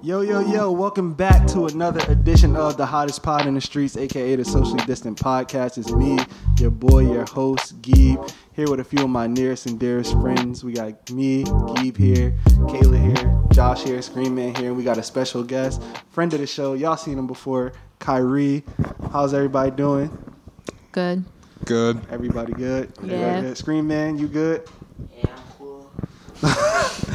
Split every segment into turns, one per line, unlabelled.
Yo, yo, yo, welcome back to another edition of the hottest pod in the streets, aka the socially distant podcast. It's me, your boy, your host, Geeb, here with a few of my nearest and dearest friends. We got me, Geeb here, Kayla here, Josh here, Scream Man here, and we got a special guest, friend of the show. Y'all seen him before, Kyrie. How's everybody doing?
Good.
Good.
Everybody good?
Yeah.
Everybody good? Scream Man, you good?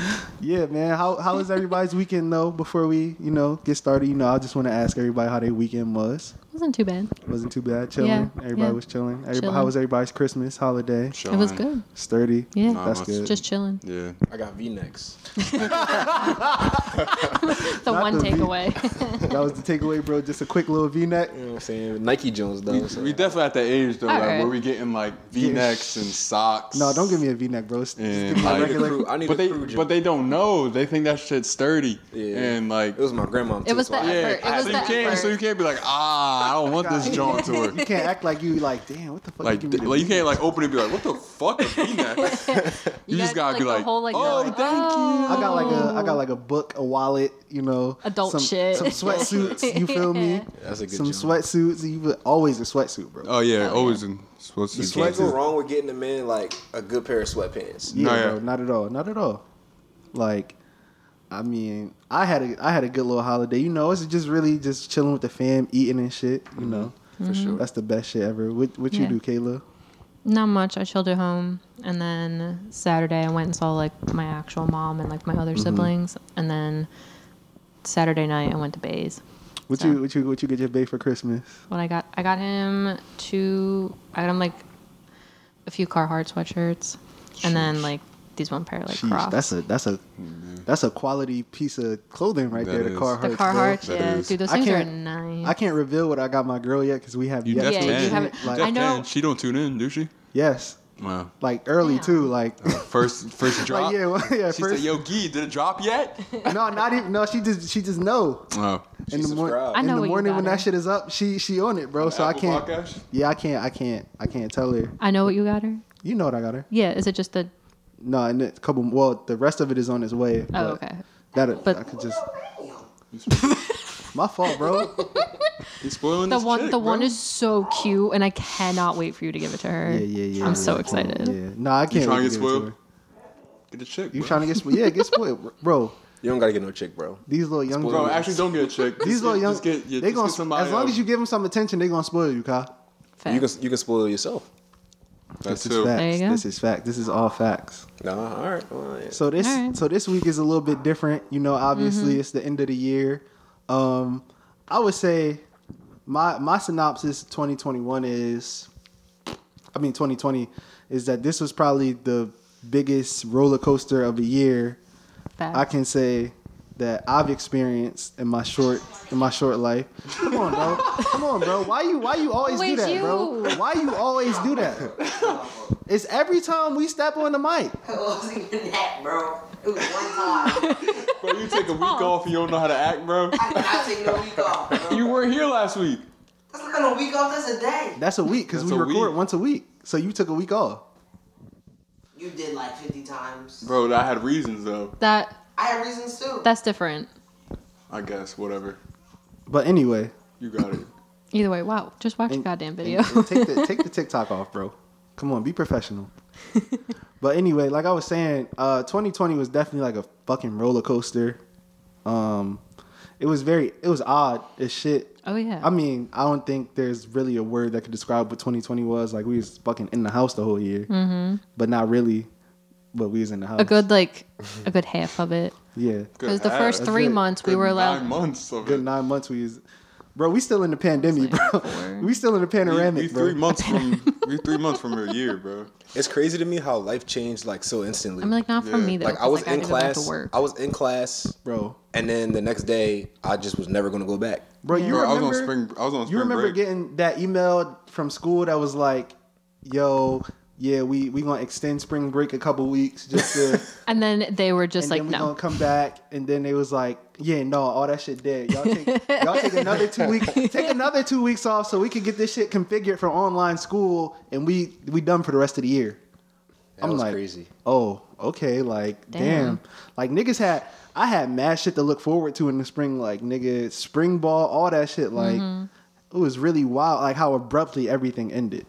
Yeah, man. How how was everybody's weekend though? Before we, you know, get started, you know, I just want to ask everybody how their weekend was.
Wasn't too bad.
Wasn't too bad. Chilling.
Yeah,
Everybody
yeah.
was chilling. Everybody, How
Chilling.
was everybody's Christmas holiday?
It was good.
Sturdy.
Yeah.
Nah,
that's
much-
good.
Just chilling.
Yeah.
I got V-necks.
The one
the beat.
takeaway.
that was the takeaway, bro. Just a quick little V-neck.
You know what I'm saying? Nike Jones though. so-
We definitely at that age though, like,
Alright.
where we getting like V necks and socks.
No, don't give me a V-neck, bro. Just
And
give me a
like-
I need a crew-
regular.
I need
But
a
they,
crew Jones.
but they don't know. They think that shit's sturdy.
Yeah.
And like,
It was my grandma.
It was the effort. It
yeah.
was
so
the
you can't, so
effort.
you can't be like, ah, I don't want this joint to
You
it.
can't act like you like. Damn, what the fuck?
Like,
you give me
like
the
you can't like open it and be like, what the fuck, a V neck? you just gotta be
the
like,
whole, like,
oh,
the, like,
thank you.
I got like a I got like a book, a wallet, you know,
Oh. Adult
some,
shit.
some sweatsuits. You feel me?
That's a good
Some
joint.
sweatsuits. You always a sweatsuit, bro.
Oh yeah, always in supposed to
You
be
can't go
canceled.
wrong with getting a man like a good pair of sweatpants.
Yeah,
No, yeah.
bro, not at all, not at all. Like, I mean, I had a I had a good little holiday. You know, it's just really just chilling with the fam, eating and shit. You know,
Mm-hmm. For sure.
that's the best shit ever. What what you
Mm-hmm. Yeah.
do, Kayla?
Not much. I chilled at home, and then Saturday I went and saw like my actual mom and like my other
Mm-hmm.
siblings, and then Saturday night I went to Bays.
What
So-
you what you what you get your bae for Christmas?
What I got, I got him two. I got him like a few Carhartt sweatshirts, and then like these one pair like
Sheesh,
Crocs.
that's a that's a
Mm-hmm.
that's a quality piece of clothing right
That
there. The
is.
Carhartt.
the
That
Carhartt, yeah,
is-
dude. Those
I
things are
can't-
nice.
I can't reveal what I got my girl yet because we have
You
yet
def
to
Yeah, you
get it.
haven't-
Like,
I know-
She don't tune in, do she?
yes,
Wow.
like early
Yeah.
too. Like,
First, first Uh, drop.
like yeah, well, yeah.
She
first,
said, "Yo, Gee, did it drop yet?"
no, not even. No, she just she just know.
Oh.
She
in the morning,
subscribed.
I
in
know
the
what you
morning
got
when
her.
that shit is up, she she on it, bro. Oh, So I
Apple
can't.
Podcast?
Yeah, I can't. I can't. I can't tell her.
I know what you got her.
You know what I got her.
Yeah, is it just the?
No, and a couple. Well, the rest of it is on its way.
Oh,
but
okay.
That
But-
I could just. My fault, bro.
He's spoiling
The
this
one,
chick,
the one
bro.
is so cute, and I cannot wait for you to give it to her.
Yeah, yeah, yeah.
I'm so
yeah,
excited.
Yeah. No, I can't.
You trying
wait
to get
give it
spoiled?
her.
Get a chick.
You
bro.
trying to get spoiled? Yeah, get spoiled, bro.
You don't gotta get no chick, bro.
These little young
Bro,
boys-
actually, don't get a chick.
These
just
little
get,
young.
Just get, yeah,
they
just
gonna
get somebody
as long
else.
as you give them some attention, they gonna spoil you, Kyle.
Fact.
You can you can spoil yourself.
That's
This is
too.
facts.
There you go.
This is fact. This is all facts.
Nah, all right. Well, yeah.
So this
Alright.
so this week is a little bit different. You know,
Mm-hmm.
obviously it's the end of the year. Um I would say my my synopsis 2021 is I mean 2020 is that this was probably the biggest roller coaster of a year
Fact.
I can say that I've experienced in my short in my short life. Come on, bro. Come on, bro. Why you why you always do
Always
that, bro?
you.
Why you always do that? It's every time we step on the mic.
It wasn't even that, bro. It was one time.
Bro, you take a week off and you don't know how to act, bro.
I did not take no week off, bro.
You weren't here last week.
That's not a week off, that's a day.
That's a week because
That's
we
a
record
week.
once a week. So you took a week off.
You did like 50 times.
Bro, I had reasons though.
that
I had reasons too.
that's different.
I guess whatever.
But anyway,
You got it.
Either way, wow. Just watch
And-
the goddamn video.
and- and take the take the TikTok off, bro. Come on, be professional. but anyway, like I was saying, uh, 2020 was definitely like a fucking roller coaster. Um, it was very, it was odd as shit.
oh yeah.
I mean, I don't think there's really a word that could describe what 2020 was. Like we was fucking in the house the whole year, mm-hmm. but not really. But we was in the house.
a good like a good half of it
yeah.
because the
half.
first
That's
three
good.
months we
Good
were
nine
allowed.
months of
Good
it.
nine months we was, bro. We still in the pandemic, bro. We still in the
We,
panoramic,
we
bro.
three months from we three months from a year, bro.
it's crazy to me how life changed like so instantly.
I'm like not for
Yeah.
me though.
Like, I
'cause,
was in
gotta go back to
class.
work.
I was in class,
bro.
and then the next day I just was never gonna go back.
Bro, you
Bro,
remember?
I was on spring. I was on spring
you remember
break.
getting that email from school that was like, "Yo, yeah, we we gonna extend spring break a couple weeks just to,
And then they were just
and
like,
then we
no.
gonna come back." And then they was like, "Yeah, no, all that shit dead. Y'all take y'all take another two weeks. Take another two weeks off so we can get this shit configured for online school, and we we done for the rest of the year." I'm
was
like,
crazy.
oh, okay, like damn.
Damn.
like niggas had. I had mad shit to look forward to in the spring, like nigga spring ball, all that shit. Like
Mm-hmm.
it was really wild, like how abruptly everything ended,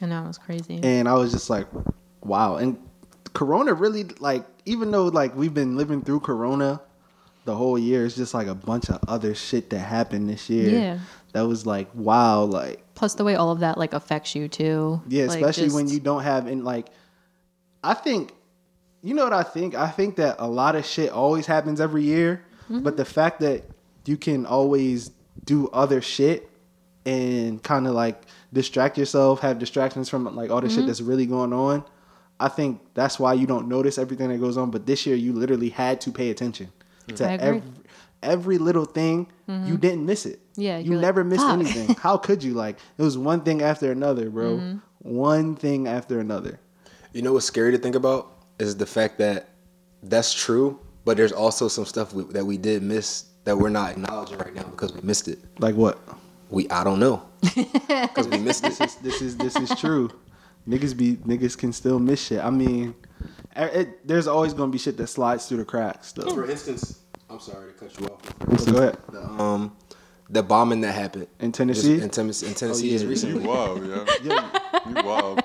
I know it was crazy.
and I was just like, wow. And Corona really, like, even though like we've been living through Corona the whole year, it's just like a bunch of other shit that happened this year.
Yeah.
that was like wow, like
Plus the way all of that like affects you too.
Yeah,
Like,
especially when
just-
you don't have and like I think you know what I think? I think that a lot of shit always happens every year,
Mm-hmm.
but the fact that you can always do other shit and kind of like distract yourself, have distractions from like all the
Mm-hmm.
shit that's really going on. I think that's why you don't notice everything that goes on, but this year you literally had to pay attention to
Mm-hmm. I agree. Mm-hmm.
every every little thing. You didn't miss it.
Yeah,
You
you're like,
never missed
"Fuck."
anything. How could you? Like, it was one thing after another, bro.
Mm-hmm.
One thing after another.
You know what's scary to think about is the fact that that's true, but there's also some stuff we, that we did miss that we're not acknowledging right now because we missed it.
Like what?
We I don't know because we missed it.
This is this is true. Niggas be niggas can still miss shit. I mean, er- it, there's always gonna be shit that slides through the cracks, though.
For instance, I'm sorry to cut you off.
So go ahead.
Um, the bombing that happened
In
just
Tennessee,
in, Tennessee, in Tennessee
yeah.
is
You
recently.
wild, yeah. You wild.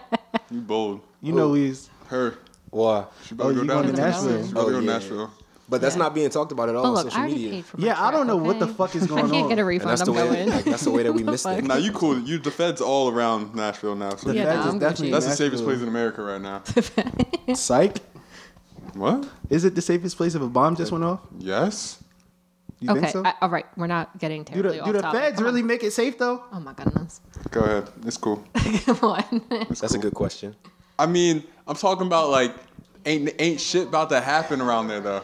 You bold.
you know he's
Her.
Why?
She better
Oh,
go
you
down
going
to
to
Nashville.
Nashville.
She better go to
Oh, yeah.
Nashville.
But that's
Yeah.
not being talked about at all
But
on
look, I
social
already
media.
paid for my
yeah. I
trip,
don't know what the
okay?
fuck is
I
going
can't
on.
get a
And
refund.
that's the
I'm
way.
going.
like, that's the way that we
The
missed it.
fuck?
Now you cool. You the feds all around Nashville now. So
The
Yeah,
Fed
nah,
is
I'm
definitely
Gucci.
that's the
Nashville.
safest place in America right now.
Psych.
what?
Is it the safest place if a bomb just went off?
Yes.
You
Okay,
think so?
I, all right, we're not getting
do
terribly
the,
off
do the
topic.
feds
Come on.
really make it safe though?
Oh my goodness!
Go ahead. It's cool.
Come on.
That's a good question.
I mean, I'm talking about like ain't ain't shit about to happen around there though.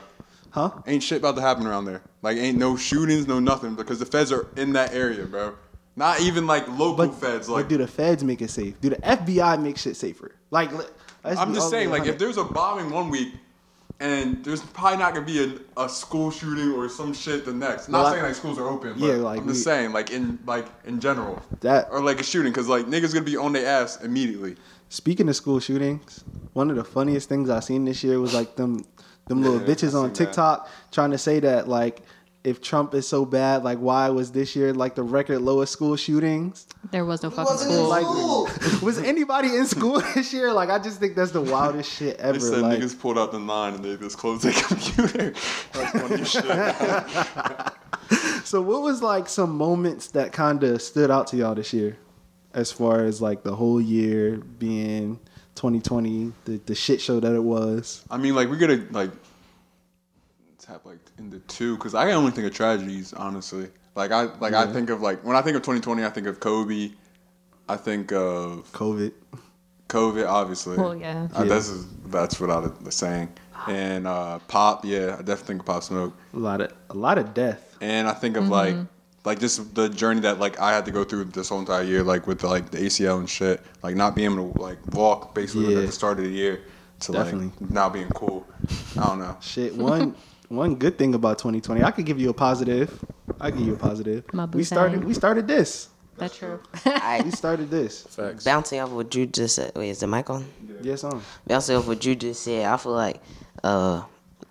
Huh?
Ain't shit about to happen around there. Like ain't no shootings, no nothing because the feds are in that area, bro. Not even like local
But,
feds.
but
Like
do the feds make it safe? Do the FBI make shit safer? Like, let- let's
I'm
be
just
all the way
saying, like,
100.
if there's a bombing one week, and there's probably not gonna be a, a school shooting or some shit the next. Not
Well, I-
saying like schools are open. But
Yeah, like,
I'm just
we-
saying, like in like in general,
That-
or like a shooting, because like niggas gonna be on their ass immediately.
Speaking of school shootings, one of the funniest things I seen this year was like them them little
Yeah,
bitches
I
on
seen that.
TikTok trying to say that like if Trump is so bad, like why was this year like the record lowest school shootings?
There was no fucking
Wasn't in
school.
Like
school.
was anybody in school this year? Like I just think that's the wildest shit ever.
They said
like
niggas pulled out the line and they just closed their computer. That's funny as shit.
so what was like some moments that kind of stood out to y'all this year as far as like the whole year being 2020 the, the shit show that it was
I mean, like we gotta like tap like into two because I only think of tragedies, honestly. Like I like I think of like when I think of 2020, I think of Kobe. I think of
covid
COVID, obviously.
Well, Oh, yeah.
Yeah.
Uh, That's that's what I was saying. And uh, pop, yeah, I definitely think of pop smoke.
a lot of a lot of death
And I think of like
Mm-hmm.
like just the journey that like I had to go through this whole entire year, like with like the ACL and shit, like not being able to like walk basically
Yeah.
at the start of the year to
Definitely.
like not being cool. I don't know.
shit one one good thing about 2020 i could give you a positive i give you a positive
My
we
boo
started
sang.
we started this
That's true.
we started this
Bouncing off what you just said. Wait, is the mic on?
yes um. on
Bouncing off what you just said. I feel like uh,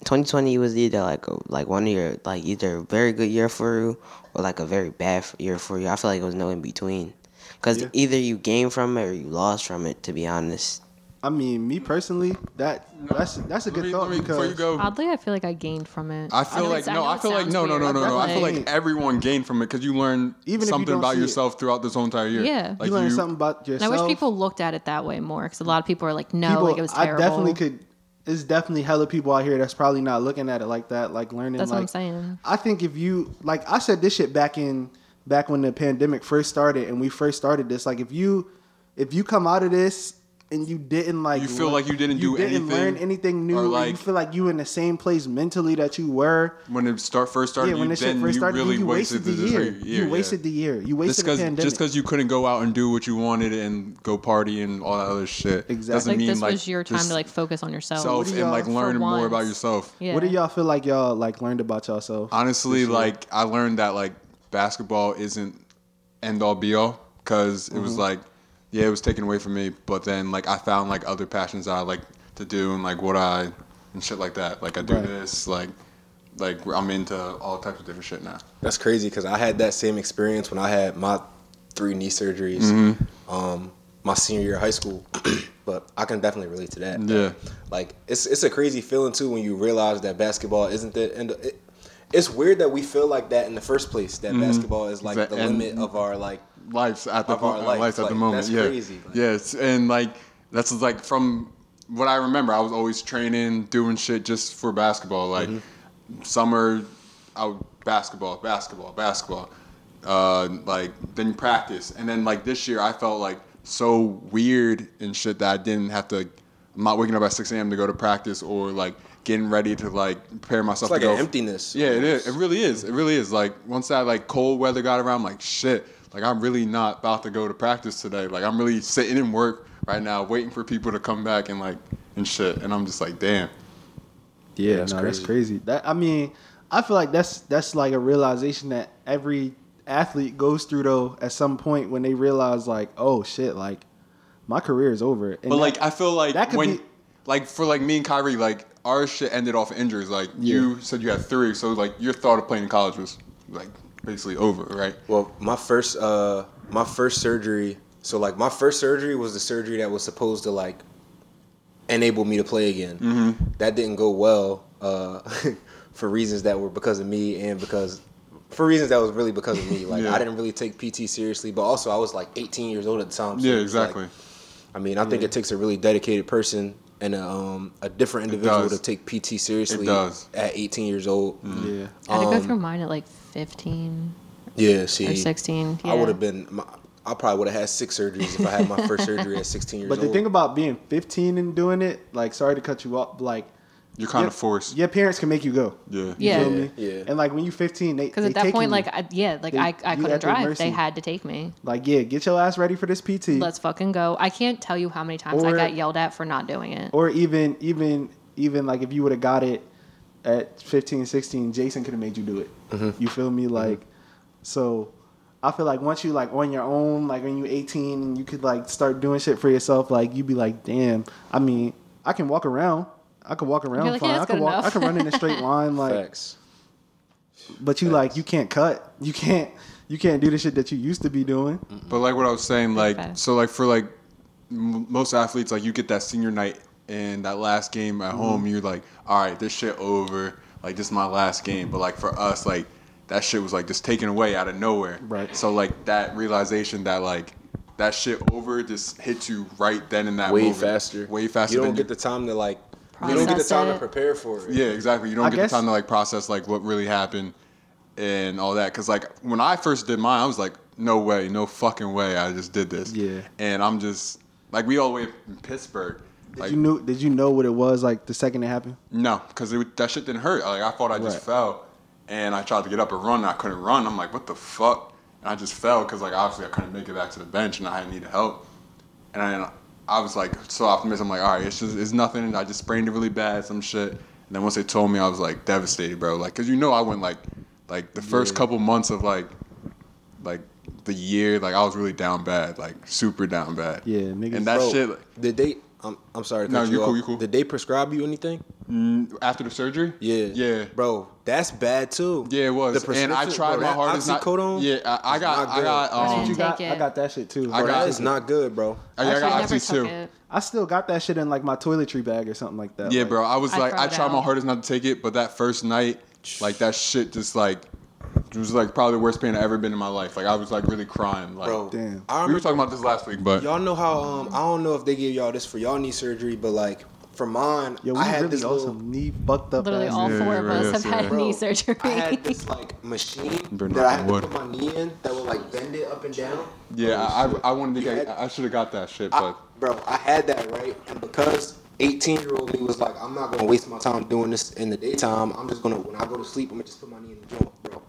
2020 was either like a, like one of your like either a very good year for you or like a very bad f- year for you. I feel like there was no in between. Cause
Yeah.
either you gained from it or you lost from it. To be honest,
i mean me personally that that's that's a good
Let me-
thought
let me-
because
before you go,
Oddly, I feel like I gained from it.
I feel
know
like
it's-
no,
know
I,
it
feel like
sounds
no, no, no,
weird,
no, no. I feel
definitely.
like everyone gained from it because you learn
Even if you
something
don't
about
see it.
yourself throughout this whole entire year.
Yeah. You
you learn something about
And I
yourself
wish people looked at it that way more because a lot of people are like, no, like it was terrible.
I definitely could. There's definitely hella people out here that's probably not looking at it like that, like learning.
That's
like,
what I'm saying.
I think if you like, I said this shit back in back when the pandemic first started and we first started this. Like, if you if you come out of this and you didn't like,
You feel
lear-
like you didn't do anything,
learn anything new,
or,
and you
like-
feel like you in the same place mentally that you were.
when it start first started,
Yeah, when
you,
this shit
then
first
you
started,
really
you wasted the
this
year.
whole year,
You
yeah.
wasted the year. You wasted
just
the
because
pandemic.
just because you couldn't go out and do what you wanted and go party and all that other shit
Exactly.
doesn't
Like
mean
this
like
was your time
just
to like focus on yourself.
self
do
and
y'all-
like
for
learn more
once.
about yourself.
Yeah.
What do y'all feel like y'all like learned about yourself?
Honestly, like I
Mm-hmm.
learned that like basketball isn't end all be all because it was like yeah, it was taken away from me. But then like I found like other passions that I like to do and like what I and shit like that. Like I do
Right.
this like like I'm into all types of different shit now.
That's crazy because I had that same experience when I had my three knee surgeries,
Mm-hmm.
um, my senior year of high school. but I can definitely relate to that.
Yeah.
like it's it's a crazy feeling too when you realize that basketball isn't the end. Of, it, it's weird that we feel like that in the first place. That basketball is like
That-
the
Mm-hmm. and-
limit of our like.
lives at the
Of our
po-
life,
lives at the
like,
moment.
that's
yeah.
crazy, like-
yes, and like that's like from what I remember. I was always training, doing shit just for basketball. Like
Mm-hmm.
summer, I would basketball, basketball, basketball. Uh, like then practice, and then like this year, I felt like so weird and shit that I didn't have to. I'm not waking up at 6 a.m. to go to practice or like getting ready to like prepare myself
It's like
to go
an emptiness.
yeah, it is. It really is. It really is. Like once that like cold weather got around, I'm like shit. Like I'm really not about to go to practice today. Like I'm really sitting in work right now, waiting for people to come back and like and shit. And I'm just like, damn.
Yeah,
That's
no, that's crazy. That I mean, I feel like that's that's like a realization that every athlete goes through though at some point when they realize like, oh shit, like my career is over. And
But
that-
like I feel like
that could
when
be-
like for like me and Kyrie, like our shit ended off injuries. Like you said you had three, so like your thought of playing in college was like basically over, right?
Well, my first uh my first surgery, so like my first surgery was the surgery that was supposed to like enable me to play again.
Mm-hmm.
That didn't go well uh for reasons that were because of me and because for reasons that was really because of me. Like
Yeah.
I didn't really take PT seriously, but also I was like 18 years old at the time. so
Yeah,
it was, like,
exactly.
I mean, I think it takes a really dedicated person and a, um, a different individual to
does.
take PT seriously
does. Mm-hmm.
at 18 years old.
yeah,
I had to go
Um,
through mine at like 15
Yeah, see,
or 16. Yeah.
I would have been. My, I probably would have had six surgeries if I had my first surgery at 16 years
but the
old.
thing about being 15 and doing it, like, sorry to cut you off, like.
You're kind
your-
of forced.
Your parents can make you go.
Yeah.
Yeah.
Feel me?
Yeah.
And like when you're 15, they
Because
they
at that
taking
point,
you.
like, I, yeah, like
They-
I, I
you
couldn't
at their
drive. They
mercy.
had to take me.
like yeah, get your ass ready for this PT.
Let's fucking go. I can't tell you how many times I
Or-
got yelled at for not doing it.
or even even even like if you would have got it at 15 16 jason could have made you do it
Mm-hmm.
you feel me like so i feel like once you like on your own like when you 18 and you could like start doing shit for yourself like you'd be like damn i mean i can walk around i could walk around
You're like,
fine
yeah,
i
that's
could
good
walk i
enough.
could run in a straight line like
Facts.
but you like you can't cut you can't you can't do the shit that you used to be doing
But like what I was saying, like
fast.
so, like for like m- most athletes, like you get that senior night and that last game at
Mm-hmm.
home, you're like, all right, this shit over. Like this is my last game. But like for us, like that shit was like just taken away out of nowhere.
Right.
So like that realization that like that shit over just hits you right then in that
Way
moment.
faster.
Way faster.
You don't
than
get the time to like. You don't get the
Process
time to
it.
prepare for it.
yeah, exactly. You don't
I
get
guess-
the time to like process like what really happened and all that. Cause like when I first did mine, I was like, no way, no fucking way, I just did this.
Yeah.
And I'm just like we all the way in Pittsburgh.
did
Like
you knew did you know what it was like the second it happened
no, cause it, would- that shit didn't hurt. Like I thought I just
Right.
fell, and I tried to get up and run. And I couldn't run. I'm like, what the fuck? And I just fell because like obviously I couldn't make it back to the bench, and I needed help. And I, I was like so optimistic. I'm like, all right, it's just it's nothing. And I just sprained it really bad, some shit. And then once they told me, I was like devastated, bro. Like, cause you know I went like, like the first couple months of like, like the year, like I was really down bad, like super down bad.
Yeah, niggas-
And that
Bro,
shit like,
Did they? I'm, I'm sorry. To
No,
cut
you
you
cool,
off.
you cool.
Did they prescribe you anything?
after the surgery.
Yeah.
Yeah.
Bro, that's bad too.
Yeah, it was.
The
and I
prescription-
tried
bro,
my
that
hardest. not-
oxycodone
Yeah, I, I
is
got.
not
I
good.
got.
That's what
Um,
you got
Take
i
it.
got that shit too
I
Bro,
got-
that is not good, bro.
Oh, I, I
Actually,
got
never
oxy
took
too.
it.
I still got that shit in like my toiletry bag or something like that.
Yeah,
Like,
bro. I was
I
like, I
cried
tried my
out.
hardest not to take it, but that first night, like that shit, just like it was like probably the worst pain I have ever been in my life. Like I was like really crying. Like
Bro,
Damn.
I
we were
remember
talking about this last week, but
Y'all know how um I don't know if they give y'all this for y'all knee surgery, but like for mine,
Yo, we
I had
really
this
all
little,
some knee fucked up.
Literally,
ass
all
niggas.
Yeah,
four of
right,
us have
yes,
had
yeah.
knee
Bro,
surgery.
I had this like machine
Better
that
knock
I had
on
to put my knee in that would like bend it up and down.
yeah, I, I wanted to get.
Yeah.
I should have got that shit,
I,
but
bro, I had that right, and because 18 year old me was like, I'm not gonna waste my time doing this in the daytime. I'm just gonna when I go to sleep, I'm gonna just put my knee in the joint, bro.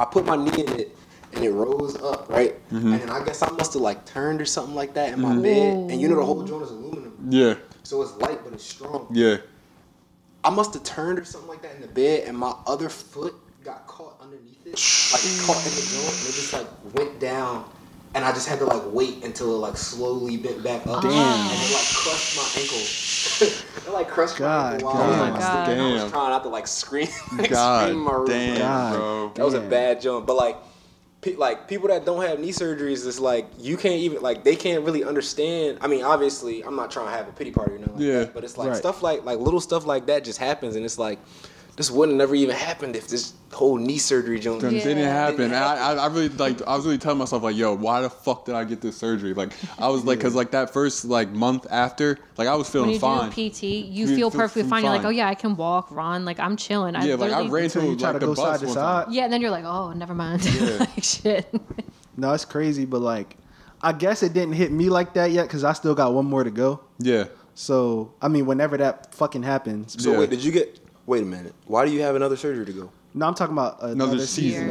I put my knee in it. And it rose up, right? And then I guess I must have like turned or something like that in my bed. And you know the whole joint is aluminum,
yeah,
so it's light but it's strong.
yeah.
I must have turned or something like that in the bed, and my other foot got caught underneath it, like caught in the joint, and it just like went down and I just had to like wait until it like slowly bent back up,
Damn.
and it like crushed my ankle. it like crushed my
God
ankle while I
damn. Oh
was
my
like, sleeping. I
God.
was trying not to like scream, like, scream my
God
roof.
damn,
God.
bro.
That was a
Damn.
bad jump. But like, pe- like people that don't have knee surgeries, it's like you can't even like they can't really understand. I mean, obviously, I'm not trying to have a pity party or nothing. Like
Yeah.
That, but it's like
Right.
stuff like like little stuff like that just happens, and it's like this wouldn't never even happened if this whole knee surgery jump.
It didn't
Yeah.
happen. And I, I, I really like. I was really telling myself like, "Yo, why the fuck did I get this surgery?" Like, I was like, because like that first like month after, like I was
When
feeling
you
fine.
do PT, you
You
feel
feel
perfectly
f-
fine. You're like,
fine.
oh yeah, I can walk, run. Like I'm chilling. I
yeah, like I
literally-
ran
Until
to
you try
like
to
the
go
bus
side to
one
side.
time.
Yeah, and then you're like, oh, never mind.
Yeah.
like shit.
No, it's crazy, but like, I guess it didn't hit me like that yet because I still got one more to go.
Yeah,
So I mean, whenever that fucking happens.
So
Yeah.
wait, did you get? Wait a minute. Why do you have another surgery to go?
No, I'm talking about
another,
another,
season.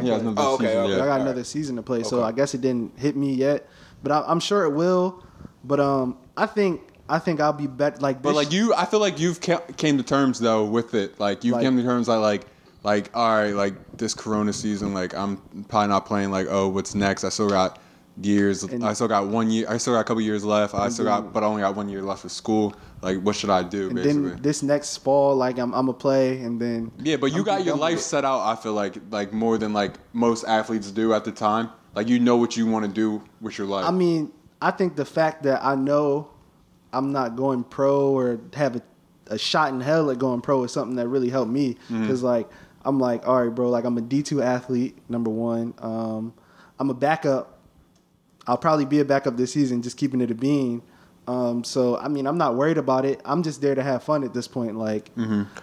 season. to
Yeah,
play.
another
Oh, okay,
season.
okay.
Yeah.
I got
Alright.
another season to play, so
Okay.
I guess it didn't hit me yet. But I, I'm sure it will. But um, I think I think I'll be better. Like,
But
this-
like you, I feel like you've ca- came to terms though with it. Like you have
Like-
came to terms like like like all right, like this Corona season, like I'm probably not playing. Like oh, what's next? I still got years.
And-
I still got one year. I still got a couple years left. I still
then-
got, but I only got one year left of school. Like what should I do?
and
Basically.
then this next fall, like I'm I'm a play, and then
yeah, but you
I'm
got
be
your
done with
life
it.
set out. I feel like like more than like most athletes do at the time. Like you know what you want to do with your life.
I mean, I think the fact that I know I'm not going pro or have a, a shot in hell at going pro is something that really helped me because like I'm like, all right, bro, like I'm a D2 athlete, number one. Um, I'm a backup. I'll probably be a backup this season, just keeping it a bean. Um, so I mean, I'm not worried about it. I'm just there to have fun at this point. Like,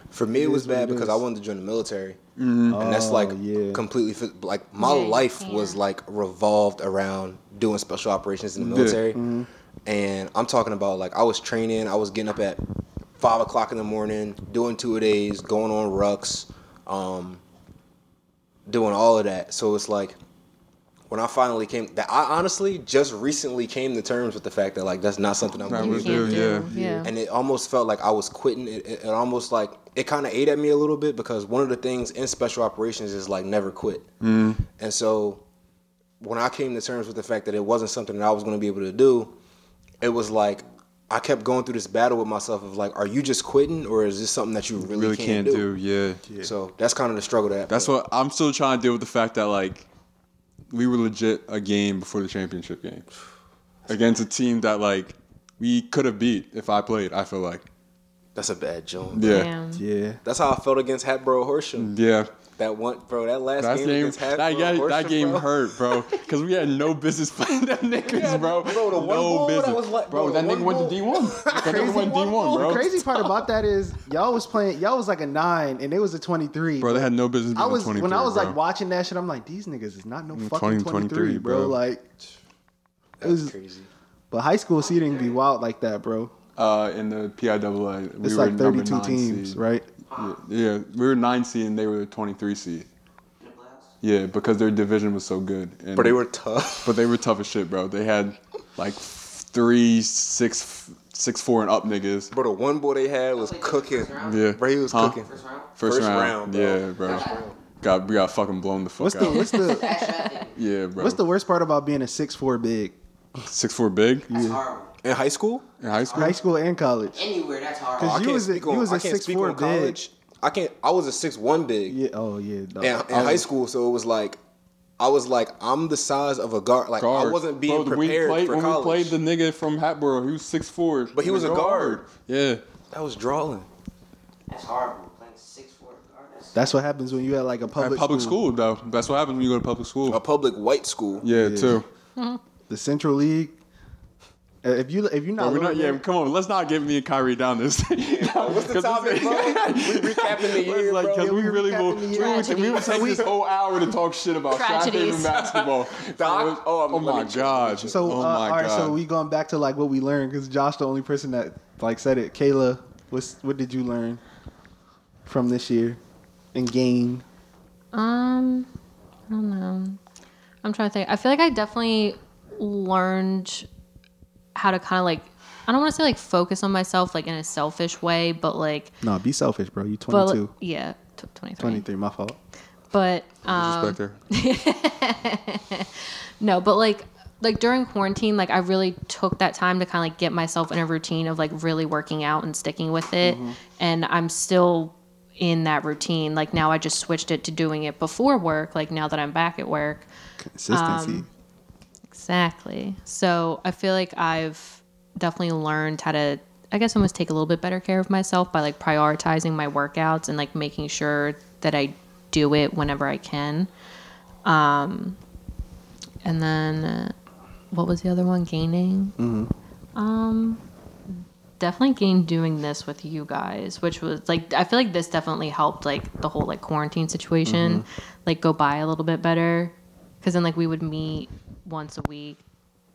For me, it,
It
was
is what
bad
it
because
is.
I wanted to join the military, and that's like
Oh, yeah.
completely phys- like my
Yeah, you
life
can't.
was like revolved around doing special operations in the military,
Mm-hmm.
and I'm talking about like I was training, I was getting up at five o'clock in the morning, doing two a days, going on rucks, um, doing all of that. So it's like when I finally came, that I honestly just recently came to terms with the fact that like that's not something I'm
Right,
gonna
we
you
do.
can't
do,
do.
yeah.
Yeah.
And it almost felt like I was quitting. It, it, it almost like it kind of ate at me a little bit because one of the things in special operations is like never quit.
Mm-hmm.
And so when I came to terms with the fact that it wasn't something that I was going to be able to do, it was like I kept going through this battle with myself of like, are you just quitting or is this something that you really,
really
can't, do?
Yeah.
So that's kind of the struggle that
That's what I'm still trying to deal with the fact that like we were legit a game before the championship game against a team that like we could have beat if I played. I feel like
that's a bad joke.
yeah,
Damn.
yeah,
That's how I felt against Hatboro Horsham.
yeah.
That one, bro. That last
That
game,
game,
against Hatboro
that, game, that
Horsham,
game
bro.
hurt, bro, because we had no business playing them niggas,
Yeah,
bro.
bro, the one
no
ball that
business,
was like-
bro.
bro,
That
the
nigga
one
went to D
ball-
one. That nigga went D one,
The
bro.
crazy part about that is y'all was playing, y'all was like a nine, and it was a twenty-three.
Bro, they had no business.
I
being
was
23,
when I was
bro.
like watching that shit. I'm like, these niggas is not no fucking
20,
23,
23,
bro.
bro.
Like, it
That's
was.
crazy.
But high school seating be wild like that, bro.
uh, in the PIAA, we
It's
were
like
number
32
nine
teams,
seed.
right?
Yeah, yeah, we were nine seed and they were twenty three seed. Yeah, because their division was so good. And,
But they were tough.
But they were tough as shit, bro. They had like three, six, six, four, and up niggas.
Bro, the one boy they had
Oh,
was cooking.
Yeah,
Bro, he was
Huh?
cooking.
First round?
First,
First
round.
round, bro.
yeah, bro.
First round.
Got we got fucking blown the fuck
What's
out.
the what's the
yeah, bro.
what's the worst part about being a six four big?
six four big
That's horrible.
In high school?
in high school?
High school and college.
Anywhere, that's
Cause
horrible.
you was a- you was a 6'4" big.
I can't. I was a six one big
Yeah. Oh yeah. dog.
in, in high school, so it was like, I was like, I'm the size of a guard. Like I
Guard.
wasn't being
Bro,
prepared
we played,
for
when
college.
we played the nigga from Hatboro. He was six four,
But he was a guard.
Yeah,
that was drawing.
That's horrible. Playing six four guard. That's
That's what happens when you at like a
public,
public
public school. though. That's what happens when you go to public school.
A public white school.
yeah,
Yeah.
too.
The Central League. Uh, If you if you're
Bro,
not,
we're not,
lower
yeah,
than-
come on. Let's not get me and Kyrie down this.
what's the topic, bro? We recapping the year,
like,
bro.
'cause
Yeah,
we
we
really will.
recapping the
We
year.
would, we would take this whole hour to talk shit about Shaq
Tragedies.
and basketball.
Doc?
oh,
Oh, let
my
me check,
god.
let me check.
So
oh
uh,
my
all right,
god.
so we going back to like what we learned because Josh, the only person that like said it. Kayla, what's what did you learn from this year and gain?
Um, I don't know. I'm trying to think. I feel like I definitely learned how to kind of like I don't want to say like focus on myself like in a selfish way, but like
No, be selfish, bro. You 22,
but yeah, t- 23.
23. My fault.
But um,
Respect her.
no, but like like during quarantine, like I really took that time to kind of like get myself in a routine of like really working out and sticking with it. And I'm still in that routine. Like now I just switched it to doing it before work, like now that I'm back at work.
Consistency.
Exactly. So I feel like I've definitely learned how to, I guess, almost take a little bit better care of myself by like prioritizing my workouts and like making sure that I do it whenever I can. Um, and then uh, what was the other one? Gaining. Um,
Mm-hmm.
definitely gained doing this with you guys, which was like I feel like this definitely helped like the whole like quarantine situation,
Mm-hmm.
like go by a little bit better because then like we would meet once a week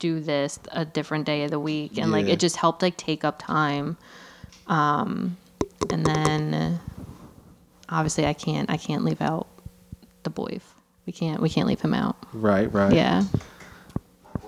do this a different day of the week and like
Yeah.
it just helped like take up time um and then uh, obviously i can't i can't leave out the boy we can't we can't leave him out
Right, right.
yeah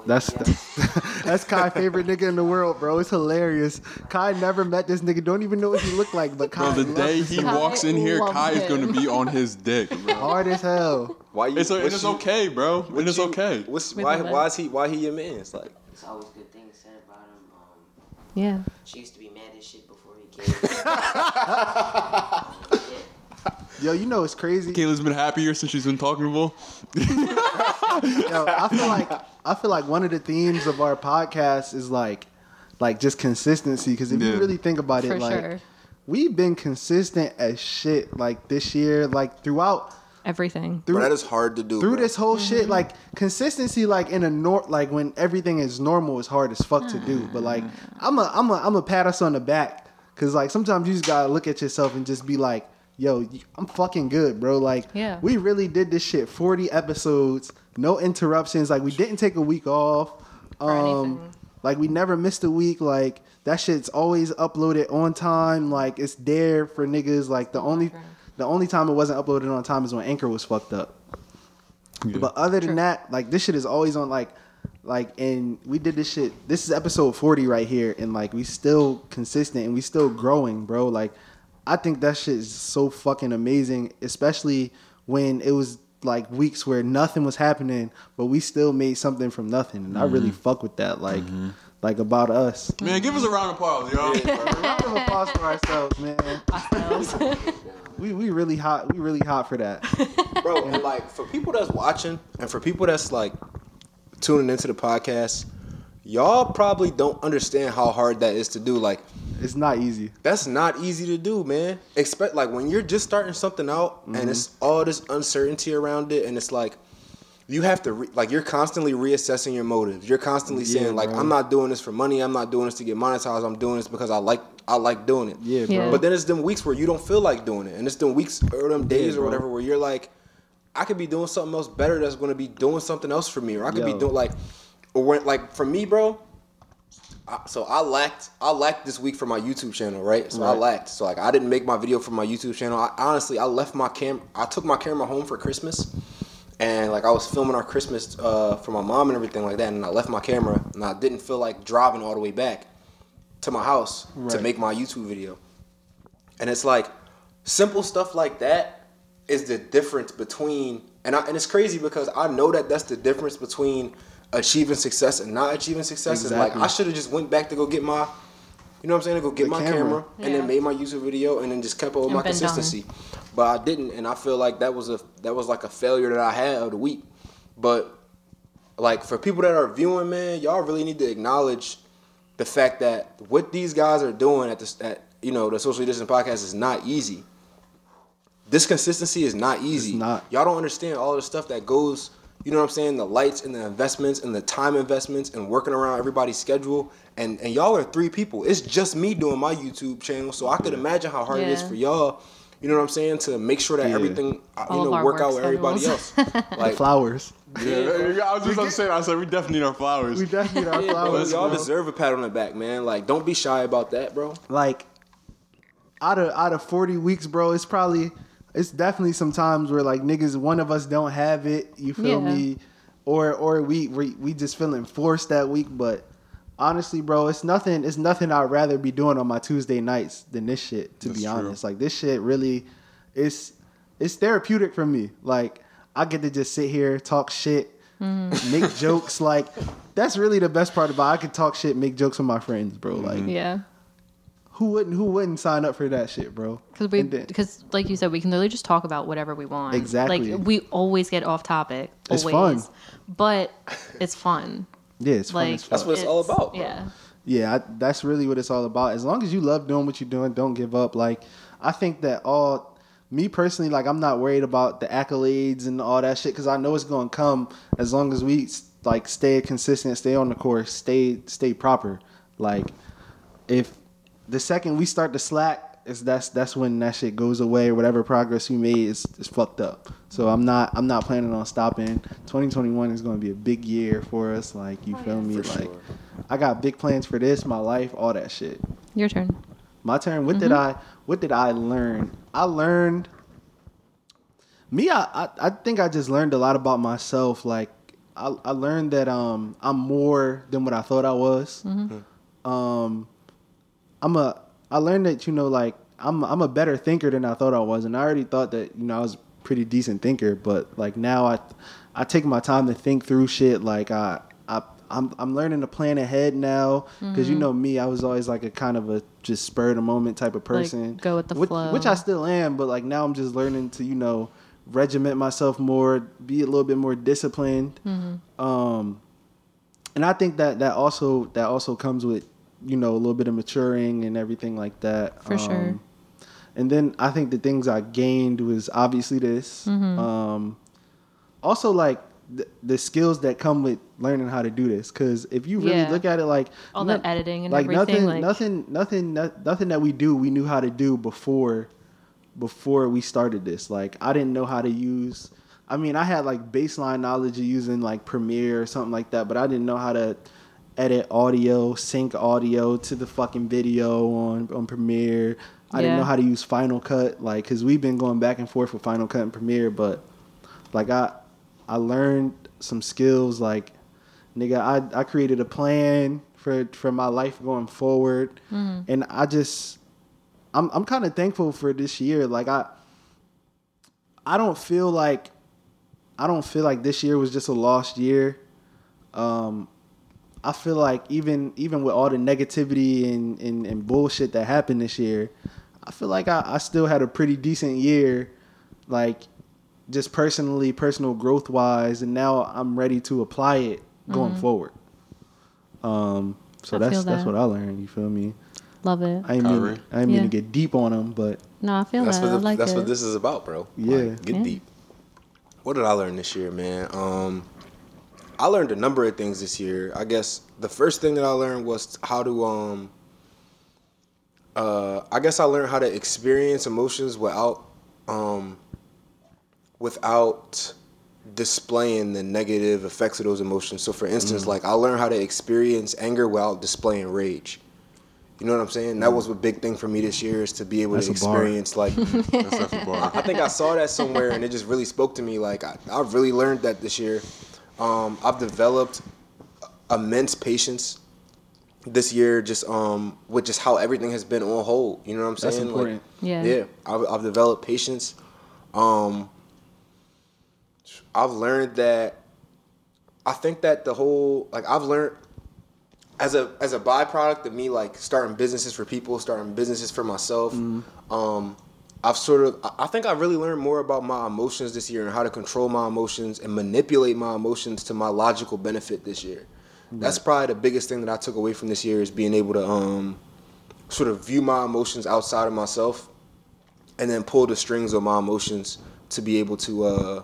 That's that's, that's Kai's favorite nigga in the world, bro. It's hilarious. Kai never met this nigga. Don't even know what he looked like, but Kai
Bro, the
loves
day
this
he
nigga
guy.
walks in here,
Love
Kai is
him.
gonna be on his dick, bro.
hard as hell.
Why you?
It's, a,
what
it's
you-
okay, bro.
what
It is
you-
okay.
What's,
With
why?
the
Why is he? Why he your man? It's like
It's always good things said about him. Um,
yeah
she used to be mad as shit before he came.
Yo, you know it's crazy.
Kayla's been happier since she's been talking to
Yo, I feel like I feel like one of the themes of our podcast is like like just consistency. Because if
Yeah.
you really think about
for
it, like
sure
we've been consistent as shit. Like this year, like throughout
everything
bro,
through
that is hard to do.
through
bro.
this whole shit,
Mm-hmm.
like consistency, like in a nor like when everything is normal, is hard as fuck to do.
Mm.
But like, I'm a I'm a I'm a pat us on the back because like sometimes you just gotta look at yourself and just be like, yo, y- I'm fucking good, bro. Like,
Yeah.
we really did this shit. 40 episodes, no interruptions. Like we didn't take a week off.
Or anything.
Um, like we never missed a week. Like that shit's always uploaded on time. Like it's there for niggas. Like the only. The only time it wasn't uploaded on time is when Anchor was fucked up.
people.
But other than
True.
that, like this shit is always on like like and we did this shit. This is episode 40 right here and like we still consistent and we still growing, bro. Like I think that shit is so fucking amazing, especially when it was like weeks where nothing was happening, but we still made something from nothing. And I really fuck with that like like about us.
Man, give us a round of applause, yo.
Round of applause for ourselves, man. We we really hot. We really hot for that.
bro. And like for people that's watching, and for people that's like tuning into the podcast, y'all probably don't understand how hard that is to do. Like
It's not easy.
that's not easy to do, man. Expect like when you're just starting something out, and it's
Mm-hmm.
all this uncertainty around it, and it's like. You have to re- like you're constantly reassessing your motives. You're constantly
Yeah,
saying like
bro.
I'm not doing this for money. I'm not doing this to get monetized. I'm doing this because I like I like doing it.
Yeah, bro.
Yeah.
But then it's them weeks where you don't feel like doing it, and it's them weeks or them days or
bro.
whatever where you're like, I could be doing something else better that's gonna be doing something else for me, or I could
Yo.
be doing like, or when like for me, bro. I, so I lacked, I lacked this week for my YouTube channel, right? So I
Right.
lacked. So like I didn't make my video for my YouTube channel. I honestly, I left my cam, I took my camera home for Christmas, and like I was filming our Christmas uh, for my mom and everything like that, and I left my camera, and I didn't feel like driving all the way back to my house to
Right.
make my YouTube video. And it's like simple stuff like that is the difference between and I, and it's crazy because I know that that's the difference between achieving success and not achieving success. Is like
Exactly.
I should have just went back to go get my you know what I'm saying? To go get
The
my
camera.
camera, and
Yeah.
then made my YouTube video and then just kept up with
And
my
been done.
consistency. But I didn't and I feel like that was a that was like a failure that I had of the week. But like for people that are viewing, man, y'all really need to acknowledge the fact that what these guys are doing at this at you know the socially distant podcast is not easy. This consistency is not easy.
not.
Y'all don't understand all the stuff that goes. You know what I'm saying? The lights and the investments and the time investments and working around everybody's schedule. And and y'all are three people. It's just me doing my YouTube channel, so I could imagine how hard it is
Yeah.
for y'all. You know what I'm saying? To make sure that
Yeah.
everything uh,
All
you
of
know
our
work
work
out with everybody else.
schedules.
Like
Flowers.
Yeah, I was just about to say that. I said we definitely need our flowers.
We definitely need our
Bro,
flowers.
y'all
bro.
deserve a pat on the back, man. Like, don't be shy about that, bro.
like out of out of 40 weeks, bro, it's probably it's definitely some times where like niggas one of us don't have it, you feel
Yeah.
me? Or or we, we we just feeling forced that week, but honestly, bro, it's nothing it's nothing I'd rather be doing on my Tuesday nights than this shit, to be
That's true.
honest. Like this shit really it's it's therapeutic for me. Like I get to just sit here, talk shit, make jokes. Like that's really the best part about. It. I could talk shit, make jokes with my friends, bro. Like
Yeah.
who wouldn't? Who wouldn't sign up for that shit, bro?
Because we,
And then-
because like you said, we can literally just talk about whatever we want.
Exactly.
Like we always get off topic.
It's
Always.
fun.
But it's fun.
yeah, it's fun.
like
as fuck.
That's what it's all about, bro.
Yeah.
yeah, I, that's really what it's all about. As long as you love doing what you're doing, don't give up. Like, I think that all, me personally, like, I'm not worried about the accolades and all that shit because I know it's going to come as long as we like stay consistent, stay on the course, stay stay proper. Like, if the second we start to slack, is that's that's when that shit goes away. Whatever progress we made is, is fucked up. So I'm not I'm not planning on stopping. 2021 is going to be a big year for us. Like you feel me? like I got big plans for this, my life, all that shit.
Your turn.
My turn. What did I What did I learn? I learned. Me, I, I I think I just learned a lot about myself. Like I I learned that um I'm more than what I thought I was. Um, I'm a I learned that you know like I'm I'm a better thinker than I thought I was, and I already thought that you know I was a pretty decent thinker, but like now I I take my time to think through shit. Like I I I'm I'm learning to plan ahead now because
Mm-hmm.
you know me, I was always like a kind of a just spur of the moment type of person.
go with the
which,
flow.
which I still am, but like now I'm just learning to you know regiment myself more, be a little bit more disciplined. Um and I think that that also that also comes with you know a little bit of maturing and everything like that. Um,
For sure.
And then I think the things I gained was obviously this.
Mm-hmm.
Um, also, like the, the skills that come with learning how to do this, because if you really
Yeah.
look at it, like
All
no-
that editing and
like
everything,
nothing,
like-
nothing, nothing, no- nothing that we do, we knew how to do before before we started this. Like I didn't know how to use. I mean, I had like baseline knowledge of using like Premiere or something like that, but I didn't know how to edit audio, sync audio to the fucking video on on Premiere. I didn't
Yeah.
know how to use Final Cut, like, cause we've been going back and forth with Final Cut and Premiere, but like I I learned some skills like nigga I, I created a plan for for my life going forward and I just I'm I'm kind of thankful for this year like I I don't feel like I don't feel like this year was just a lost year um I feel like even even with all the negativity and, and, and bullshit that happened this year, I feel like I, I still had a pretty decent year, like just personally, personal growth wise, and now I'm ready to apply it going forward. Um, so
Mm-hmm. I
that's
feel
that's
that.
what I learned. You feel me?
Love it.
I ain't mean
Kyrie.
I ain't mean to
Yeah.
get deep on them, but
no, I feel
That's
that.
what
I
the,
like
that's
it.
what this is about, bro.
Yeah.
Like, get
Yeah.
deep. What did I learn this year, man? Um, I learned a number of things this year. I guess the first thing that I learned was how to um. Uh, I guess I learned how to experience emotions without, um, without displaying the negative effects of those emotions. So, for instance,
Mm-hmm.
like I learned how to experience anger without displaying rage. You know what I'm saying? That was a big thing for me this year is to be able
Mm. That's
to
a bar.
experience like
That's definitely bar.
I think I saw that somewhere and it just really spoke to me. Like I, I really learned that this year. Um, I've developed immense patience this year, just um, with just how everything has been on hold. You know what I'm
That's
saying? Like,
important.
Yeah.
Yeah. I've, I've developed patience. Um, I've learned that. I think that the whole like I've learned as a as a byproduct of me like starting businesses for people, starting businesses for myself, um, I've sort of I- I think I really learned more about my emotions this year and how to control my emotions and manipulate my emotions to my logical benefit this year. That's probably the biggest thing that I took away from this year is being able to um, sort of view my emotions outside of myself and then pull the strings on my emotions to be able to uh,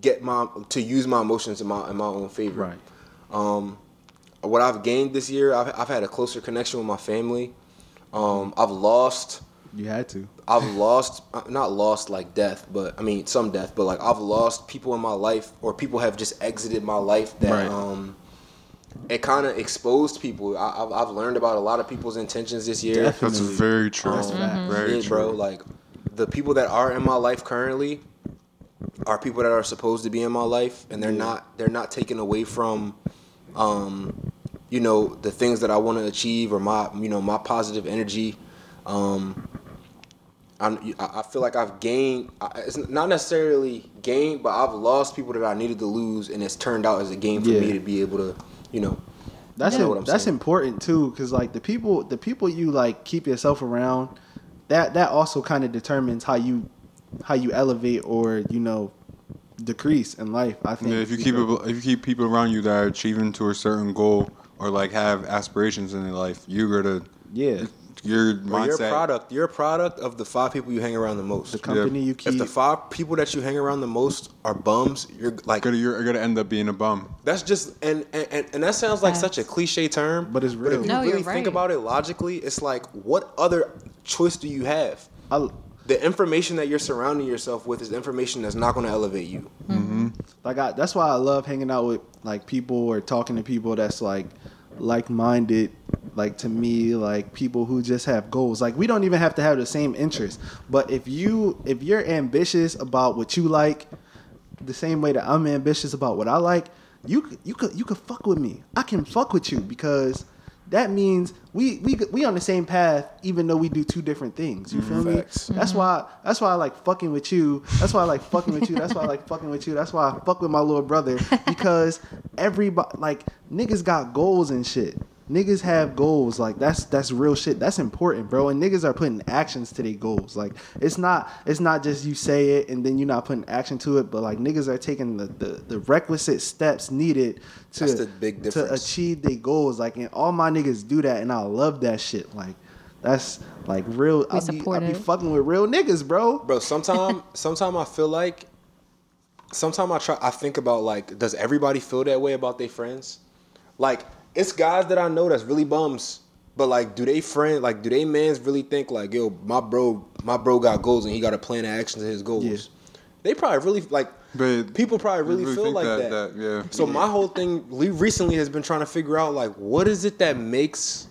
get my to use my emotions in my in my own favor
right.
what I've gained this year, I've, I've had a closer connection with my family. Um, I've lost,
You had to.
I've lost, uh, not lost like death, but I mean some death, but like I've lost people in my life, or people have just exited my life that
Right.
um, it kind of exposed people. I, I've, I've learned about a lot of people's intentions this year.
That's
Definitely.
very true.
That's facts.
Very
Yeah,
true.
bro. Like the people that are in my life currently are people that are supposed to be in my life, and they're not. They're not taken away from, um, you know, the things that I want to achieve or my, you know, my positive energy. Um, I'm, you- I I feel like I've gained. I- It's not necessarily gained, but I've lost people that I needed to lose, and it's turned out as a game for
Yeah.
me to be able to, you know,
That's
You know
im-
what I'm
that's
saying.
important too, because like the people, the people you like keep yourself around, that that also kind of determines how you how you elevate or you know decrease in life. I think.
Yeah, if you keep it, if you keep people around you that are achieving to a certain goal or like have aspirations in their life, you're gonna
Yeah.
your
Or
mindset.
you're a product. You're a product of the five people you hang around the most.
the company you
If
keep.
the five people that you hang around the most are bums, you're like
Gonna, you're gonna end up being a bum.
that's just and and, and, and that sounds like such a
Facts.
cliche term,
But it's real.
if you
No,
really
you're
think
right.
about it logically, it's like what other choice do you have?
I,
The information that you're surrounding yourself with is information that's not going to elevate you.
like I, that's why I love hanging out with like people or talking to people that's like like minded like to me like people who just have goals like we don't even have to have the same interests but if you if you're ambitious about what you like the same way that I'm ambitious about what I like you c- you could you could fuck with me I can fuck with you because that means we we we on the same path even though we do two different things you feel me
Facts.
that's why. That's why I like fucking with you. That's why I like fucking with you. That's why I like fucking with you. That's why I fuck with my little brother because everybody like niggas got goals and shit. Niggas have goals. Like that's that's real shit. That's important, bro. And niggas are putting actions to their goals. Like it's not it's not just you say it and then you're not putting action to it. But like niggas are taking the the, the requisite steps needed to
That's the big
to
difference.
achieve their goals. Like and all my niggas do that, and I love that shit. Like. That's like real. I be, I
support
be
it.
fucking with real niggas, bro.
Bro, sometime sometime I feel like sometime I try I think about like does everybody feel that way about their friends? Like it's guys that I know that's really bums, but like do they friend like do they mans really think like yo my bro my bro got goals and he got a plan of action to his goals?
Yeah.
They probably really like
But
people probably
they
really,
really
feel
think
like that.
that- that, yeah.
So my whole thing le- recently has been trying to figure out like what is it that makes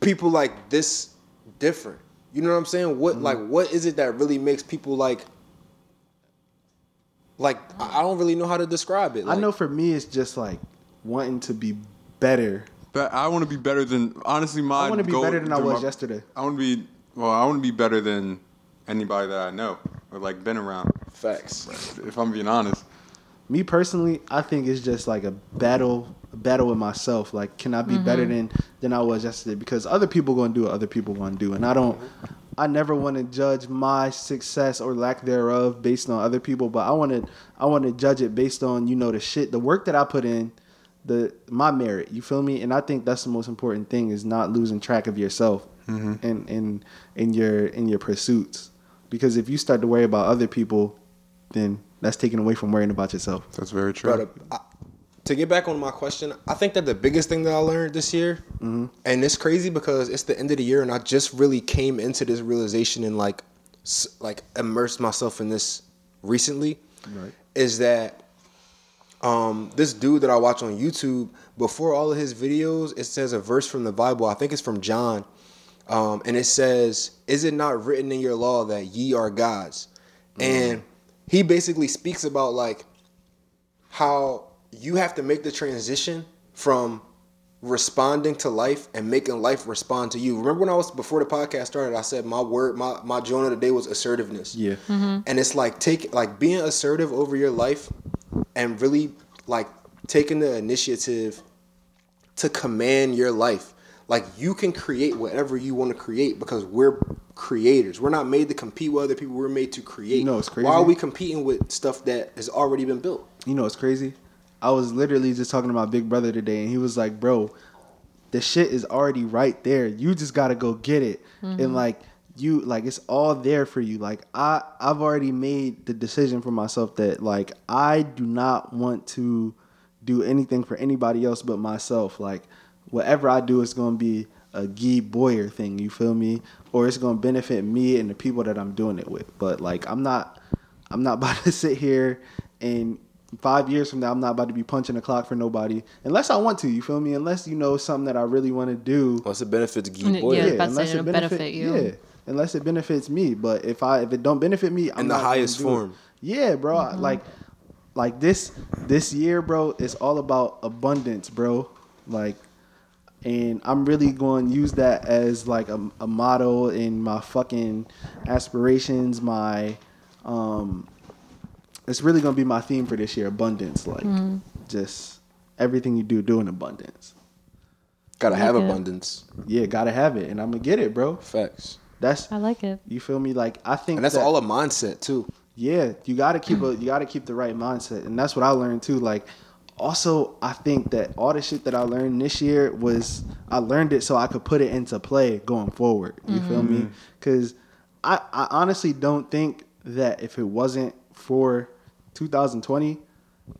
people like this different. You know what I'm saying? What
Mm-hmm.
like what is it that really makes people like like I I don't really know how to describe it.
I
Like,
know for me, it's just like wanting to be better.
But I want to be better than honestly my.
I want to be
goal-
better than I
my-
was yesterday.
I want to be well. I want to be better than anybody that I know or like been around.
facts.
If I'm being honest,
Me personally, I think it's just like a battle, a battle with myself. Like, can I be better than than I was yesterday? Because other people gonna do what other people want to do, and I don't. I never want to judge my success or lack thereof based on other people, but I want to. I want to judge it based on you know the shit, the work that I put in, the my merit. You feel me? And I think that's the most important thing is not losing track of yourself and and in your in your pursuits. Because if you start to worry about other people, then that's taken away from worrying about yourself.
that's very true.
But uh, I, to get back on my question, I think that the biggest thing that I learned this year,
Mm-hmm.
and it's crazy because it's the end of the year, and I just really came into this realization and like, s- like immersed myself in this recently,
Right.
is that um, this dude that I watch on YouTube before all of his videos, it says a verse from the Bible. I think it's from John, um, and it says, "Is it not written in your law that ye are gods?" And he basically speaks about like how you have to make the transition from responding to life and making life respond to you. Remember when I was before the podcast started, I said my word, my my Jonah today was assertiveness.
Yeah.
And it's like take like being assertive over your life and really like taking the initiative to command your life. Like you can create whatever you want to create because we're creators. We're not made to compete with other people. We're made to create.
You know it's crazy?
Why are we competing with stuff that has already been built?
You know what's crazy? I was literally just talking to my big brother today, and he was like, "Bro, the shit is already right there. You just gotta go get it." And like you, like it's all there for you. Like I, I've already made the decision for myself that like I do not want to do anything for anybody else but myself. Like whatever I do is gonna be a Gee Boyer thing. You feel me? Or it's gonna benefit me and the people that I'm doing it with. But like I'm not. I'm not about to sit here and five years from now, I'm not about to be punching the clock for nobody unless I want to. You feel me? Unless you know it's something that I really want to do.
What's the benefit to Gee
Yeah,
Boyer?
about to say,
unless
it'll benefit you.
Yeah, unless it benefits me. But if I if it don't benefit me, I'm
In the
not gonna
highest
do it.
form.
Yeah, bro.
Mm-hmm.
I- Like like this this year, bro. It's all about abundance, bro. Like and I'm really going to use that as like a, a motto in my fucking aspirations. My, um, it's really going to be my theme for this year: abundance. Like,
Mm-hmm.
just everything you do, do in abundance.
Gotta have
Okay.
abundance.
Yeah, gotta have it, and I'm gonna get it, bro.
Facts.
That's
I like it.
you feel me? Like I think
And that's
that-
all a mindset too.
yeah you got to keep a you got to keep the right mindset and that's what i learned too like also i think that all the shit that i learned this year was i learned it so i could put it into play going forward you feel
Mm-hmm.
me because I, I honestly don't think that if it wasn't for 2020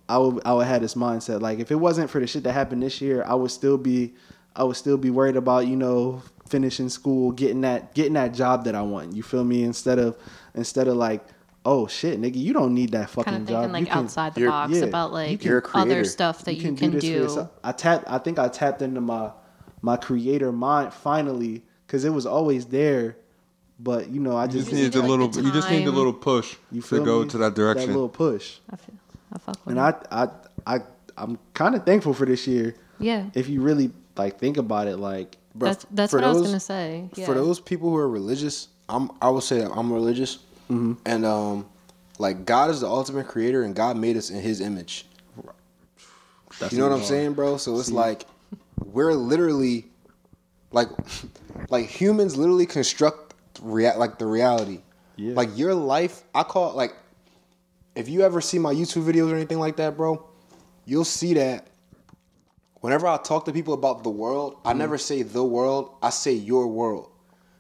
i would i would have this mindset like if it wasn't for the shit that happened this year i would still be i would still be worried about you know finishing school getting that getting that job that i want you feel me instead of instead of like oh shit nigga you don't need that fucking
Kind of
job
thinking like
You can-
outside the
you're-
box
yeah,
about like
can- You're a
other
creator.
stuff that you can,
this for
do.
yourself. I tapped. I think I tapped into my my creator mind finally because it was always there, but you know I
You
just
just need
need,
a
like,
little.
the
you just need a
time.
little push
you
to
feel
go
me?
to that direction.
That little push,
I feel. I fuck with
and
it.
I I I I'm kind of thankful for this year.
yeah.
If you really like think about it, like
Bruh,
that's that's
for
what I was
those-
gonna say. Yeah.
for those people who are religious, I'm I will say that I'm religious,
Mm-hmm.
and um, like God is the ultimate creator, and God made us in His image.
that's
you know what I'm
all.
saying, bro? So it's like we're literally like like humans literally construct react like the reality.
Yeah.
Like your life, I call it like if you ever see my YouTube videos or anything like that, bro, you'll see that whenever I talk to people about the world,
Mm-hmm.
I never say the world, I say your world.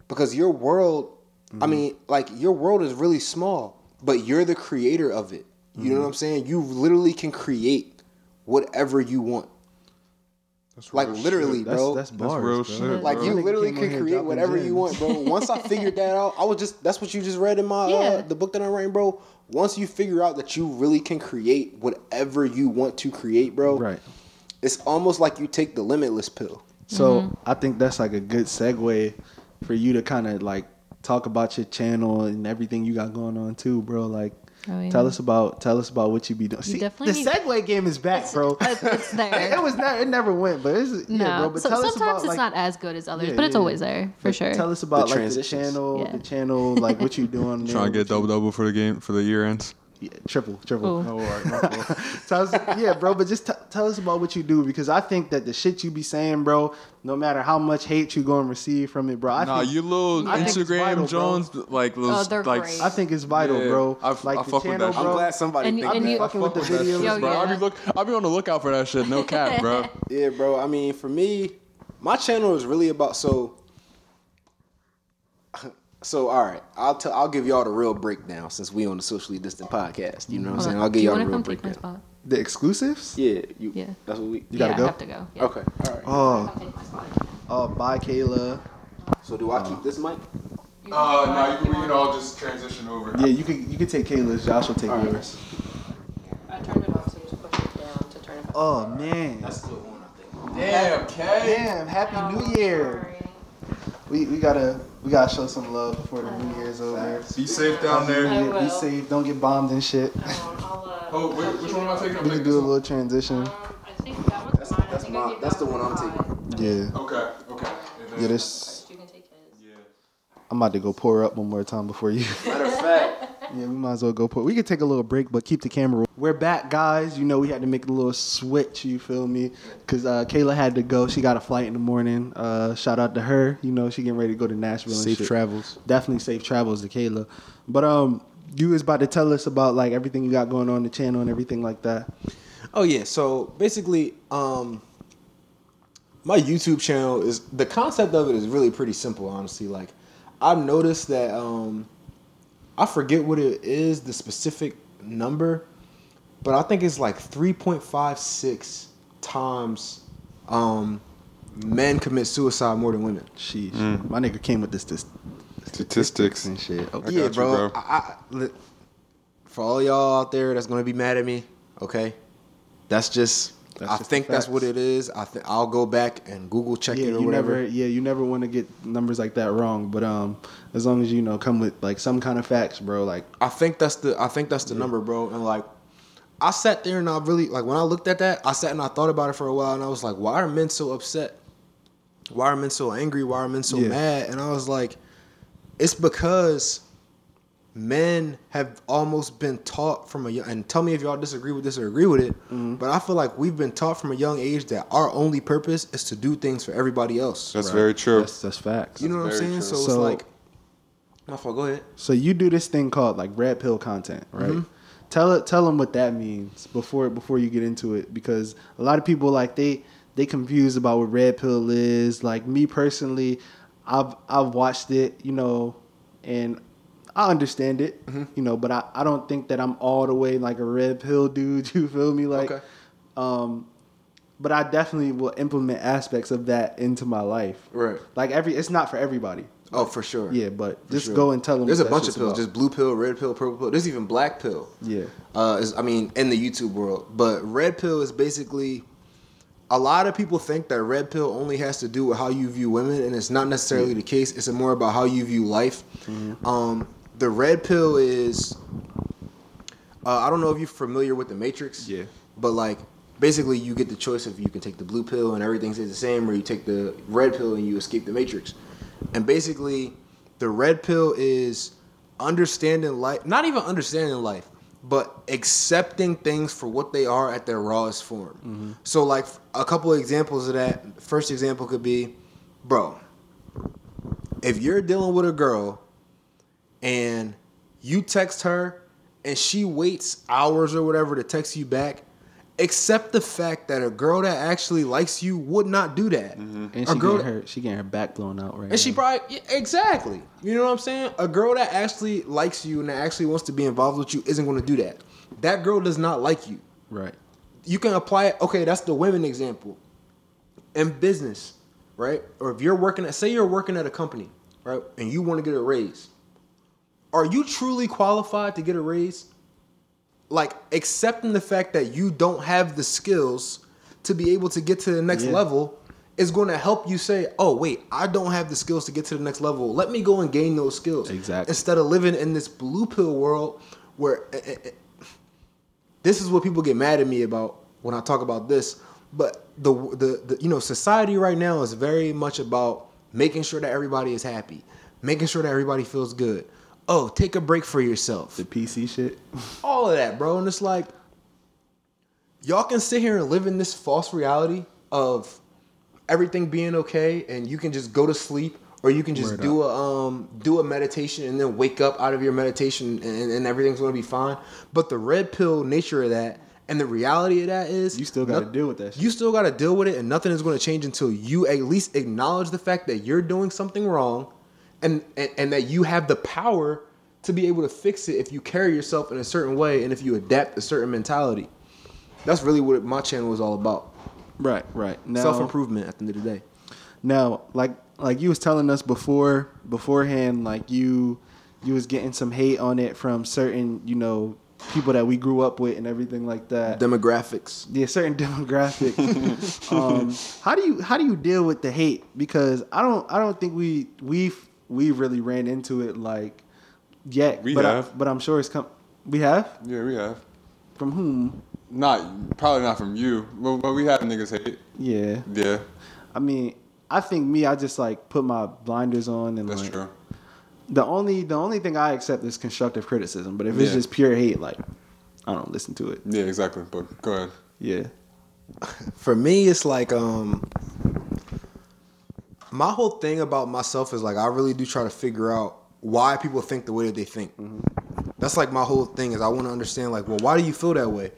Because your world,
Mm-hmm.
I mean, like your world is really small, but you're the creator of it. You
Mm-hmm.
know what I'm saying? You literally can create whatever you want. Like literally,
That's
bro.
that's
That's
bars, bro.
real shit.
like
bro.
you
Nigga
literally
came on
can
here
create
dropping
whatever you
gems.
want, bro. Once I figured that out, I was just that's what you just read in my
Yeah.
uh, the book that I'm writing, bro. Once you figure out that you really can create whatever you want to create, bro.
Right.
It's almost like you take the limitless pill.
So
Mm-hmm.
I think that's like a good segue for you to kind of like talk about your channel and everything you got going on too, bro. Like,
Oh, yeah.
tell us about tell us about what you be doing. See,
definitely
the
need-
segue game is back, bro.
It's- it's there.
it was never it never went, but it's
no,
yeah, bro. But
so,
tell
sometimes
us about
it's
like,
not as good as others,
Yeah,
but it's
yeah,
always
yeah.
there for
but
sure.
Tell us about like the
transitions.
channel,
Yeah.
the channel, like what you doing.
Trying to get double double for the game for the year ends.
Yeah, triple, triple.
Ooh.
tell us, yeah, bro. But just t- tell us about what you do because I think that the shit you be saying, bro, no matter how much hate you going to receive from it, bro. I
Nah,
think
you little
I think it's
Instagram
vital, bro.
Jones like little
Oh, they're
like
great.
I think it's vital,
Yeah,
bro.
I f-
like
I
the
fuck with
channel,
that.
bro.
I'm glad
somebody
And-
think
and
that.
you-
I fuck with
fuck
the
with that shit,
videos,
Yo,
bro.
bro.
I
yeah.
be look. I be on the lookout for that shit. No cap, bro.
Yeah, bro. I mean, for me, my channel is really about so. So all right, I'll tell. I'll give y'all the real breakdown since we on the socially distant podcast. You know what I'm
Hold
saying?
on.
I'll give
Do you
y'all the
wanna
real
come take my
breakdown.
spot?
The exclusives?
Yeah, you.
Yeah.
That's what we.
You gotta
yeah,
go?
I have to go. Yeah.
Okay. All right.
Oh,
Come take my spot.
oh, bye, Kayla.
So do I keep this mic?
Uh, no, we can all just transition over.
Yeah, you could you could take Kayla's. Josh will take yours.
I turned it off, so you just push it down to turn it back.
Oh man,
still on. I think.
Damn, K.
damn! Happy New Year. We we gotta we gotta show some love before the New Year's over.
Be safe down there.
Yeah, be safe. Don't get bombed and shit.
Oh, wait, which one am I taking? I'm
We can
taking
do a
this one.
little transition.
uh, Um, I think that one's mine.
that's my- that's the one I'm taking.
Yeah,
Okay, okay.
yeah. This
You can take his.
Yeah.
I'm about to go pour up one more time before you.
Matter of fact,
Yeah, we might as well go put. We could take a little break, but keep the camera. roll. We're back, guys. You know we had to make a little switch. You feel me? Cause uh, Kayla had to go. She got a flight in the morning. Uh, shout out to her. You know she getting ready to go to Nashville. and
Safe
shit.
travels.
Definitely safe travels to Kayla. But um, you was about to tell us about like everything you got going on the channel and everything like that.
Oh yeah, so basically, um, my YouTube channel is the concept of it is really pretty simple, honestly. Like, I've noticed that um, I forget what it is, the specific number, but I think it's like three point five six times um, men commit suicide more than women.
Sheesh, my nigga came with this this
Statistics.
and shit. Oh,
Mm. I
yeah,
got you,
bro.
bro.
I, I, li- for all y'all out there that's gonna be mad at me, okay? That's just.
That's
I
just
think
the
that's what
facts.
it is. I th- I'll go back and Google check
yeah,
it or
you
whatever.
never yeah, you never want to get numbers like that wrong. But um, as long as you know come with like some kind of facts, bro. Like
I think that's the I think that's the number, bro. And like, I sat there and I really like when I looked at that, I sat and I thought about it for a while, and I was like, why are men so upset why are men so angry? Why are men so
Yeah.
mad? And I was like, it's because men have almost been taught from a young and tell me if y'all disagree with this or agree with it, but I feel like we've been taught from a young age that our only purpose is to do things for everybody else.
That's very true.
That's that's facts.
you know what I'm
very
saying?
true.
So it's
So-
like my fault, go ahead.
So you do this thing called like red pill content, right?
Mm-hmm.
Tell it, tell them what that means before before you get into it, because a lot of people like they they confused about what red pill is. Like me personally, I've I've watched it, you know, and I understand it,
Mm-hmm.
you know, but I, I don't think that I'm all the way like a red pill dude. You feel me? Like,
Okay.
um, but I definitely will implement aspects of that into my life.
Right.
Like every, it's not for everybody.
Oh, for sure.
Yeah, but just
sure.
go and tell them.
There's
what
a
that
bunch of
shit's
pills.
about.
Just blue pill, red pill, purple pill. There's even black pill.
Yeah.
Uh, is I mean, in the YouTube world, but red pill is basically. A lot of people think that red pill only has to do with how you view women, and it's not necessarily the case. It's more about how you view life.
Mm-hmm.
Um, the red pill is. Uh, I don't know if you're familiar with the Matrix.
Yeah.
But like, basically, you get the choice if you can take the blue pill and everything stays the same, or you take the red pill and you escape the Matrix. And basically, the red pill is understanding life, not even understanding life, but accepting things for what they are at their rawest form. So, like, a couple of examples of that. First example could be, bro, if you're dealing with a girl and you text her and she waits hours or whatever to text you back accept the fact that a girl that actually likes you would not do that
And
a
she
girl
getting her she getting her back blown out right now.
and she probably yeah, exactly you know what i'm saying a girl that actually likes you and that actually wants to be involved with you isn't going to do that that girl does not like you
right.
you can apply it. Okay, that's the women example. In business, right? Or if you're working at, say you're working at a company, right? And you want to get a raise. Are you truly qualified to get a raise? Like accepting the fact that you don't have the skills to be able to get to the next
Yeah.
level is going to help you say, "Oh, wait, I don't have the skills to get to the next level. Let me go and gain those skills."
Exactly.
Instead of living in this blue pill world where eh, eh, eh, this is what people get mad at me about when I talk about this. But the, the the you know society right now is very much about making sure that everybody is happy, making sure that everybody feels good. Oh, take a break for yourself.
The PC shit.
All of that, bro. And it's like y'all can sit here and live in this false reality of everything being okay and you can just go to sleep or you can just
Word
do a um do a meditation and then wake up out of your meditation and, and everything's gonna be fine. But the red pill nature of that and the reality of that is
You still gotta
noth-
deal with that shit.
You still gotta deal with it and nothing is gonna change until you at least acknowledge the fact that you're doing something wrong and, and and that you have the power to be able to fix it if you carry yourself in a certain way and if you adapt a certain mentality. That's really what my channel is all about.
Right, right. Now,
Self improvement at the end of the day.
Now, like like you was telling us before beforehand, like you you was getting some hate on it from certain, you know, people that we grew up with and everything like that.
Demographics.
yeah, certain demographic. um, how do you how do you deal with the hate? Because I don't I don't think we we've we really ran into it like yet.
We
but I,
have.
but I'm sure it's come. We have
yeah, we have.
from whom?
Not probably not from you, but, but we have niggas hate.
Yeah.
Yeah,
I mean, I think me, I just like put my blinders on and
that's
like
true.
the only the only thing I accept is constructive criticism. But if it's
Yeah.
just pure hate, like I don't listen to it.
Yeah, exactly. But go ahead.
Yeah.
For me, it's like um my whole thing about myself is like I really do try to figure out why people think the way that they think.
Mm-hmm.
That's like my whole thing is I want to understand like, well, why do you feel that way?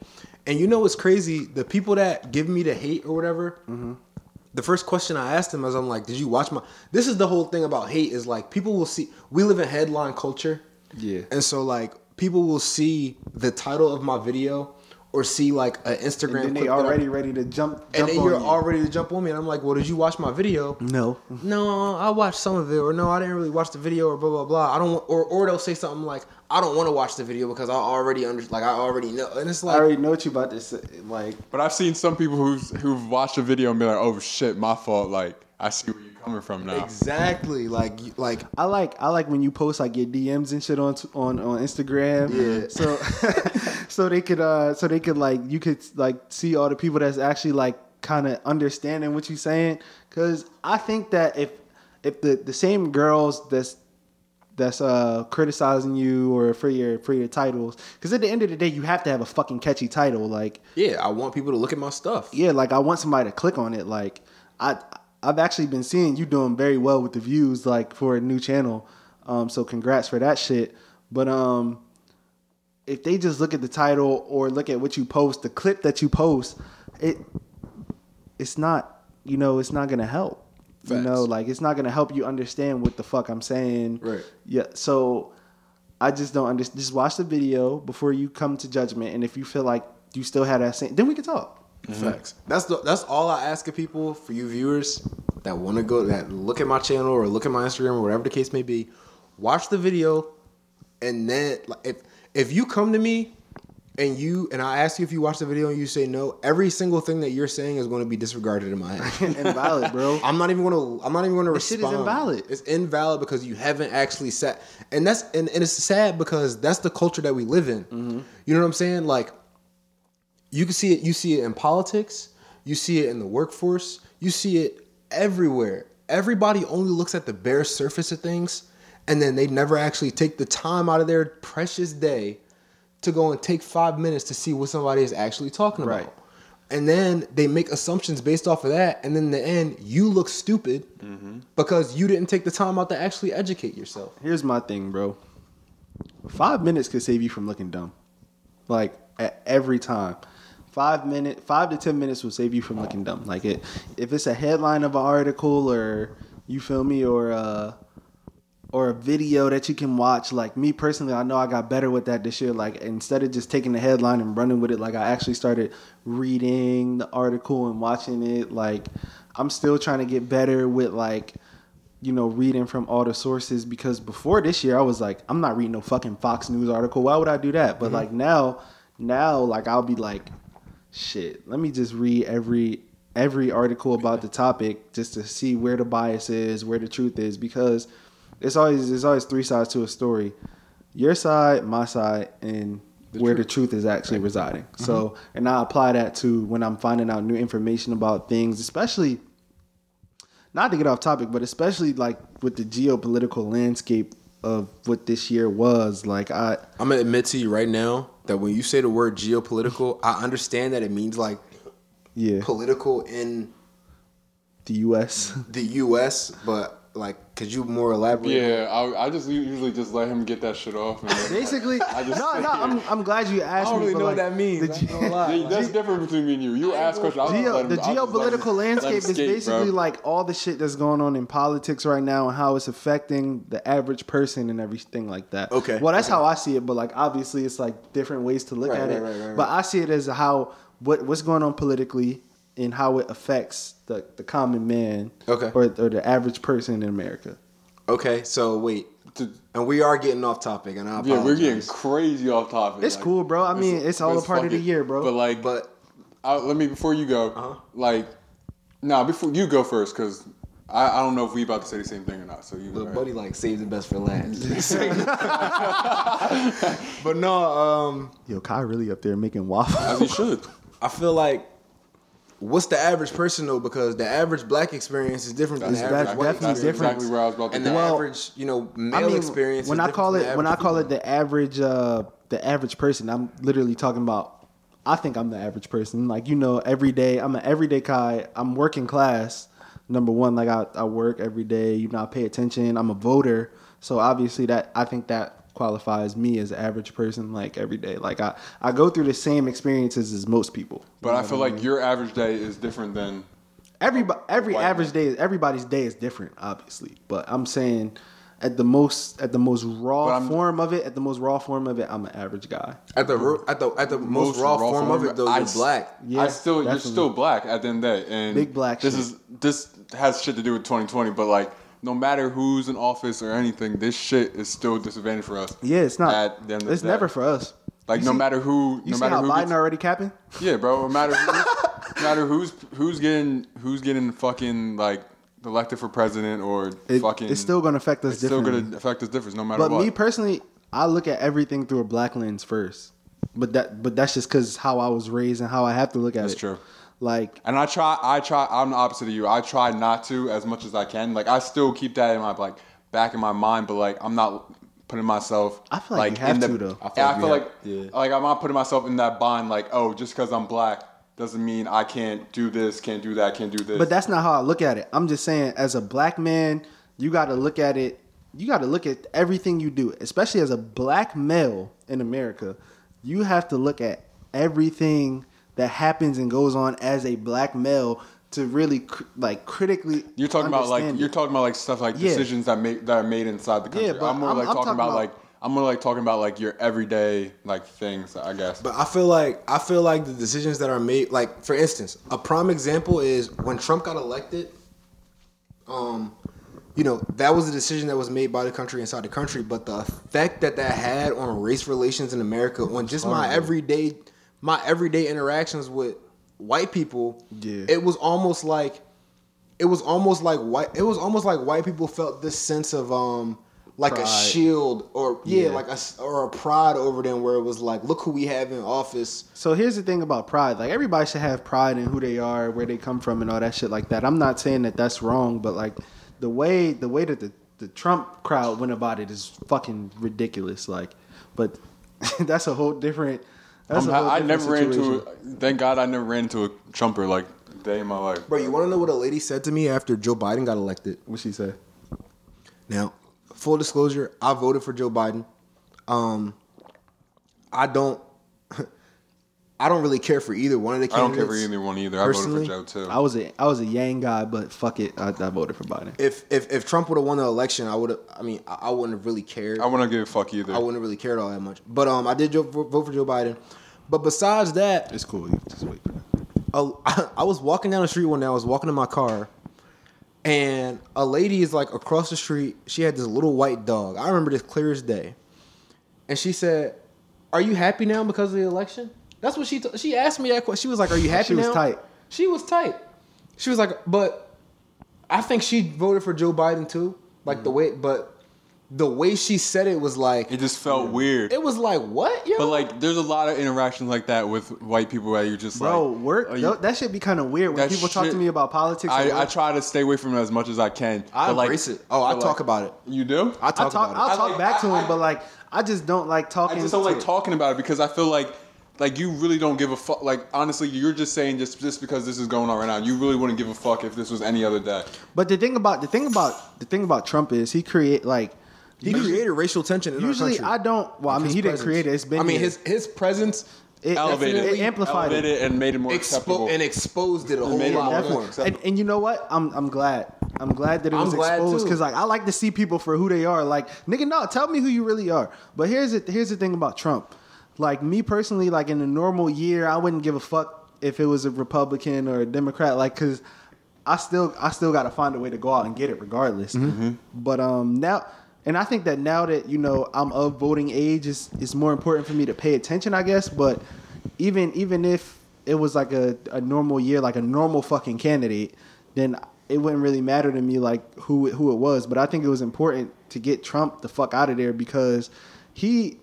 And you know what's crazy? The people that give me the hate or whatever,
Mm-hmm.
the first question I asked them is I'm like, did you watch my? This is the whole thing about hate is like people will see we live in headline culture.
Yeah.
And so like people will see the title of my video or see like an Instagram
And then they
clip that I-
already ready to jump. jump
and then you're
on you.
all ready to jump on me, and I'm like, "Well, did you watch my video?"
no.
No, I watched some of it, or no, I didn't really watch the video, or blah blah blah. I don't, want, or or they'll say something like, "I don't want to watch the video because I already under, like I already know," and it's
I
like,
already know what you about to say. Like
But I've seen some people who's who've watched a video and be like, "Oh shit, my fault." Like I see where you're coming from now.
exactly, like you- like
I like I like when you post like your DMs and shit on on on Instagram.
Yeah.
So so they could uh so they could like you could like see all the people that's actually like kind of understanding what you're saying because I think that if if the the same girls that's that's uh criticizing you or for your for your titles because at the end of the day you have to have a fucking catchy title like
Yeah, I want people to look at my stuff.
yeah, like I want somebody to click on it. Like I, I've actually been seeing you doing very well with the views, like for a new channel. Um, so congrats for that shit. But um, if they just look at the title or look at what you post, the clip that you post, it, it's not, you know, it's not gonna help. You
Facts.
know, like it's not gonna help you understand what the fuck I'm saying.
Right.
Yeah. So I just don't understand. Just watch the video before you come to judgment, and if you feel like you still have that same, then we can talk.
Facts. That's the, that's all I ask of people for you viewers that want to go that look at my channel or look at my Instagram or whatever the case may be. Watch the video, and then like, if if you come to me and you and I ask you if you watch the video and you say no, every single thing that you're saying is going to be disregarded in my head.
invalid, bro.
I'm not even gonna. I'm not even gonna
This shit is
respond.
invalid.
It's invalid because you haven't actually sat, and that's and, and it's sad because that's the culture that we live in.
Mm-hmm.
You know what I'm saying? Like, you can see it. You see it in politics. You see it in the workforce. You see it everywhere. Everybody only looks at the bare surface of things, and then they never actually take the time out of their precious day to go and take five minutes to see what somebody is actually talking about.
Right.
And then they make assumptions based off of that, and then in the end, you look stupid Mm-hmm. because you didn't take the time out to actually educate yourself.
Here's my thing, bro. Five minutes could save you from looking dumb. Like at every time. Five minute five to ten minutes will save you from looking dumb. Like it if it's a headline of an article or you feel me or uh or a video that you can watch. Like me personally, I know I got better with that this year. Like instead of just taking the headline and running with it, like I actually started reading the article and watching it. Like I'm still trying to get better with like you know reading from all the sources because before this year I was like I'm not reading no fucking Fox News article. Why would I do that? But like now, now like I'll be like shit. Let me just read every every article about the topic just to see where the bias is, where the truth is, because it's always there's always three sides to a story. Your side, my side, and where the truth Mm-hmm. is actually residing. So and I apply that to when I'm finding out new information about things, especially not to get off topic, but especially like with the geopolitical landscape of what this year was. Like I
I'm gonna admit to you right now that when you say the word geopolitical, I understand that it means like
yeah,
political in
the US.
the U.S., but like, could you more elaborate?
Yeah, I, I just u- usually just let him get that shit off. And then-
Basically,
I just
no,
sit
no.
here.
I'm, I'm glad you asked
I don't
me.
really
but,
know
like,
what that means.
the
I
ge-
ain't gonna lie.
Yeah, that's different between me and you. You ask questions. I'll just
Geo-
let him,
the
I'll just let him-
geopolitical
let him
landscape is
skate, bro.
basically like all the shit that's going on in politics right now and how it's affecting the average person and everything like that.
Okay.
Well, that's how I see it, but like obviously it's like different ways to look
Right,
at
right,
it.
right, right, right.
But I see it as how what what's going on politically and how it affects the, the common man
Okay.
or, or the average person in America.
Okay, so wait,
To-
and we are getting off topic, and I apologize.
yeah, we're getting crazy off topic.
It's cool, bro. I mean, it's all a part of the
fucking-
year, bro. Uh-huh.
But like,
but
I, let me before you go. Like, nah, before you go first, cause I, I don't know if we about to say the same thing or not. So you, go
But
ahead.
buddy like saved the best for last. but no, um,
Yo, Kai really up there making waffles.
as you should.
I feel like what's the average person though? Because the average black experience is different than the
That's
average
def-
white
definitely
experience.
different.
That's exactly where I was about to
And
go.
the
Well,
average, you know, male experience.
When
is
I
different
call
from
it
the
when I
average
call it
female.
the average uh the average person, I'm literally talking about I think I'm the average person. Like you know, every day I'm an everyday guy. I'm working class. Number one, like I, I work every day. You know, I pay attention. I'm a voter, so obviously that I think that qualifies me as an average person. Like every day, like I I go through the same experiences as most people.
But I feel like your average day is different than
Everybody, every
White
average day, everybody's day is different, obviously. But I'm saying, at the most, at the most
But
raw
I'm-
form of it, at the ro- at the most raw form of it, I'm an average guy.
at the ro- at the at the most, raw, form, of it though,
I
you're
s-
black.
Yeah,
I still,
definitely.
you're still black at the end of the day, and
Big black
This
shit.
is this has shit to do with 2020, but like, no matter who's in office or anything, this shit is still a disadvantage for us.
Yeah, it's not.
At the end of
it's
the day.
never for us.
Like,
You
no
see-
matter who,
You
no
see
matter
how
who,
Biden
gets-
already capping?
yeah, bro. No matter who, no matter who's who's getting who's getting fucking like elected for president or
It-
fucking,
it's still gonna affect us
it's still
differently.
gonna affect us different, no matter
But
what.
me personally, I look at everything through a black lens first. But that, but that's just because how I was raised and how I have to look at
That's
it.
true.
Like
And I try, I try. I'm the opposite of you. I try not to as much as I can. Like I still keep that in my like back in my mind, but like I'm not putting myself.
I feel like you have
in the,
to, though.
I feel, yeah, I
you
feel
have-
like like I'm not putting myself in that bind. Like oh, just because I'm black doesn't mean I can't do this, can't do that, can't do this.
But that's not how I look at it. I'm just saying, as a black man, you got to look at it. You got to look at everything you do, especially as a black male in America. You have to look at everything that happens and goes on as a black male to really cr- like critically.
you're talking about like
understand
you're
it.
talking about like stuff like
Yeah.
decisions that make that are made inside the country.
Yeah, but
I'm more
I'm-
like
I'm
talking,
talking
about,
about-
like I'm more like talking about like your everyday like things. I guess.
But I feel like I feel like the decisions that are made, like for instance, a prime example is when Trump got elected. Um, you know that was a decision that was made by the country inside the country, but the effect that that had on race relations in America, on just my everyday, my everyday interactions with white people,
Yeah.
it was almost like it was almost like white it was almost like white people felt this sense of um like a
Pride.
shield or yeah,
Yeah.
like a s- or a pride over them where it was like look who we have in office
So here's the thing about pride. Like everybody should have pride in who they are, where they come from, and all that shit like that. I'm not saying that that's wrong, but like the way the way that the, the Trump crowd went about it is fucking ridiculous. Like, but that's a whole different. That's
I'm
a whole
ha- I
different
never ran
situation.
into. Thank God I never ran into a Trumper like day in my life.
bro you want to know what a lady said to me after joe biden got elected
What she said?
now full disclosure i voted for joe biden um i don't i don't really care for either one of the
I don't
candidates
care for either one either. I
Personally,
voted for Joe too.
I was a I was a Yang guy, but fuck it, I, I voted for Biden.
if if, if trump would have won the election i would have i mean i, I wouldn't have really cared
I wouldn't give a fuck either.
I wouldn't really care all that much. But um, I did jo- vote for Joe Biden. But besides that,
It's cool. You just wait.
a, I was walking down the street one day. I was walking in my car, and a lady is like across the street. She had this little white dog. I remember this clear as day. And she said, "Are you happy now because of the election?" That's what she t- she asked me that question. She was like, "Are you happy?"
She was
now?"
tight.
She was tight. She was like, "But I think she voted for Joe Biden too." Like
Mm-hmm.
the way, but the way she said it was like
it just felt weird.
it was like what? Yo?
but like, there's a lot of interactions like that with white people where you just
Bro,
like,
work
are you-
tho- that should be kind of weird when
that
people talk to
shit-
me about politics. at
I, I
work.
try to stay away from it as much as I can.
I
But, like,
embrace it. Oh, I
but,
talk
like-
about it.
You do?
I talk,
I talk.
about it.
I'll
I
talk
like-
back to
I-
him,
I-
but like I just don't like
I
talking.
just don't
to
like
it.
talking about it because I feel like, like you really don't give a fuck. Like honestly, you're just saying just just because this is going on right now, you really wouldn't give a fuck if this was any other day.
But the thing about the thing about the thing about Trump is he create like
He created racial tension in
usually I don't. Well, I mean he didn't create it. It's been
I mean
here.
his his presence
It-
Elevated,
it amplified it.
elevated and made it more acceptable.
expo- and exposed it a whole
made
Yeah,
it more
lot
definitely.
more.
acceptable.
And, and you know what? I'm I'm glad. I'm glad that it
I'm
was
glad
exposed
too.
because like I like to see people for who they are. Like nigga, no, tell me who you really are. But here's it. Here's the thing about Trump. Like me personally, like in a normal year, I wouldn't give a fuck if it was a Republican or a Democrat. Like because I still I still got to find a way to go out and get it regardless. But um now. And I think that now that you know I'm of voting age, it's, it's more important for me to pay attention, I guess. But even even if it was like a, a normal year, like a normal fucking candidate, then it wouldn't really matter to me like who it- who it was. But I think it was important to get Trump the fuck out of there because he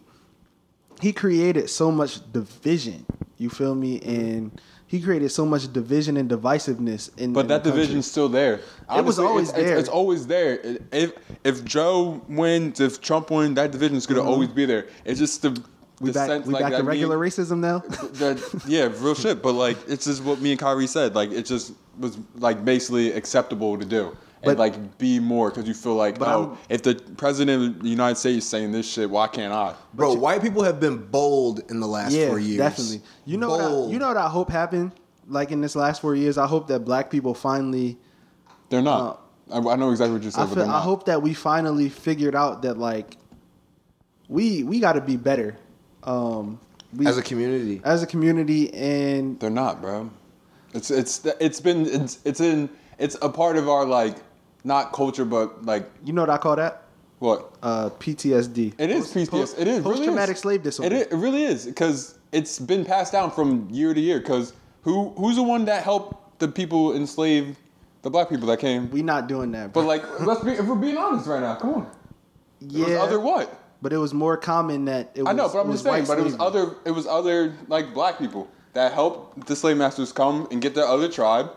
he created so much division. You feel me? And he created so much division and divisiveness in.
But
in
that
the country.
division's still there.
It was always
it's, it's-
there.
It's, always there. It- If if Joe wins, if Trump wins, that division's gonna always be there. It's just the,
Mm-hmm. We
the
back,
sense
we
like
back
that
to regular
me-
racism now.
that- yeah, real shit. But like, it's just what me and Kyrie said. Like, it just was like basically acceptable to do.
But-
and like be more because you feel like
But
oh
I'm-
if the president of the United States is saying this shit why can't I
Bro, white people have been bold in the last four years.
Definitely. You know what I,
Bold.
you know what I hope happened like in this last four years? I hope that black people finally
they're not I, I know exactly what you're
I
saying but
feel,
they're
I
not.
hope that we finally figured out that like we we gotta be better. Um we
as a community.
as a community and
They're not, bro. It's it's it's been it's it's in it's a part of our like not culture, but like
you know what I call that?
what
Uh PTSD.
it is PTS. it is
post traumatic slave disorder.
It, is- it really is because it's been passed down from year to year. Because who who's the one that helped the people enslave the black people that came?
we not doing that.
but
But
like, let's be if we're being honest right now. Come on, it
yeah,
was other what?
but it was more common that it was
I know, but I'm
it
just
was
saying.
white
But it was
slavery.
other it was other like black people. that help the slave masters come and get their other tribe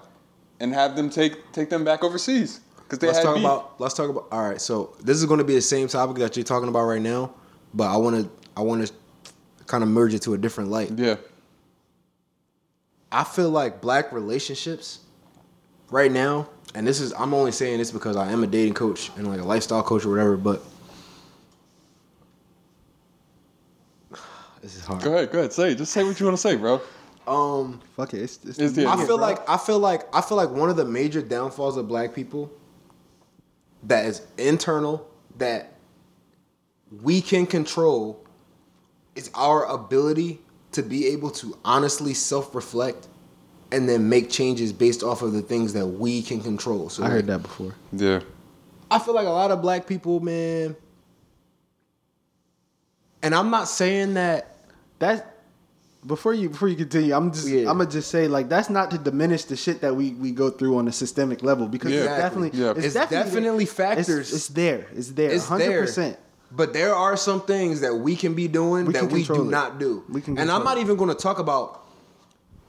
and have them take take them back overseas because they
let's
had
talk
beef.
about let's talk about all right so this is going to be the same topic that you're talking about right now but i want to i want to kind of merge it to a different light
yeah
i feel like black relationships right now and this is i'm only saying this because i am a dating coach and like a lifestyle coach or whatever but this is hard
go ahead go ahead say it. just say what you want to say bro
um
Fuck it. It's, it's,
It's the-
I feel like I feel like I feel like one of the major downfalls of black people that is internal that we can control is our ability to be able to honestly self-reflect and then make changes based off of the things that we can control. So
I
like,
heard that before.
yeah
I feel like a lot of black people, man. And I'm not saying that
That's before you before you continue. I'm just
Yeah.
I'm gonna just say like that's not to diminish the shit that we we go through on a systemic level because
Yeah.
it's
Exactly.
definitely
Yeah.
It's definitely
it's-
factors.
It's, there. It's there.
It's
100%.
there. But there are some things that we can be doing
We
that
can
we do
control it.
not do.
We can
and I'm
control
not
it.
even going to talk about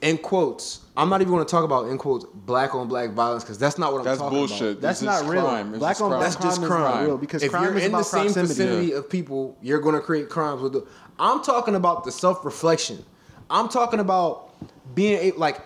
in quotes. I'm not even going to talk about in quotes black on black violence because that's not what
that's
I'm talking
bullshit
about.
That's
It's just
not real.
crime. It's
Black
just
on
crime.
black
That's just
crime is not
crime.
real because
if
crime
you're
is
in
about
the same
proximity.
vicinity of people, you're going to create crimes with. The, I'm talking about the self reflection. I'm talking about being a, like,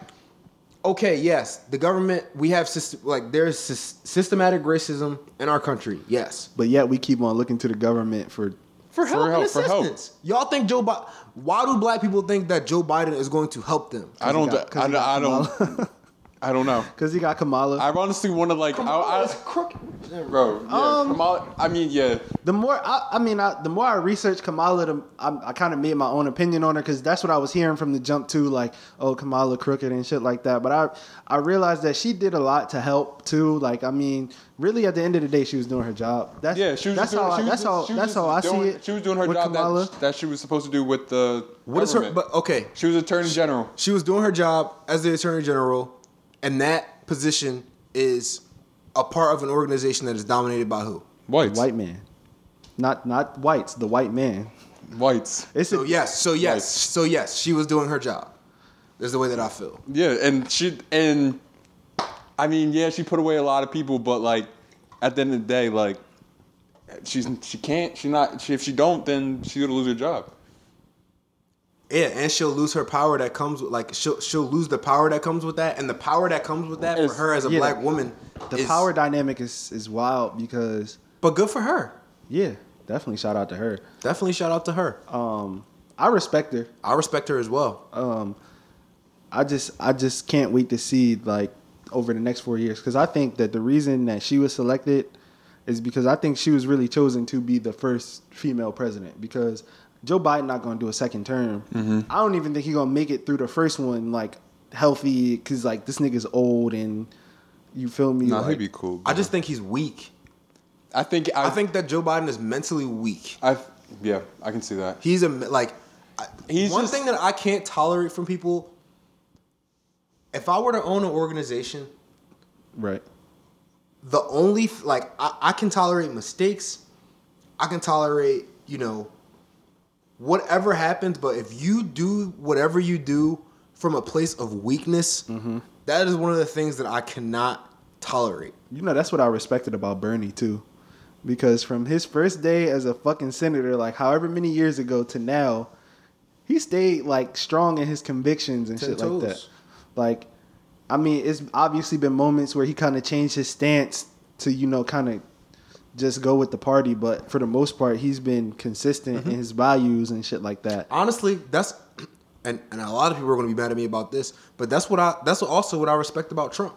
okay, yes, the government. We have system, like there's sys- systematic racism in our country. Yes,
But yet we keep on looking to the government for
for help,
help,
and
for help.
assistance. Y'all think Joe Biden? Why do black people think that Joe Biden is going to help them?
i don't
got- 'cause
I,
he got
I don't
Kamala.
i don't know
because he got Kamala.
i honestly want to like I,
Kamala's
I,
crooked.
bro yeah,
Um,
Kamala- i mean yeah
the more I, I mean, I, the more I researched Kamala, the, I, I kind of made my own opinion on her because that's what I was hearing from the jump too, like oh Kamala crooked and shit like that. But I I realized that she did a lot to help too. Like I mean, really at the end of the day, she was doing her job. That's
yeah she was
that's
just doing,
how
she
I,
was
that's
just-
how
she was
that's
just
how I
doing,
see it.
she was doing her
with
job
Kamala.
that, that she was supposed to do with the
What is her?
government.
But okay,
she was attorney general
she was doing her job as the attorney general, and that position is a part of an organization that is dominated by who?
whites
white man, not not whites, the white man.
whites
It's
So
a,
yes, so yes,
Right.
so yes, she was doing her job. Is the way that I feel.
Yeah, and she and I mean, yeah, she put away a lot of people, but like at the end of the day, like she's she can't she not she, if she don't then she's gonna lose her job.
Yeah, and she'll lose her power that comes with like she'll she'll lose the power that comes with that, and the power that comes with that for
Is-
her as a
yeah,
black woman.
the
is-
power dynamic is is wild because
but good for her.
yeah, definitely shout out to her.
Definitely shout out to her.
Um, I respect her.
I respect her as well.
um, I just I just can't wait to see like over the next four years because I think that the reason that she was selected is because I think she was really chosen to be the first female president because Joe Biden not gonna do a second term.
Mm-hmm.
I don't even think he gonna make it through the first one like healthy because like this nigga's old and you feel me?
Nah,
like,
he'd be cool.
I just think he's weak.
I think I,
I think that Joe Biden is mentally weak.
I yeah I can see that.
He's a like. I-
He's
one
just-
thing that I can't tolerate from people. If I were to own an organization,
right.
the only like I, I can tolerate mistakes i can tolerate you know whatever happens but if you do whatever you do from a place of weakness
Mm-hmm.
that is one of the things that i cannot tolerate
You know, that's what I respected about Bernie too. Because from his first day as a fucking senator, like however many years ago to now, he stayed like strong in his convictions and
Ten
shit
toes.
like that. Like, I mean, it's obviously been moments where he kind of changed his stance to, you know, kind of just go with the party. But for the most part, he's been consistent in his values and shit like that.
honestly that's and, and a lot of people are going to be mad at me about this but that's what i that's also what i respect about trump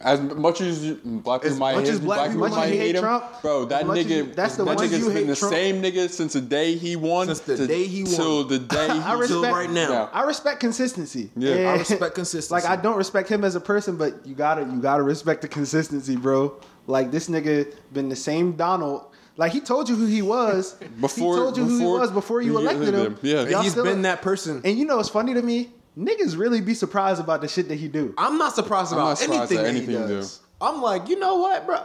As much as you- black people
As
might
much
hate,
as black
black
people
people
might
might
hate
hate him,
Trump,
bro. That
as much as you-
nigga,
that's the
that
one
nigga's
you
been
hate
the
Trump.
same nigga since the day he won,
Since the
to-
day he won.
till the day he
I
Until
respect
right now.
Yeah.
I respect consistency.
Yeah. I
respect consistency.
Like I don't respect him as a person, but you gotta you gotta respect the consistency, bro. Like this nigga been the same Donald. Like he told you who he was.
Before-
he told you who
before
he was before you
you
elected
elected
him.
him. Yeah.
and
Y'all
he's
still-
been that person
And you know what's funny to me? Niggas really be surprised about the shit that he do.
i'm not surprised about
not surprised
anything
at
that he
anything he
does
do.
I'm like, you know what, bro?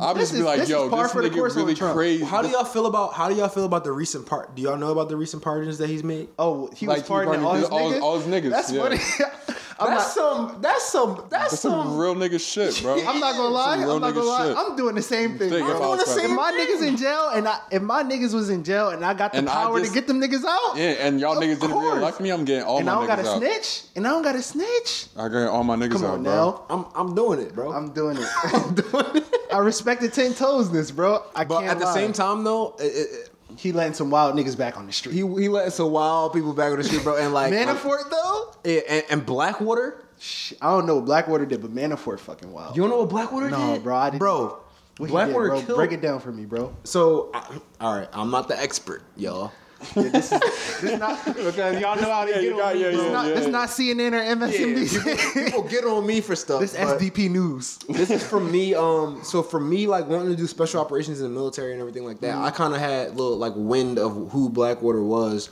I'm
This
just be
is-
like,
this
yo,
is par
this
for the course
nigga
on
really
Trump.
crazy.
How do y'all feel about how do y'all feel about the recent part? Do y'all know about the recent pardons that he's made?
Oh, he was
Like, he
partying
partying
all his
with all-
niggas.
all his niggas,
That's
yeah.
funny. I'm not,
that's some. That's some. That's,
That's
some.
some real nigga shit, bro.
I'm not gonna lie.
real
I'm not gonna
nigga
lie.
shit.
I'm doing the same thing.
Think
bro.
if I
doing
was
the
fucking-
if my niggas in jail and I, if my niggas was in jail and I got the
And I
power
just-
to get them niggas out,
Yeah, and y'all
Of
niggas didn't real
course.
life me. I'm getting all
and
my
I don't got
niggas
to
out.
snitch, and I don't got to snitch.
I got all my niggas
Come
out,
on
bro.
now,
I'm I'm doing it, bro.
I'm doing it. I'm doing it. I respect the ten toes, this bro. I
but
can't.
at the
lie.
same time, though, it, it, it-
he letting some wild niggas back on the street.
he he let some wild people back on the street, bro. And like
Manafort though,
Yeah, and, and Blackwater.
Shh, I don't know what Blackwater did, but Manafort fucking wild.
You don't know what Blackwater
No,
did,
bro, I didn't-
Bro,
What he did,
Blackwater
bro?
killed.
Break it down for me, bro.
So, I, all right, I'm not the expert, y'all.
Yeah, this is this not
Because y'all know how they
This not- this
Oh,
not, this not CNN or MSNBC.
People get on me for stuff.
this
but
SDP news.
this is for me. Um, so for me, like wanting to do special operations in the military and everything like
Mm-hmm.
that, I kind of had little like wind of who Blackwater was,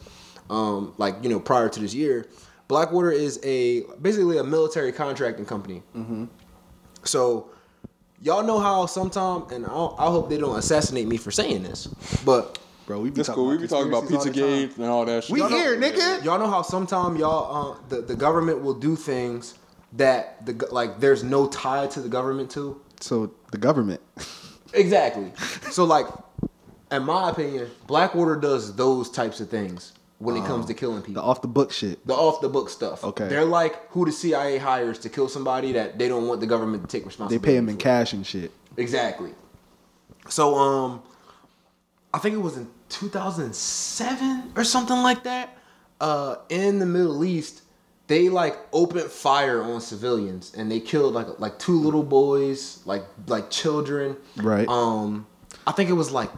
um, like you know prior to this year. Blackwater is a basically a military contracting company.
Mm-hmm.
So y'all know how sometime, and I'll, I hope they don't assassinate me for saying this, but
Bro, we be
That's cool. We be talking about
conspiracies all the time.
Pizzagate and all that shit.
We
Y'all know-
here, nigga.
Y'all know how sometime y'all uh, the the government will do things that the go- like there's no tie to the government to.
So the government.
Exactly. so like, in my opinion, Blackwater does those types of things when it comes to killing
The
people.
off Um, the book shit.
The off the book stuff.
Okay.
They're like who the CIA hires to kill somebody that they don't want the government to take
They
responsibility.
pay him in
for.
cash and shit.
Exactly. So um I think it was in 2007 or something like that. Uh in the Middle East, they like opened fire on civilians and they killed like like two little boys, like like children.
Right.
Um I think it was like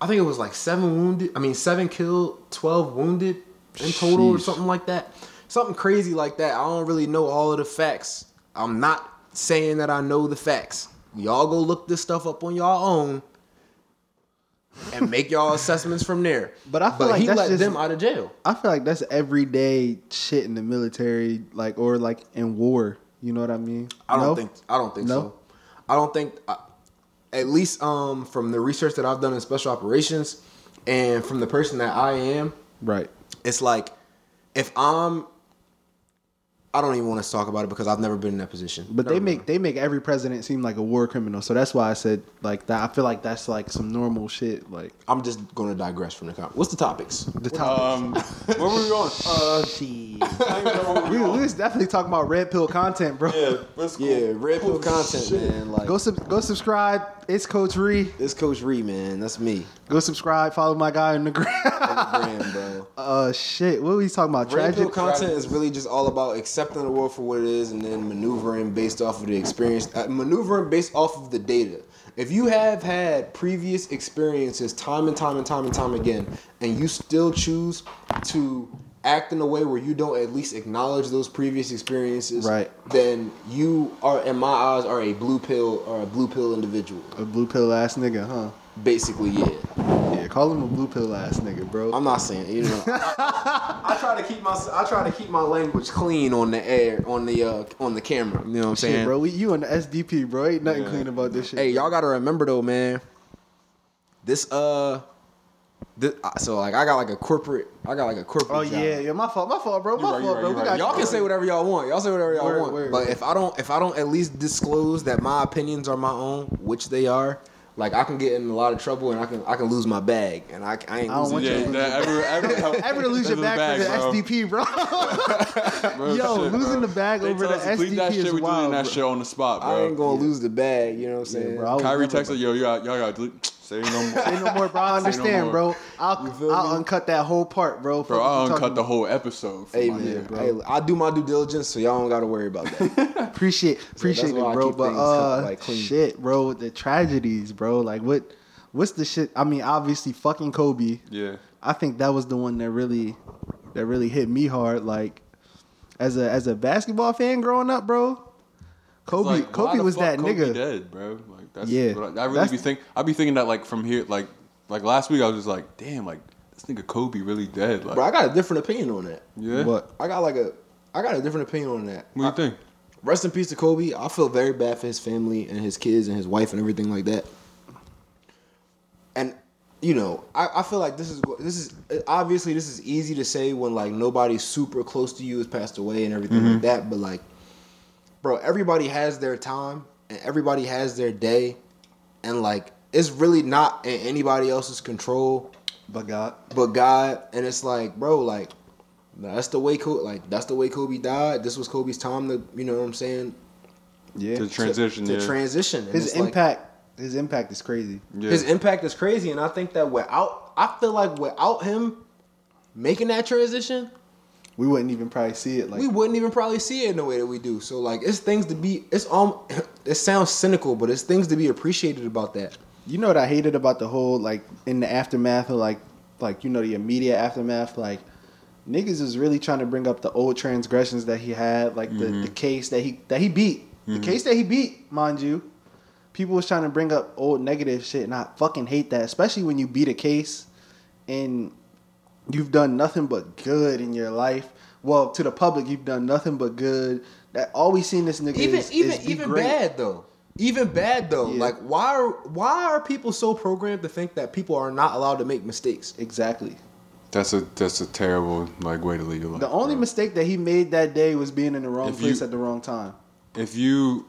I think it was like 7 wounded, I mean 7 killed, 12 wounded in total or
Sheesh.
something like that. Something crazy like that. I don't really know all of the facts. I'm not saying that I know the facts. Y'all go look this stuff up on y'all own and make y'all assessments from there.
But I feel like
he
that's
let
just-
them out of jail.
I feel like that's everyday shit in the military, like or like in war. You know what I mean?
I don't
No?
think I don't think
No?
so. I don't think I, at least um from the research that I've done in special operations and from the person that I am,
Right.
it's like if I'm I don't even want to talk about it because I've never been in that position.
But they make they make every president seem like a war criminal. So that's why I said like that. I feel like that's like some normal shit. Like
I'm just going to digress from the con What's the topics?
the top.
Um, where were we going? Oh,
Uh, shit.
I don't even know where
we,
we
we
going.
was definitely talking about red pill content, bro.
Yeah, that's cool.
Yeah, red pill content, man. Like
Go sub, go subscribe. It's Coach Ree.
this Coach Ree, man. That's me.
Go subscribe. Follow my guy on the ground.
Instagram, bro.
uh, shit. What were we talking about?
Red pill
Tragic.
content is really just all about accepting the world for what it is and then maneuvering based off of the experience, uh, maneuvering based off of the data. If you have had previous experiences time and time and time and time again, and you still choose to act in a way where you don't at least acknowledge those previous experiences,
Right.
then you are, in my eyes, are a blue pill or a blue pill individual.
A blue pill ass nigga, huh?
Basically, yeah.
Yeah, call him a blue pill ass nigga, bro.
I'm not saying you know. I, I try to keep my I try to keep my language clean on the air on the uh, on the camera. You know what I'm
Shit,
saying,
bro. We, you on the SDP, bro. Ain't nothing
Yeah.
clean about this shit.
Hey, y'all gotta remember though, man. This uh, this, uh, so like I got like a corporate I got like a corporate.
Oh
job.
yeah, yeah. My fault, my fault, bro.
You
My
right, you
fault,
right,
bro.
you
We
right.
got
Y'all can say whatever y'all want. Y'all say whatever y'all
Word,
want.
word.
But if I don't, if I don't at least disclose that my opinions are my own, which they are, like I can get in a lot of trouble and I can I can lose my bag and I, I ain't
I don't
losing
want
Yeah,
you-
that ever, ever,
Ever lose your back for the SDP, bro? Yo,
bro. Real shit,
losing
bro.
the bag
They
over the
tell us to delete that
SDP is
shit, we
wild,
deleting that
bro.
shit on the spot, bro.
I ain't gonna lose the bag. You know what I'm saying?
Yeah, bro. I would
Kyrie
never-
texted, yo, y'all, y'all gotta delete. Say no more.
Say no more, bro. I
Say no
understand,
more.
bro.
You
I'll
feel
I'll
me?
uncut that whole part, bro.
Bro, I uncut the
whole.
whole episode. for
Hey
my
man,
nigga.
bro.
Hey, I do my due diligence, so y'all don't gotta worry about that.
Appreciate, appreciate
that's why
it,
I
bro.
keep
But
things cut,
uh,
like, clean.
shit, bro. The tragedies, bro. Like what? What's the shit? I mean, obviously, fucking Kobe.
Yeah.
I think that was the one that really that really hit me hard. Like as a as a basketball fan growing up, bro. Kobe
Like, why
Kobe
the
was
fuck
that
Kobe
nigga.
Dead, bro. Like that's
Yeah.
yeah. What I, I really
That's-
be think. I be thinking that like from here, like like last week, I was just like, damn, like this nigga Kobe really dead. Like
bro, I got a different opinion on that.
yeah.
But
I got like a, I got a different opinion on that.
What do you think?
Rest in peace to Kobe. I feel very bad for his family and his kids and his wife and everything like that. And you know, I, I feel like this is go- this is obviously this is easy to say when like nobody super close to you has passed away and everything like that. But like, bro, everybody has their time and everybody has their day, and like it's really not in anybody else's control
But God,
but God, and it's like, bro, like that's the way Kobe, like that's the way Kobe died. This was Kobe's time to, you know what I'm saying,
yeah.
To transition.
to
yeah.
transition. And
his
it's like-
impact, his impact is crazy.
yeah.
his impact is crazy, and I think that without, I feel like without him making that transition,
We wouldn't even probably see it. Like
we wouldn't even probably see it in the way that we do. So like, it's things to be. It's um, it sounds cynical, but it's things to be appreciated about that.
you know what I hated about the whole like in the aftermath of like like you know the immediate aftermath like niggas is really trying to bring up the old transgressions that he had like the, the case that he that he beat the case that he beat mind you people was trying to bring up old negative shit and I fucking hate that especially when you beat a case and you've done nothing but good in your life well to the public you've done nothing but good that all we seen this nigga
even
is,
even
is be
even
great.
bad though. Even bad though.
Yeah.
Like why are why are people so programmed to think that people are not allowed to make mistakes?
exactly
That's a that's a terrible like way to lead your life.
The only
bro.
mistake that he made that day was being in the wrong
If
place
you-
at the wrong time.
if you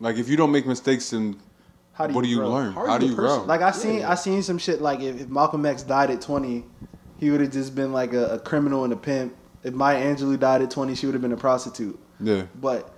like if you don't make mistakes, then
How do
what do
you
you
grow?
learn?
How are
How,
you
do
a
you grow?
person?
Like I seen,
Yeah.
I seen some shit like if, if Malcolm X died at twenty, he would have just been like a, a criminal and a pimp. If Maya Angelou died at twenty, she would have been a prostitute.
yeah,
But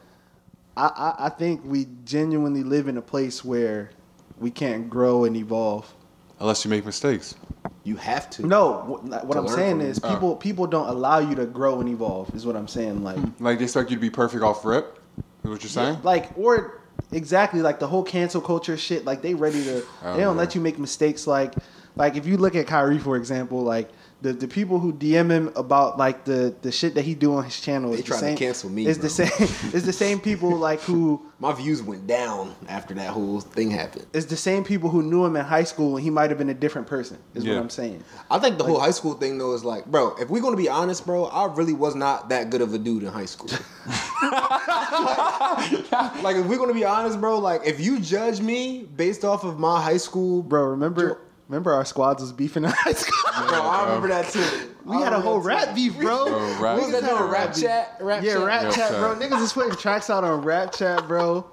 I, I, I think we genuinely live in a place where we can't grow and evolve.
unless you make mistakes.
You have to.
No, what, what
To
I'm
learn
saying
from-
is
oh.
people people don't allow you to grow and evolve. Is what I'm saying. Like
Like they expect you to be perfect off rip. Is what you're saying?
Like or exactly like the whole cancel culture shit. Like they ready to
Oh,
they don't
yeah.
let you make mistakes. Like like if you look at Kyrie for example, like the, the people who DM him about like the, the shit that he do on his channel
They
is the
trying to
same.
cancel me,
It's the
bro.
same. It's the same people like who
My views went down after that whole thing happened.
it's the same people who knew him in high school and he might have been a different person. Is
Yeah.
what I'm saying.
I think the whole high school thing though is like, bro, if we're gonna be honest, bro, I really was not that good of a dude in high school. like, if we're gonna be honest, bro, like if you judge me based off of my high school, bro,
Bro, remember remember our squads was beefing in high school.
bro I remember that too.
We had a whole rap beef, bro.
Bro, Uh, rap-
What was that
Yeah,
doing? Rap chat? Oh, Rap
Yeah,
chat?
rap
Rap
chat, bro.
chat.
Niggas is putting tracks out on rap chat, bro.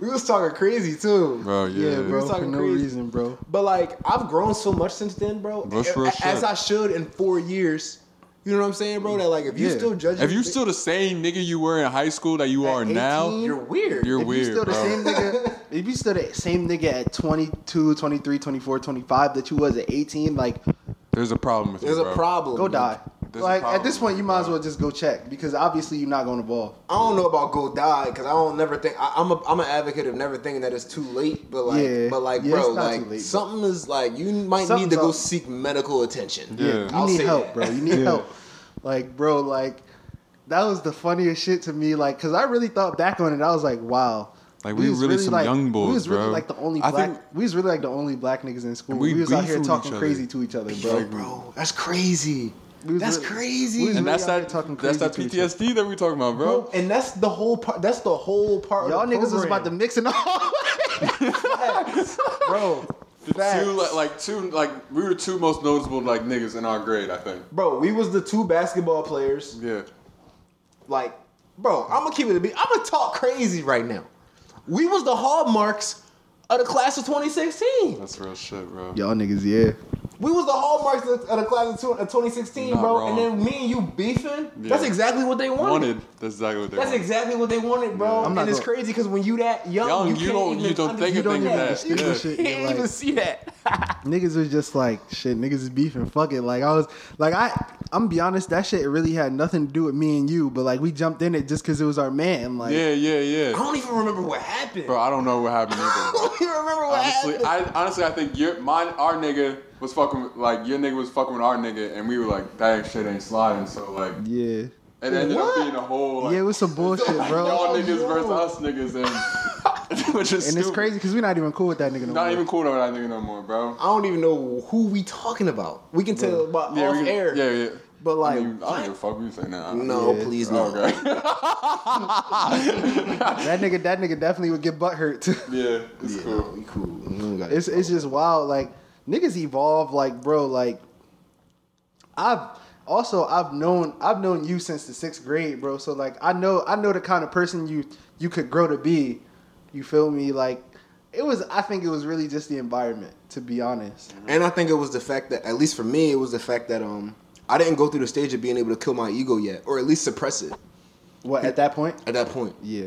We was talking crazy too.
Bro, yeah,
Yeah, bro.
was
For
talking
no
crazy.
reason, bro.
But like, I've grown so much since then, bro.
That's real
A- As
shit.
I should in four years. You know what I'm saying, bro? That like, if you
Yeah.
still judge,
If you still the same nigga you were in high school that you
At
are now,
18,
you're weird.
you're
if
weird,
you still
bro.
the same nigga, if you still the same nigga at 22, 23, 24, 25 that you was at 18, like,
There's a problem with
there's
you,
a
bro.
problem.
go die.
There's a
Like, at this
problem,
point, you might as
bro.
well just go check because obviously you're not going to evolve.
I don't know about go die because I don't never think I, I'm a I'm an advocate of never thinking that it's too late. But like,
Yeah.
but like,
Yeah,
bro,
it's not too
like
late, bro.
something is like you might need
Something's
to go
up.
seek medical attention.
Yeah.
You
I'll
need
say
help,
that.
bro. You need
Yeah.
help. Like, bro, like, that was the funniest shit to me. Like, because I really thought back on it, I was like, wow.
Like, we
was
really some young boys,
We was really
bro.
like the only
I
black.
think-
we was really like the only black niggas in school.
And we
We, was out
beefed
here
with each
talking
other.
crazy to each other, bro.
Yo, bro, that's crazy.
We was
That's
really-
crazy.
we was
And
really
that's
out here
that.
talking
That's that
crazy to each other.
PTSD that we talking about, bro.
Bro, and that's the whole part. That's the whole part.
Y'all
of the
niggas was about to
program.
mix in the hallway.
bro.
Two
facts.
like, like two like we were two most noticeable like niggas in our grade, I think.
Bro, we was the two basketball players.
Yeah.
Like, bro, I'm gonna keep it a beat. I'm gonna talk crazy right now. We was the hallmarks of the class of 2016.
That's real shit, bro.
Y'all niggas, yeah.
We was the hallmarks of of the class of two- of 2016,
Not
bro.
wrong.
And then me and you beefing.
Yeah.
That's exactly what they wanted.
Wanted. That's exactly what they
That's
wanted.
exactly what they wanted, bro.
I'm
and
not
it's
gonna-
crazy because when you that young,
Young,
you,
you
can't
don't-
even
you don't think
under-
You
of
don't
things
even
like
understand
that. Yeah.
the shit.
You can't
Like,
even see that.
niggas was just like, shit, niggas is beefing, fuck it. Like I was, like I, I'm be honest, that shit really had nothing to do with me and you, but like we jumped in it just because it was our man. Like,
Yeah, yeah,
I
yeah.
don't even remember what happened.
Bro, I don't know what happened
I
either. Bro.
don't even remember what
Honestly,
happened.
I honestly I think your mine our nigga was fucking with, like your nigga was fucking with our nigga, and we were like that shit ain't sliding. So like
yeah,
it ended
What?
up being a whole like,
yeah. It was some bullshit,
like,
bro. Oh,
y'all niggas versus us niggas, and which is
And it's
stupid.
crazy because we're not even cool with that nigga no
Not
more.
even cool over that nigga no more, bro.
I don't even know who we talking about. We can tell about
Yeah,
off
we can-
air.
Yeah, yeah.
But
I,
like,
mean, I don't give a fuck what you say now.
No,
Yeah.
Oh,
please no.
Okay.
that nigga, that nigga definitely would get butt hurt too.
yeah, it's
Yeah, no,
cool.
we cool. We don't gotta-
It's it's just wild. Like niggas evolve. Like bro, like I've also I've known I've known you since the sixth grade, bro. So like I know I know the kind of person you you could grow to be. You feel me? Like it was. I think it was really just the environment, to be honest.
And I think it was the fact that, at least for me, it was the fact that um I didn't go through the stage of being able to kill my ego yet, or at least suppress it
What at that point?
at that point.
Yeah.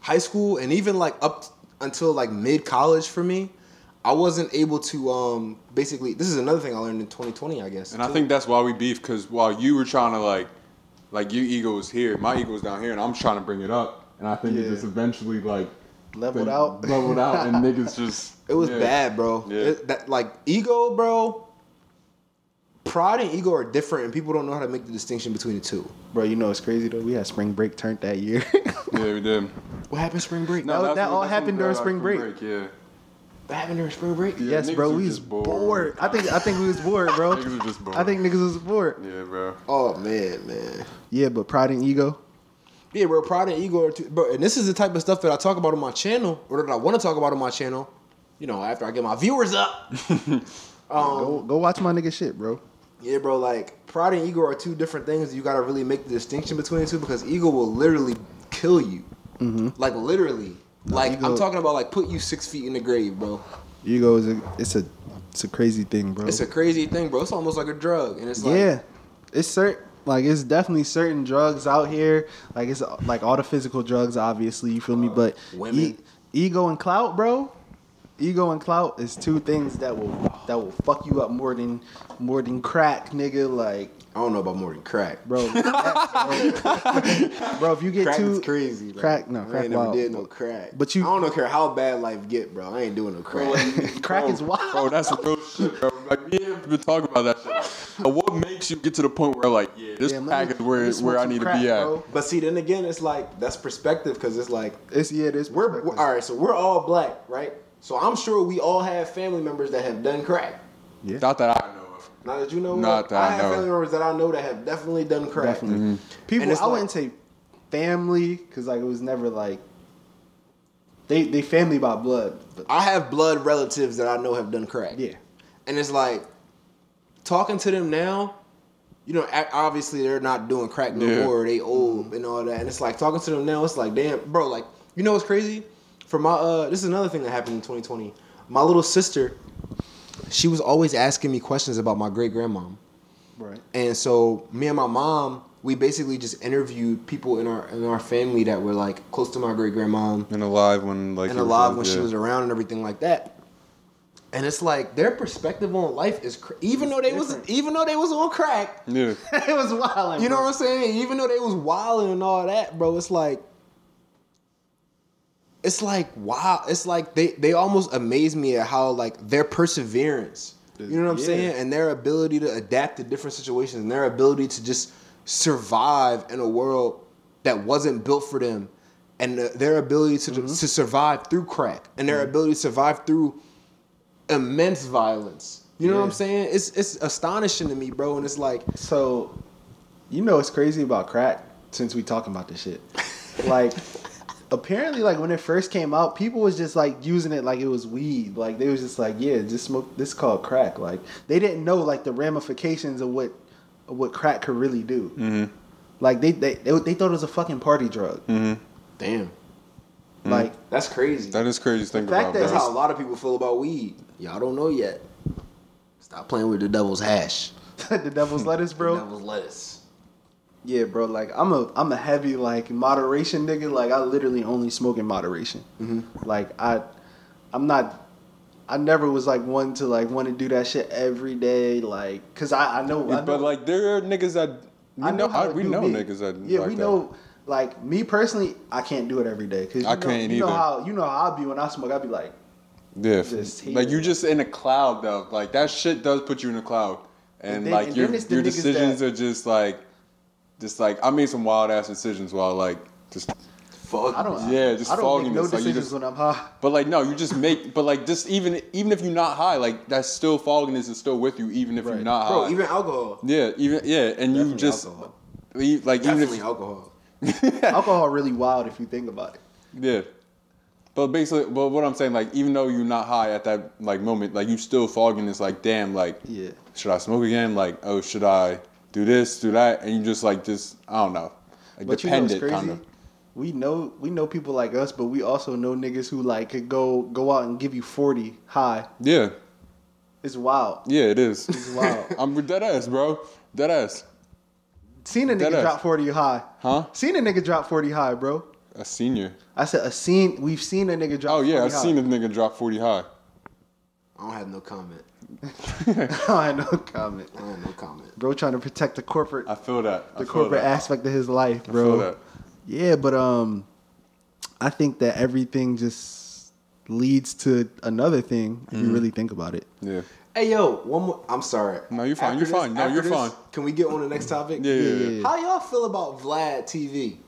High school and even like up t- until like mid college for me, I wasn't able to um basically. This is another thing I learned in 2020, I guess.
And I think that's why we beef because while you were trying to like, like your ego is here, my ego is down here, and I'm trying to bring it up, and I think
Yeah.
it just eventually like
Leveled
they
out.
leveled out, and niggas just
It was
yeah.
bad, bro.
Yeah.
It- that like ego, bro. Pride and ego are different, and people don't know how to make the distinction between the two.
Bro, you know it's crazy though. We had spring break turned that year.
Yeah, we did.
What happened spring break?
No. That-
that's
that
when-
all
that's when
happened
we
during
got
spring break.
Yeah.
What happened during spring break?
Yeah,
yes,
niggas
bro.
was
We was
just bored.
bored. I think I think we was bored, bro.
Niggas was just bored.
I think niggas was bored.
Yeah, bro.
Oh man, man.
Yeah, but pride and ego.
Yeah, bro. Pride and ego, are two, bro. And this is the type of stuff that I talk about on my channel, or that I want to talk about on my channel. You know, after I get my viewers up.
Go go watch my nigga shit, bro.
Yeah, bro. Like pride and ego are two different things. You gotta really make the distinction between the two because ego will literally kill you. Like literally. Like
Mm-hmm. ego-
I'm talking about like put you six feet in the grave, bro.
Ego is a it's a it's a crazy thing, bro.
It's a crazy thing, bro. It's almost like a drug, and it's like
yeah, it's certain like it's definitely certain drugs out here. Like it's like all the physical drugs, obviously. You feel me? But
Uh,
e,
women.
ego and clout, bro. Ego and clout is two things that will that will fuck you up more than more than crack, nigga. Like,
I don't know about more than crack, bro.
bro, bro, if you get
Crack
too
is crazy. bro.
crack, no,
I
crack
ain't never
wild.
did no crack.
But you-
I don't care how bad life get, bro. I ain't doing no crack.
crack is wild.
Bro, that's real shit, bro. Like, me and him been talking about that shit. Like, like, what makes you get to the point where, like, yeah, this
Damn, let me-
pack is where,
let me smoke
where I
some
need
crack,
to be at?
bro.
But see, then again, it's like that's perspective because it's like
It's yeah, this
we're, we're all right. So we're all black, right? So I'm sure we all have family members that have done crack.
Not that I know of.
Not that you know, of.
Not that I
have
know. Mm-hmm.
family members that I know that have definitely done crack.
Definitely. People,
And
I
it's like-
wouldn't say family because like it was never like they they family by blood. But
I have blood relatives that I know have done crack.
yeah,
and it's like talking to them now you know a- obviously they're not doing crack no
Yeah.
more they old and all that and it's like talking to them now it's like damn bro like you know what's crazy for my uh this is another thing that happened in 2020 my little sister she was always asking me questions about my great grandmom
right.
and so me and my mom we basically just interviewed people in our in our family that were like close to my great grandmom
And alive when, like,
and alive when she was around and everything like that. And it's like their perspective on life is cr- even though they was
different.
even though they was on crack,
Yeah.
it was wild.
you know what I'm saying? Even though they was wilding and all that, bro, it's like it's like wow, it's like they they almost amaze me at how like their perseverance, you know what I'm
Yeah.
saying, and their ability to adapt to different situations and their ability to just survive in a world that wasn't built for them, and the, their ability to
Mm-hmm.
to survive through crack and their ability to survive through immense violence. You know what I'm
Yeah.
saying? It's it's astonishing to me, bro, and it's like
So you know what's crazy about crack since we talking about this shit, like. Apparently, like when it first came out, people was just like using it like it was weed. Like they was just like, yeah, just smoke. This is called crack. Like they didn't know like the ramifications of what of what crack could really do.
Mm-hmm.
Like they, they they they thought it was a fucking party drug.
damn. Mm-hmm.
Like
That's crazy.
That is crazy to think
fact
about,
that
That's
bro.
how a lot of people feel about weed. Y'all don't know yet. Stop playing with the devil's hash.
the devil's lettuce,
The
bro.
devil's lettuce.
Yeah, bro. Like I'm a I'm a heavy like moderation nigga. Like I literally only smoke in moderation. Like I I'm not I never was like one to like want to do that shit every day. Like cause I I know I know,
but, like, there are niggas that. We
I
know,
how
I-
to
we
do
know
me.
niggas that.
yeah
like
we
that.
know like me personally I can't do it every day because
I can't
you know
either.
how you know how I be when I smoke I be like
Yeah.
Just
like
here.
you just in a cloud though. Like that shit does put you in a cloud. And,
And then-
like
and
your
then it's the
your
niggas
decisions are just like just like I made some wild ass decisions while like just
fog.
I don't.
Yeah, just
I don't make no
fogginess, like, you
decisions
just-
when I'm high.
But like no, you just make. But like just even even if you're not high, like that's still fogginess is still with you, even if
Right.
you're not
Bro,
high.
even alcohol.
yeah, even yeah, and you
Definitely
just
alcohol.
e- like even if
Definitely alcohol.
Alcohol really wild if you think about it.
yeah. But basically, but what I'm saying, like even though you're not high at that like moment, like you still fogginess, like damn, like
Yeah.
should I smoke again? Like oh, should I do this, do that? And you just like just I don't know, like
But you know what's
dependent
crazy?
kind of.
We know we know people like us, but we also know niggas who like could go go out and give you forty high.
Yeah,
It's wild.
yeah, it is.
It's wild.
I'm dead ass, bro. Dead ass.
Seen a nigga
Deadass.
drop forty high.
Huh?
Seen a nigga drop forty high, bro.
A senior.
I said a scene. We've seen a nigga drop.
Oh yeah,
40
I've
high.
seen this nigga drop 40 high.
I don't have no comment.
Oh, I had no comment.
I don't have no comment.
Bro, trying to protect the corporate
I feel that.
the corporate aspect of his life, bro.
feel that.
Yeah, but um, I think that everything just leads to another thing if
Mm-hmm.
you really think about it.
Yeah.
Hey yo, one more. I'm sorry.
No, you're fine,
After
you're fine, no,
after
you're fine.
Can we get on the next topic?
Yeah, yeah,
Yeah,
yeah,
yeah.
How y'all feel about Vlad TV?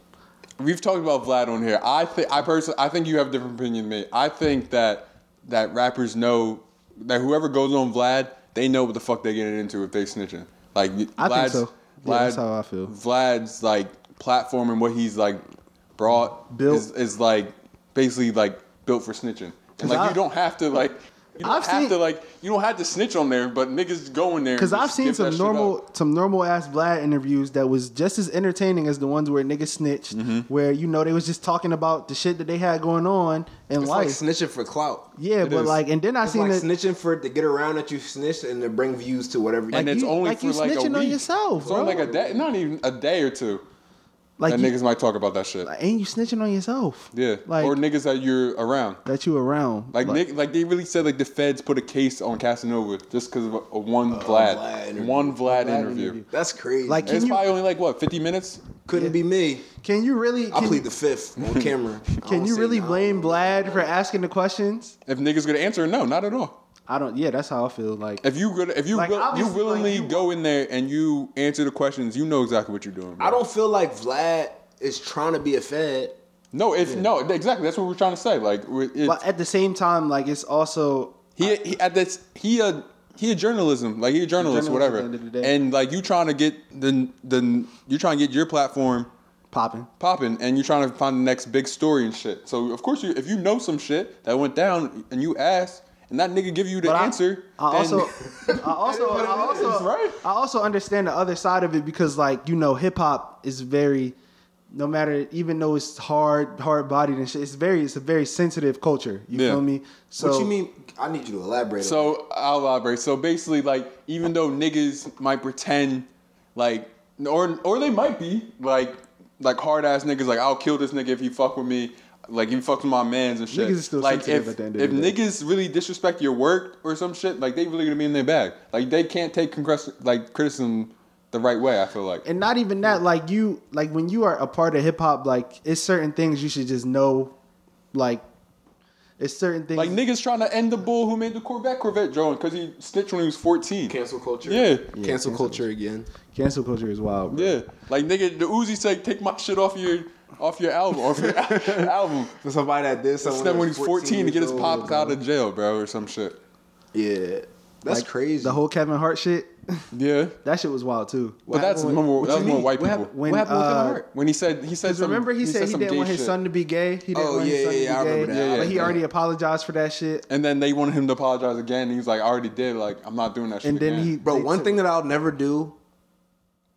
We've talked about Vlad on here. I think I personally I think you have a different opinion than me. I think that that rappers know that whoever goes on Vlad, they know what the fuck they're getting into if they snitching. Like
I think
Vlad's-
so. Yeah, that's how I feel.
Vlad's like platform and what he's like brought
Built.
is, is like basically like built for snitching. And like
I-
you don't have to like you don't
I've
have
seen-
to like you don't have to snitch on there, but niggas go in there. and
Cause I've
just
seen
give that
some
shit up.
normal, some normal ass Vlad interviews that was just as entertaining as the ones where niggas snitched,
Mm-hmm.
where you know they was just talking about the shit that they had going on in
It's like
life.
snitching for clout.
yeah,
It
but
is.
like, and then I
It's
seen
like
it.
snitching for to get around that you snitched and to bring views to whatever. you
and
Like
it's
you-
only
like
for
you
like a
snitching
week.
on yourself,
It's only
bro.
like a day, not even a day or two.
like
that
you,
niggas might talk about that shit.
ain't you snitching on yourself?
yeah,
like
or niggas that you're around.
that you around.
Like, Nick, like they really said, like the feds put a case on Casanova just because of a, a one Vlad,
Vlad interview.
one Vlad,
Vlad
interview.
interview.
That's crazy.
Like,
It's
Can you-
probably only like what fifty minutes.
couldn't be me.
Can you really?
I
Can,
plead the fifth on camera. I
can
don't
you
say
really
no.
blame Vlad for asking the questions?
If niggas gonna answer, no, not at all.
I don't. Yeah, that's how I feel. Like
If you gonna, if you
Like,
will, you
obviously, like,
willingly
you-
go in there and you answer the questions, you know exactly what you're doing. bro.
I don't feel like Vlad is trying to be a fed.
No, if no, exactly. That's what we're trying to say. Like, we- it's,
but uh, at the same time, like it's also
He, he at this he a he a journalism like he a journalist
Journalism at
whatever
the end of the day.
and like you trying to get the the you're trying to get your platform
popping.
popping and you're trying to find the next big story and shit so of course you if you know some shit that went down and you ask and that nigga give you the
But I-
answer
I, also,
then-
I also, I
That is
also,
what it is, right?
I also understand the other side of it because, like you know, hip hop is very, no matter even though it's hard, hard bodied and shit, it's very, it's a very sensitive culture. You
Yeah.
feel me? So
what you mean? I need you to elaborate. on that.
So I'll elaborate. So basically, like even though niggas might pretend, like or or they might be like like hard ass niggas, like I'll kill this nigga if he fuck with me, like if he fucks with my mans and shit.
Niggas is still
like
sensitive
if
at the end of
if
the day.
niggas really disrespect your work or some shit, like they really gonna be in their bag. Like they can't take congress like criticism the right way. I feel like
and not even that like you like when you are a part of hip hop like it's certain things you should just know like it's certain things
like niggas trying to end the bull who made the Corvette Corvette drone because he snitched when he was fourteen.
cancel culture.
Yeah. Yeah,
cancel,
cancel
culture again.
cancel culture is wild bro.
Yeah, like nigga, the Uzi said, "Take my shit off your off your album, off your al- album."
For somebody that did
It's
something
when he's 14 to get his
years
pops
old,
out of jail, bro, or some shit.
Yeah, that's
Like,
crazy.
the whole kevin hart shit
Yeah,
that shit was wild too
but that's
happened with-
more,
what
that was
you
more
mean?
white
What
people.
happened-
when
what happened with Kevin
uh,
Hart?
When he said he said
Because
some,
remember, he, said, he
some
didn't
gay
want his
shit.
son to be gay. He didn't
Oh,
want his
yeah,
son
yeah, I
to be gay.
remember
that. Yeah,
but he
yeah.
already apologized for that shit.
and then they wanted him to apologize again. He's like, "I already did. Like, I'm not doing that shit."
And then
again.
he,
bro.
they
One
took-
thing that I'll never do.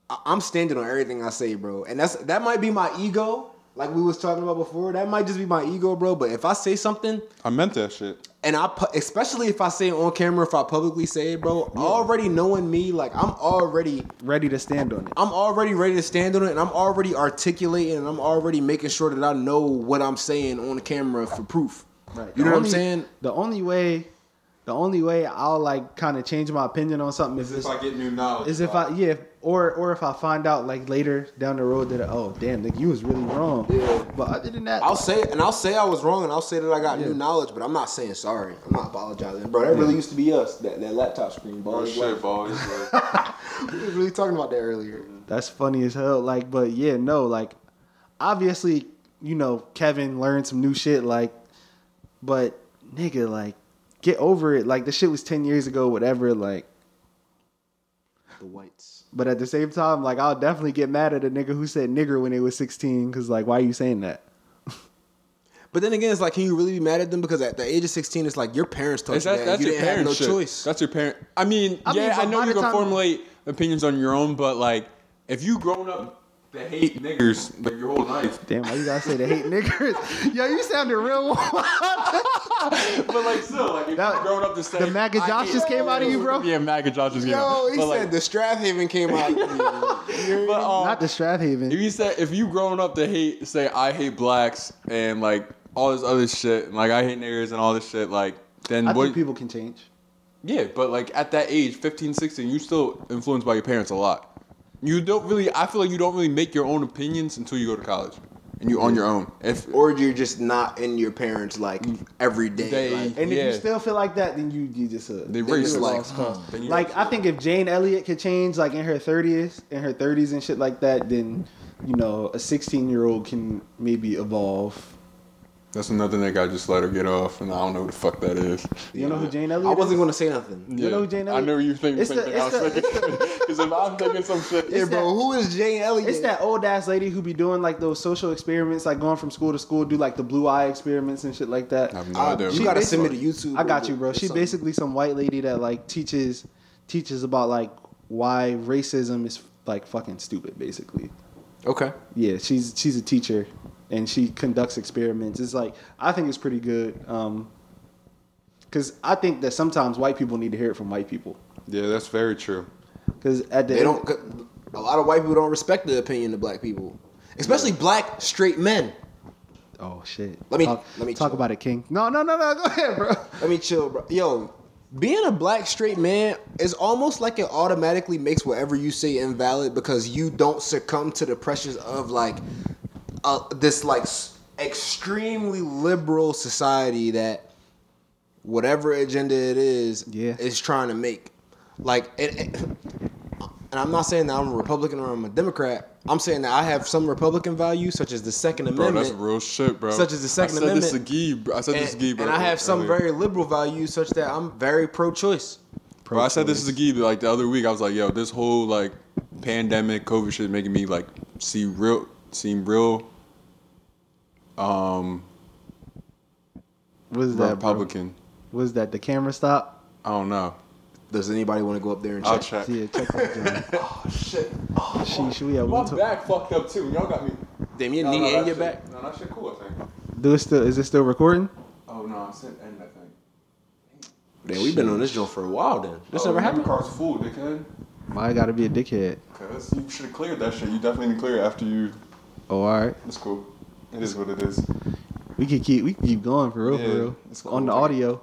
I- I'm standing on everything I say, bro, and that's that might be my ego. Like we was talking about before, that might just be my ego, bro. But if I say something,
I meant that shit.
and I pu- especially if I say it on camera, if I publicly say it, bro, already knowing me, like I'm already
ready to stand on it.
I'm already ready to stand on it, and I'm already articulating, and I'm already making sure that I know what I'm saying on the camera for proof.
Right. The
You know what I'm
only-
saying?
The only way, the only way I'll like kind of change my opinion on something is,
If
it's-
I get new knowledge,
is if I yeah, if- or or if I find out like later down the road that oh damn, like you was really wrong.
Yeah.
But other than that,
I'll say and I'll say I was wrong, and I'll say that I got
Yeah.
new knowledge, but I'm not saying sorry. I'm not apologizing, bro. That really used to be us. That, that laptop screen, bro.
oh, shit, boy. It's like-
We was really talking about that earlier.
that's funny as hell. Like, but yeah, no, like obviously you know, Kevin learned some new shit. Like, but nigga, like, get over it. Like, the shit was ten years ago, whatever. Like,
The whites.
but at the same time, like, I'll definitely get mad at a nigga who said nigger when they was sixteen, because like, why are you saying that?
But then again, it's like, can you really be mad at them? Because at the age of 16, it's like your parents taught you
It's-
that.
that's, that's
you
your
didn't have
parent
no
shit.
choice.
That's your parent. I mean,
I mean,
yeah,
but
I know
by
you
the
can
time-
formulate opinions on your own, but like, if you grown up to hate niggers like your whole life,
Damn, why you gotta say they hate niggers? Yo, you sounded real wild.
but like still, like if
That-
you grown up to say
the MAGA
I
Josh
hate
just came out of you,
niggers.
bro?
Yeah, MAGA Josh just came out.
Yo, he
But,
said
like,
the Strathaven came out.
but, um,
Not the Strathaven.
If you said if you grown up to hate, say I hate blacks and like all this other shit, and, like I hate niggers and all this shit, like then
I
what?
think people can change.
yeah, but like at that age, 15, 16, you still influenced by your parents a lot. You don't really. I feel like you don't really make your own opinions until you go to college, and you on your own. If
or you're just not in your parents like every day.
They-
like,
And if
Yeah.
you still feel like that, then you you just uh,
they
They
race
just
like,
like,
like I think if Jane Elliott could change like in her thirties, in her thirties and shit like that, then you know a sixteen year old can maybe evolve.
that's another nigga. I just let her get off, and I don't know who the fuck that is.
You know who Jane Elliott?
I wasn't
is?
gonna say nothing.
You know who Jane
I
Elliott-
know you think the
It's
same
the-
thing I was
it's the-
thinking. Because if I'm thinking some shit,
It's that-
who is Jane Elliott?
It's that old ass lady who be doing like those social experiments, like going from school to school, do like the blue eye experiments and shit like that.
I have no
Uh,
idea.
you
She
gotta send
basically-
me to YouTube.
I got you, bro.
or
She
something.
basically some white lady that like teaches teaches about like why racism is like fucking stupid, basically.
okay.
Yeah, she's she's a teacher, and she conducts experiments. It's like I think it's pretty good, um, because I think that sometimes white people need to hear it from white people.
yeah, that's very true.
Because at the
They
end-
don't. A lot of white people don't respect the opinion of black people, especially black straight men.
oh shit.
Let me-
talk,
let me
talk
chill.
about it, King. No, no, no, no. Go ahead, bro.
Let me chill, bro. Yo, being a black straight man is almost like it automatically makes whatever you say invalid because you don't succumb to the pressures of like uh, this like s- extremely liberal society that whatever agenda it is
Yeah.
is trying to make. Like, it, it- and I'm not saying that I'm a Republican or I'm a Democrat. I'm saying that I have some Republican values, such as the Second
Bro,
Amendment.
that's real shit, bro.
Such as the Second
I said This to
Amendment.
Gee, bro. I said this to
and,
Gee, bro.
and I have some
earlier.
very liberal values such that I'm very pro-choice.
Bro, I said this is a Gee like the other week. I was like, yo, this whole like pandemic, COVID shit, making me like see real, seem real
What is that, Republican?
Republican.
Bro? What is that? The camera stop.
I don't know.
Does anybody want to go up there and
I'll
check?
check. Oh,
Yeah, check that. John.
Shit,
she should we have one? To-
back fucked up too. Y'all got me.
Damn, your knee and your back.
No, that shit cool. I think.
Do it still? Is it still recording?
Oh no, I said end. I think.
Damn, we've been on this joint for a while. Then this never happened.
Car's full, dickhead.
Why I gotta be a dickhead?
Cause you should have cleared that shit. You definitely didn't clear it after you.
Oh, all right.
It's cool. It is what it is.
We can keep we can keep going for real,
Yeah,
for real.
it's
On the
cool.
audio.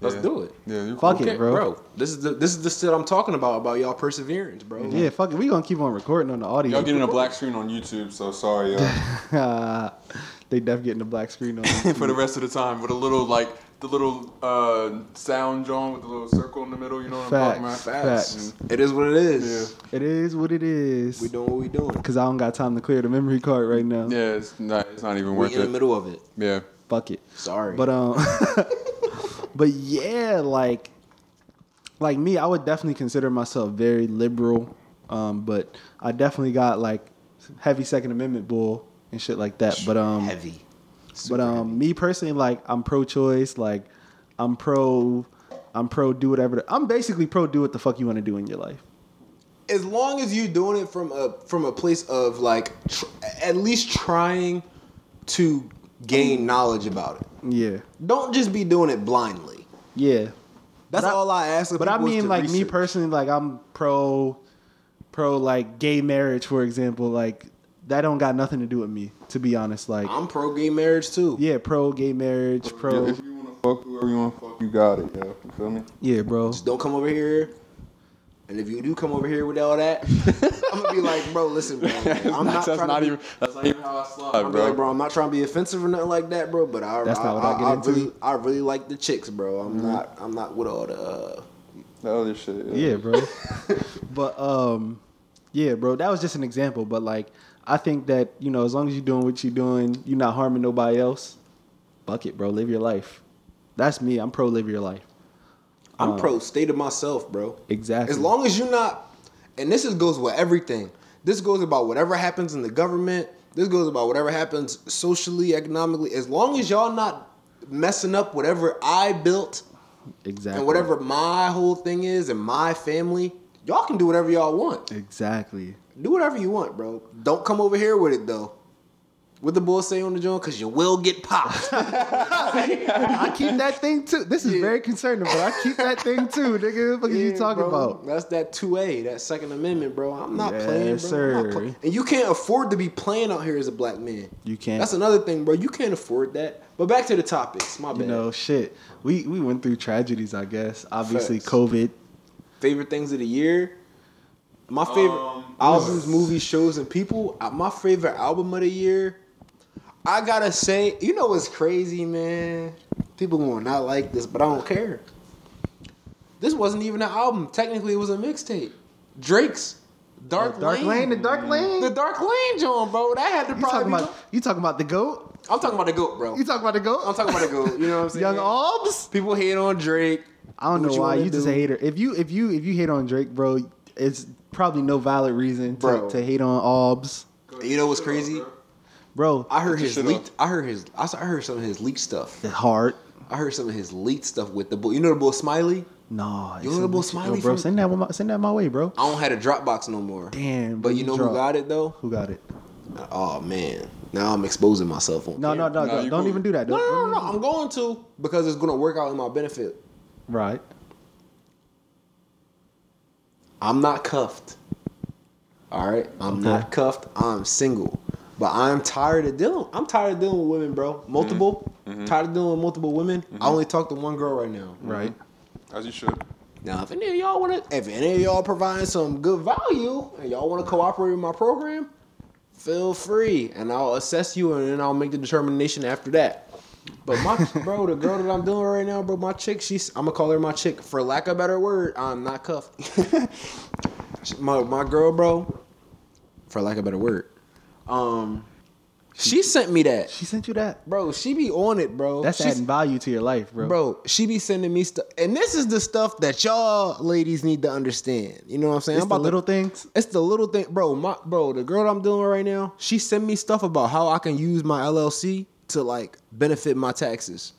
Let's do it.
Yeah, you're
Fuck
cool.
it, bro.
This is the this is the shit I'm talking about about y'all perseverance, bro.
Yeah, fuck it. We gonna keep on recording on the audio.
Y'all getting a black screen on YouTube, so sorry, y'all.
they def getting a black screen on.
for the rest of the time with a little like the little uh, sound drawn with the little circle in the middle. You know what I'm talking about?
Facts.
Facts. It is what it is.
It is what it is.
We doing what we doing.
Cause I don't got time to clear the memory card right now.
Yeah, it's not. It's not even
We
worth
in the
it.
middle of it.
Yeah.
Fuck it.
Sorry.
But um, but yeah, like, like me, I would definitely consider myself very liberal. Um, but I definitely got like heavy Second Amendment bull and shit like that. But um,
heavy.
but um, me personally, like I'm pro-choice. Like I'm pro, I'm pro do whatever. the- I'm basically pro do what the fuck you want to do in your life.
as long as you doing it from a from a place of like tr- at least trying to gain knowledge about it.
Yeah,
Don't just be doing it blindly.
yeah. But
That's
I-
all I ask. of
But I
people is
mean,
to
like me
research.
personally, like I'm pro, pro like gay marriage, for example. Like that don't got nothing to do with me, to be honest. Like
I'm pro gay marriage too.
yeah, pro gay marriage,
Yeah,
pro
If you wanna fuck whoever you wanna fuck, you got it, yo. You feel me?
yeah, bro.
Just don't come over here. And if you do come over here with all that, I'm gonna be like, bro, listen, bro. I'm not, trying to be,
That's not even how I slide,
I'm like, bro, I'm not trying to be offensive or nothing like that, bro. But I,
That's
I,
not what I
I,
get
I
into. Mm-hmm.
really, I really like the chicks, bro. I'm not, I'm not with all the. Uh,
The other shit.
Yeah, bro. but um, yeah, bro. That was just an example. But like, I think that you know, as long as you're doing what you're doing, you're not harming nobody else. Buck it, bro. Live your life. That's me. I'm pro live your life.
I'm
Uh.
pro state of myself, bro.
Exactly.
As long as you're not, and this is, goes with everything. This goes about whatever happens in the government. This goes about whatever happens socially, economically. As long as y'all not messing up whatever I built
Exactly.
and whatever my whole thing is and my family, y'all can do whatever y'all want.
Exactly.
Do whatever you want, bro. Don't come over here with it though. What the boy say on the joint? Cause you will get popped.
I keep that thing too. This is very concerning, but I keep that thing too, nigga. What are you
Yeah,
talking
bro.
about?
That's that two A, that Second Amendment, bro. I'm not
Yes,
playing, bro. I'm
sir.
not play- and you can't afford to be playing out here as a black man.
You can't.
That's another thing, bro. You can't afford that. But back to the topics. My bad.
You know, shit. We we went through tragedies, I guess. Obviously,
Facts.
COVID.
favorite things of the year. My favorite
Um,
albums, movies, shows, and people. Uh, My favorite album of the year. I gotta say, you know what's crazy, man? People will not like this, but I don't care. This wasn't even an album. Technically, it was a mixtape. Drake's Dark,
Dark
Lane.
Lane, the Dark Lane.
Mm. The Dark Lane, John, bro. That had to
you
probably.
talking
Be
about? You talking about the goat?
I'm talking about the goat, bro.
You talking about the goat?
I'm talking about the goat. You know what I'm saying?
Young Albs.
People hate on Drake.
I don't
What
know
you
why.
wanna
You just
do?
a hater. If you if you if you hate on Drake, bro, it's probably no valid reason to,
Bro.
to hate on Albs,
You know what's crazy?
bro.
I
Get your
heard his
shit
leaked. I heard his. I saw- I heard some of his leaked stuff.
The heart.
I heard some of his leaked stuff with the boy. You know the boy Smiley.
Nah. it's
know
a
the boy
legit-
Smiley
yo, bro.
from-
Send that one my, send that my way, bro.
I don't have a Dropbox no more.
Damn.
But you know who got it though?
Who got it?
Oh man, now I'm exposing myself on.
No, no, no,
Nah,
no.
you
Don't
cool.
even do that.
No,
Don't-
no, no, no. I'm going to because it's gonna work out in my benefit.
Right.
I'm not cuffed. All right, I'm not cuffed. I'm single, but I'm tired of dealing. I'm tired of dealing with women, bro. Multiple.
Mm-hmm.
Tired of dealing with multiple women. I only talk to one girl right now.
Right.
As you should.
Now, if any of y'all want to, if any of y'all providing some good value and y'all want to cooperate with my program, feel free, and I'll assess you, and then I'll make the determination after that. But my bro, the girl that I'm dealing with right now, bro, my chick, she's I'm gonna call her my chick for lack of a better word. I'm not cuffed. my my girl, bro, for lack of a better word, um, she sent me that,
She sent you that.
bro. She be on it, bro.
That's
She's-
adding value to your life, bro.
Bro, she be sending me stuff, and this is the stuff that y'all ladies need to understand. You know what I'm saying?
it's
I'm about
the
to-
little things.
it's the little thing, bro. My bro, the girl that I'm dealing with right now, she send me stuff about how I can use my LLC to like benefit my taxes.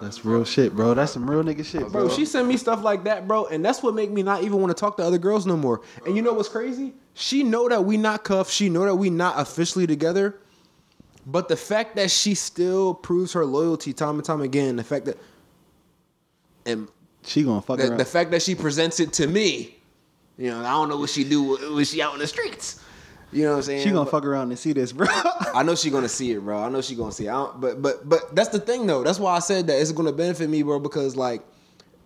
That's real shit, bro. That's some real nigga shit,
Bro, she send me stuff like that, bro, and that's what make me not even want to talk to other girls no more. And you know what's crazy? She know that we not cuffed. She know that we not officially together. But the fact that she still proves her loyalty time and time again, the fact that and
She gonna fuck
the,
around.
the fact that she presents it to me, you know, I don't know what she do when when she out in the streets. You know what I'm saying?
she gonna
But
fuck around and see this, bro.
I know she gonna see it, bro. I know she gonna see it. I don't, but but but that's the thing though. That's why I said that it's gonna benefit me, bro. Because like,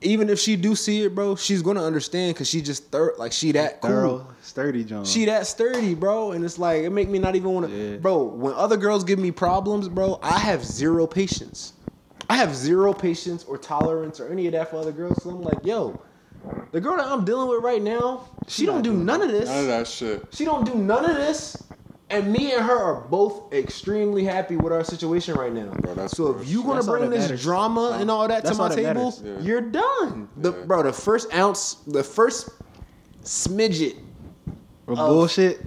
even if she do see it, bro, she's gonna understand because she just thir- like she that cool.
Girl, sturdy John.
She that sturdy, bro, and it's like it make me not even want to,
Yeah.
bro. When other girls give me problems, bro, I have zero patience. I have zero patience or tolerance or any of that for other girls. So I'm like, yo, the girl that I'm dealing with right now, she don't do none of
None of
this.
that shit.
She don't do none of this, and me and her are both extremely happy with our situation right now.
that's
so if
gross.
you gonna
That's all
bring
that
this
matters.
drama and all that
That's
to
all
my
that
table,
matters.
Yeah.
you're done. The,
Yeah.
Bro, the first ounce, the first smidget
Or
Oh.
bullshit.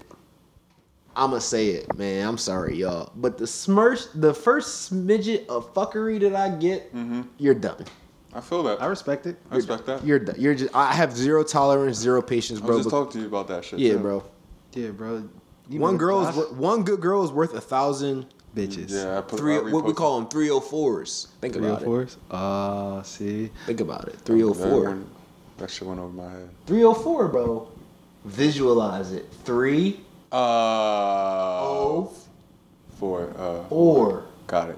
I'ma say it, man. I'm sorry, y'all. But the smirch, the first smidget of fuckery that I get, you're done.
I feel that.
I respect it.
Mm-hmm. I respect that.
You're done. You're just. I have zero tolerance, zero patience,
I
bro.
was just
but-
talking to you about that shit.
yeah,
too.
bro.
Yeah, bro. You
One
know,
girl
I-
is wor- one good girl is worth a thousand
bitches.
Yeah, I put
three.
I
What we
reposted-
call them three oh fours. Think
Three oh or
about it.
fours. Ah, see.
Think about it. Three oh
That
four.
went- That shit went over my head.
Three oh four, bro. Visualize it. Three
Uh,
oh
Four. Uh,
four.
got it.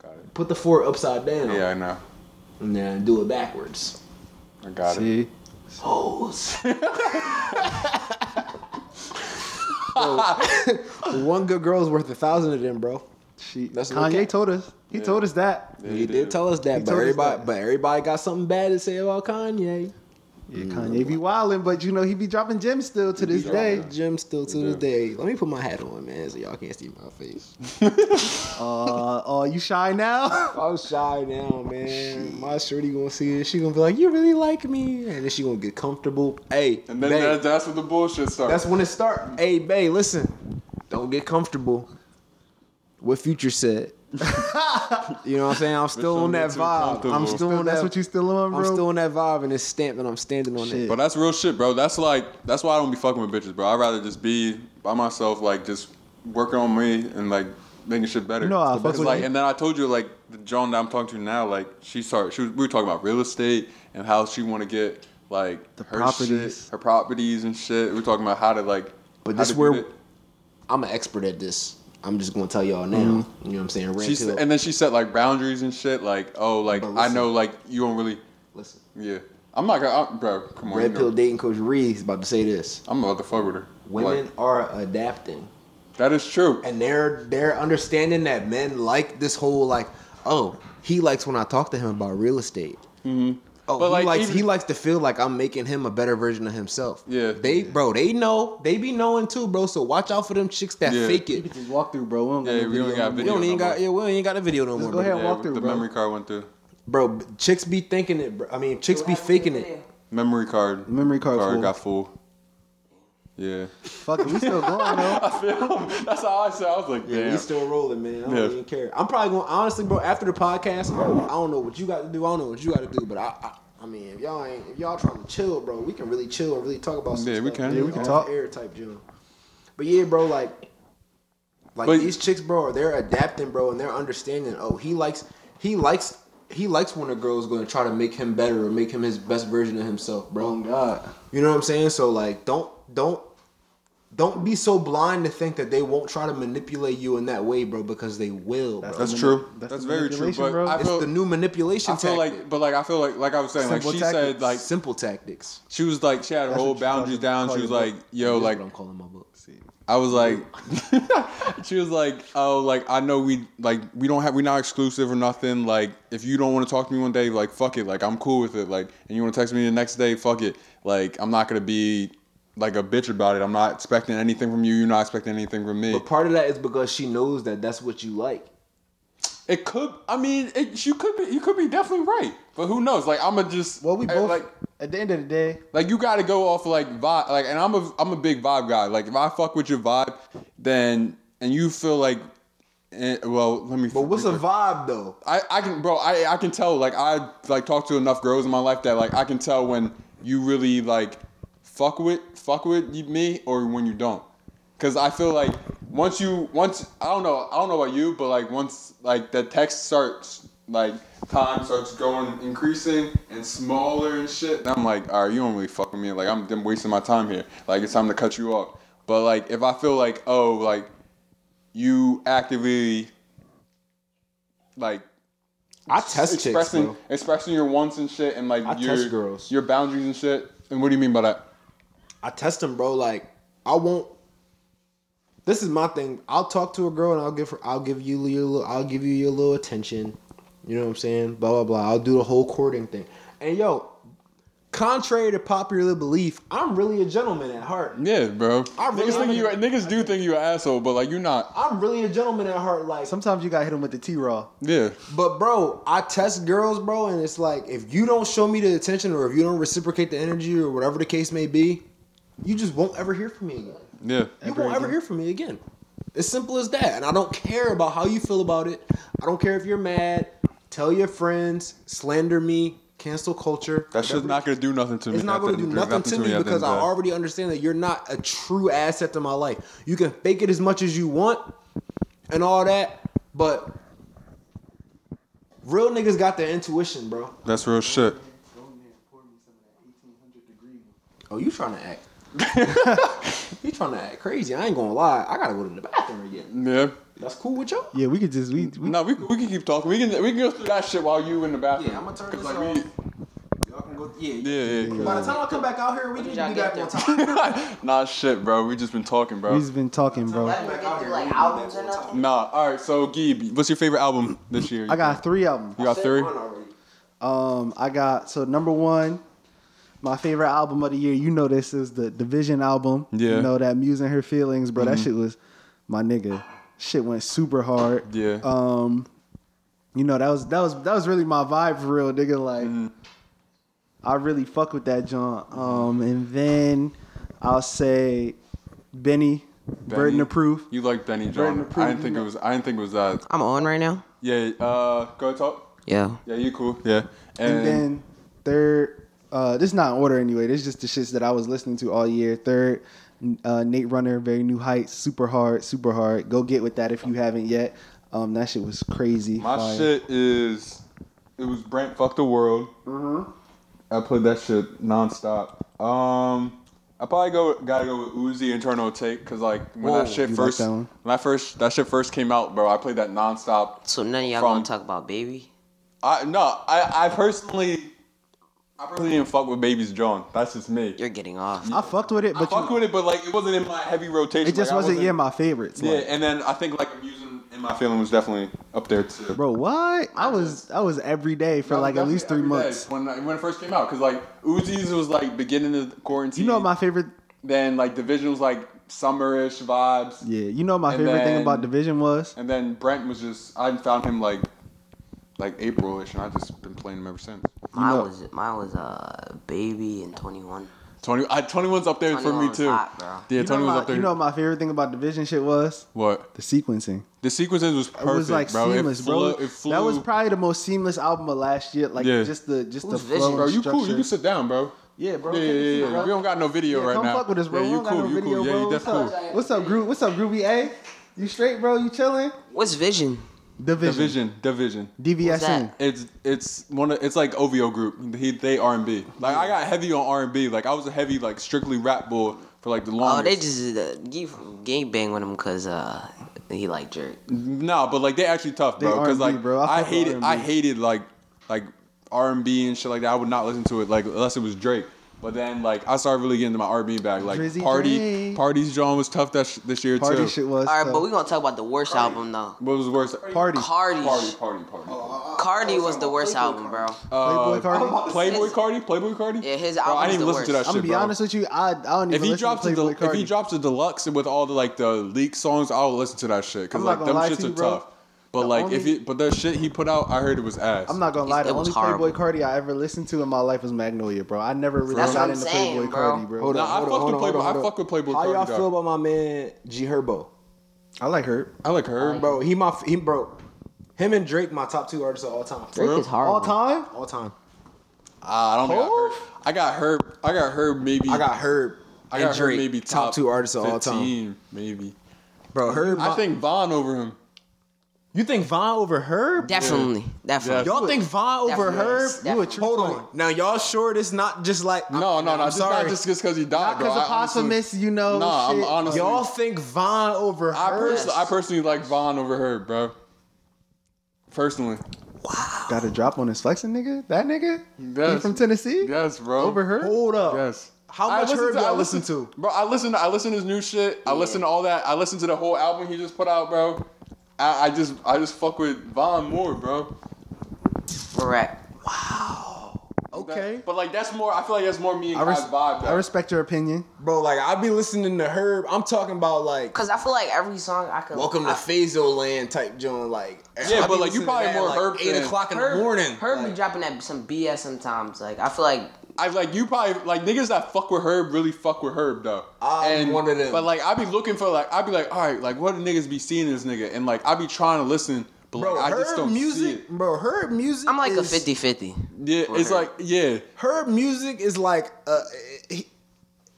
Got it.
Put the four upside down.
Yeah, I know.
And then do it backwards.
I got
See.
it.
Hoes. One good girl's worth a thousand of them, bro.
She.
That's
Kanye
okay.
told us. He
Yeah.
told us that.
Yeah,
he
you
did tell us that,
He
but
told us
everybody,
that.
but everybody got something bad to say about Kanye.
Yeah, Kanye be wilding, but you know he be dropping gems still to this day.
Jim still to this day. Let me put my hat on, man, so y'all can't see my face.
Uh, oh, you shy now?
I'm shy now, man. My shorty gonna see it. She gonna be like, "You really like me," and then she gonna get comfortable. Hey,
And then
babe,
that, that's what the bullshit starts.
that's when it start. Hey, Bay, listen, don't get comfortable. What Future said. you know what I'm saying? I'm still
don't
on that
get too
vibe. I'm
comfortable.
still,
Still,
on
that's
that.
what you still on, bro.
I'm still on that vibe, and it's stamped, and I'm standing on
Shit.
it.
But that's real shit, bro. That's like that's why I don't be fucking with bitches, bro. I'd rather just be by myself, like just working on me and like making shit better.
You know I
It's the
fuck
best.
with
like,
you.
and then I told you like the John that I'm talking to now, like she started. She was, we were talking about real estate and how she want to get like
The
her
properties.
shit, her properties and shit. We were talking about how to like.
But
how
this
to do
where-
that.
I'm an expert at this. I'm just gonna tell y'all now.
Mm-hmm.
You know what I'm saying? Rant
she
to
said,
it.
and then she set like boundaries and shit. Like oh, like I
But listen.
know like you don't really
Listen,
yeah. I'm not gonna I'm, bro. Come on,
Red
you
Pill
know,
dating coach Reed's about to say this.
I'm about to fuck with her.
Women
Like,
are adapting,
that is true.
and they're they're understanding that men like this whole like, oh, he likes when I talk to him about real estate. Mm-hmm. Oh,
But,
he
like,
likes
even-
he likes to feel like I'm making him a better version of himself.
Yeah.
they bro, they know they be knowing too, bro. So watch out for them chicks that
Yeah.
fake
You
it.
can just walk through, bro. don't got
Yeah,
no
we
no
don't got
We
more.
video.
don't even
no
got
more.
yeah, we don't even got a video no more.
go
bro.
ahead.
Yeah,
walkthrough,
the
bro.
memory card went through.
bro. Chicks be thinking it. Bro. I mean, chicks be faking it.
Memory card.
Memory card full.
got full. Yeah.
Fuck it, we still going though.
That's how I said. I was like,
Yeah,
damn.
we still rolling, man. I don't
Yeah.
even care. I'm probably going to honestly, bro. After the podcast, I don't know what you got to do. I don't know what you got to do, but I, I, I mean, if y'all ain't, if y'all trying to chill, bro, we can really chill and really talk about. Some
Yeah, we
stuff,
can.
man.
Yeah, we
can
Off
talk.
Air type June. But yeah, bro, like, like
But-
these chicks, bro, they're adapting, bro, and they're understanding. Oh, he likes, he likes, he likes when a girl's going to try to make him better or make him his best version of himself, bro.
Oh God.
You know what I'm saying? So like, don't don't don't be so blind to think that they won't try to manipulate you in that way, bro, because they will, bro.
That's
That's
true.
the
That's, very true.
manipulation,
But
bro.
I
it's
feel,
the new manipulation
I feel
tactic.
like, but like, I feel like, like I was saying, like
Simple
she
tactics.
said, like
simple tactics.
she was like, she had her
That's
whole
what you call
boundaries
it.
down.
Call
She was
your
like, yo,
That's
like
what I'm calling my book.
I was like, she was like, oh, like I know we like we don't have we not exclusive or nothing. Like if you don't want to talk to me one day, like fuck it, like I'm cool with it. Like and you want to text me the next day, fuck it. Like I'm not gonna be like a bitch about it. I'm not expecting anything from you. You're not expecting anything from me.
But part of that is because she knows that that's what you like.
It could. I mean, it, you could be. You could be definitely right. But who knows? Like I'm gonna just.
Well, we
I-
both.
like.
at the end of the day,
Like you got to go off like vibe. Like and I'm a I'm a big vibe guy. Like if I fuck with your vibe, then and you feel like. eh, well, let me.
But what's a vibe though?
I, I can bro I, I can tell like I like talk to enough girls in my life that like I can tell when you really like fuck with fuck with you- me or when you don't cuz I feel like once you once I don't know I don't know about you but like once like the text starts like time starts going increasing and smaller and shit then I'm like all right you don't really fuck with me like I'm, I'm wasting my time here like it's time to cut you off but like if I feel like oh like you actively like
I test chicks,
expressing
bro.
expressing your wants and shit and like
I
your
test girls.
your boundaries and shit. And what do you mean by that?
I test them, bro. Like I won't. This is my thing. I'll talk to a girl and I'll give her. I'll give you your. little- I'll give you your little attention. You know what I'm saying? Blah blah blah. I'll do the whole courting thing. And yo, contrary to popular belief, I'm really a gentleman at heart.
Yeah, bro.
I really-
niggas think you niggas do think you an asshole, but like you're not.
I'm really a gentleman at heart. Like,
sometimes you gotta hit them with the T raw.
Yeah,
but bro, I test girls, bro, and it's like if you don't show me the attention or if you don't reciprocate the energy or whatever the case may be, you just won't ever hear from me again.
yeah.
you won't ever hear from me again. It's simple as that. And I don't care about how you feel about it. I don't care if you're mad. Tell your friends. Slander me. Cancel culture.
That shit's
whatever.
not gonna do nothing to me.
It's not going to do nothing to me
at the
because
end
I
of the day.
already understand that you're not a true asset to my life. You can fake it as much as you want and all that, but real niggas got their intuition, bro.
That's real shit.
Oh, you trying to act? you trying to act crazy? I ain't gonna lie. I gotta go to the bathroom again.
Yeah.
That's cool with y'all.
Yeah, we could just we. we
No, we, we can keep talking. We can we can go through that shit while you in the bathroom.
Yeah, I'm gonna turn
'Cause,
this
like,
off.
we-
Y'all can go. Yeah.
Yeah, yeah.
By the time I come back out here, we just
y'all
be back
get there?
on time.
Nah, shit, bro. We just been talking, bro.
We've just been talking, bro.
Back out here,
Like
we be
albums
back
or
on
nothing?
Nah. All right. So, Gib, what's your favorite album this year?
Uh,
I got three of them.
You got
Said
three.
mine already.
Um, I got so number one, My favorite album of the year, you know this is the Division album.
Yeah. Mm-hmm.
You know that Muse and Her Feelings, bro. That shit was my nigga. Shit went super hard.
Yeah.
Um, you know that was that was that was really my vibe for real, nigga. Like,
Mm-hmm.
I really fuck with that John. Um, and then I'll say Benny, Burden
Benny.
of Proof.
You like Benny
Burden
John?
of proof,
I didn't think
you
it
know.
was. I didn't think it was that.
I'm on right now.
Yeah. Uh, go ahead, talk.
Yeah.
Yeah, you cool. Yeah. And,
And then third, uh, this is not in order anyway. This is just the shits that I was listening to all year. Third, uh, Nate Runner, very new heights, super hard, super hard. Go get with that if you haven't yet. Um, that shit was crazy.
my
fire.
shit is. It was Brent. Fuck the world.
Mm-hmm.
I played that shit nonstop. Um, I probably go gotta go with Uzi Internal Take because like when that shit
Oh, You like
first
that one?
when that first that shit first came out, bro. I played that nonstop.
So none of y'all
From-
gonna talk about baby.
I no, I I personally. I personally didn't fuck with Baby's John. That's just me.
You're getting off.
I fucked with it,
I
but
fuck
you,
with it, but like it wasn't in my heavy rotation.
it just
Like, I
wasn't yeah my favorites.
Yeah,
Like,
and then I think like using in my feeling was definitely up there too.
bro, what? I was I was every day for
That was
like at least three
definitely every
months.
day when when it first came out because like Uzi's was like beginning of the quarantine.
You know my favorite.
then like Division was like summerish vibes,
Yeah, you know my
And
favorite thing
then-
about Division was.
and then Brent was just I found him like like Aprilish, and I just been playing him ever since.
mine
know-
was mine was uh baby and 21.
Twenty I, 21's up there for
21
me
was
too.
hot, bro.
yeah,
You know,
Twenty was
my,
up there.
you know my favorite thing about Division shit was
what
the sequencing.
the sequences was perfect,
it was like
bro.
seamless,
it
bro.
flew, It flew.
That was probably the most seamless album of last year. Like
Yeah.
just the just the
Who's
flow.
Vision?
and
Bro, you cool.
structure.
You can sit down, bro.
Yeah, bro.
Yeah,
Take
yeah,
your
yeah.
seat,
yeah.
bro.
We don't got no video
Yeah,
right
come
now.
fuck with us, bro.
Yeah,
We
you
don't got
cool.
no
you
video,
cool.
bro.
Yeah, you
What's
definitely cool.
up? What's up, Gro- What's up, Groovy A? You straight, bro? You chilling?
What's vision?
Division.
Division, division.
What's
DVSN.
that?
It's it's one of it's like OVO group. He they R and B. Like I got heavy on R and B. Like I was a heavy like strictly rap bull for like the
Oh,
longest.
they just uh, gave gang bang with him because uh he like jerk.
no, but like they actually tough, bro. Because
R&B,
like
bro. I
I,
fuck with
hated I
R&B.
hated like like R and B and shit like that. I would not listen to it like unless it was Drake. But then like I started really getting to my R and B back. Like
Drizzy
party
Drake.
parties, John was tough that sh- this year
Party
too.
shit was.
All right,
tough.
but we gonna talk about the worst album though.
What was worse?
Party.
Cardi.
Party. Party. Party.
Cardi was the worst album, bro.
Playboy
Uh,
Cardi?
Playboy Cardi. Playboy Cardi.
Yeah, his
Bro, I
album's
didn't
the
even listen to that
worst.
I'm
shit,
gonna be
bro.
honest with you. I I don't even
If he
listen
drops
to
the
Playboy
del- if
Cardi.
he drops the deluxe with all the like the leak songs, I'll listen to that shit because
I'm not
like
gonna
them
lie
shits
to
are
you, bro.
tough. But
The
like if
only-
it but the shit he put out, I heard it was ass.
I'm not gonna lie.
It
The
was
only
horrible.
Playboy Cardi I ever listened to in my life was Magnolia, bro. I never really
That's
got
what I'm
into
saying,
Playboy
bro.
Cardi, bro.
Hold
Nah,
on,
I
hold
fuck
on,
with
hold on, hold
Playboy-
on,
I
hold
fuck
on.
with Playboy
How y'all
Cardi, though.
feel about my man G Herbo?
I like her.
I like her. Bro.
Bro, he my f- he bro. Him and Drake, my top two artists of all time.
Drake is hard.
All time.
All time.
Ah, I don't think I got her. I got her. I got her maybe.
I got Herb.
I got
and
her
Drake,
maybe
top,
top,
two artists of all time.
15, Maybe.
Bro, Herb.
I think Vaughn over him.
you think Vaughn over Herb?
Definitely, definitely.
Yeah.
Y'all think Vaughn over
Definitely.
Herb?
Definitely. You a true
Hold on. Now y'all sure this not just like
No, no, no.
I'm
just
sorry.
not just because he died,
Not
bro.
because
I honestly-
Apophymus, you know.
Nah, I'm
shit.
honestly-
y'all think Vaughn over
I
Herb?
personally, I personally like Vaughn over her, bro. Personally,
Got a drop on his flexing nigga? That nigga?
Yes.
He from Tennessee?
yes, bro.
Over her?
Hold up.
Yes.
Oh, How
I
much
listened
Herb
I
y'all listen to?
listened- Bro, I listened. I listened to his new shit. I listened to all that. I listened to the whole album he just put out, bro. I, I just, I just fuck with Von more, bro.
Correct.
Okay.
But like, that's more. I feel like that's more me and
I, res-
Kai's vibe. Though.
I respect your opinion.
Bro, like I be listening to Herb. I'm talking about like
Cause I feel like every song I could.
Welcome to
I,
Phaso Land type joint. Like
Yeah,
I
but,
be
like, you
listening to
probably
that at,
more
like,
Herb
eight
than-
o'clock in
Herb-
the morning.
Herb be
Like,
dropping that some BS sometimes. Like I feel like
I like you probably like niggas that fuck with Herb really fuck with Herb though.
I'm
and,
one of them.
But like I be looking for like I be like, all right, like what do niggas be seeing in this nigga? And like I be trying to listen, but
bro,
like, I
Herb
just don't see
music,
it.
bro. Herb music.
I'm like a
is-
50-50.
Yeah,
for
it's
Herb.
like yeah,
Herb music is like uh, he-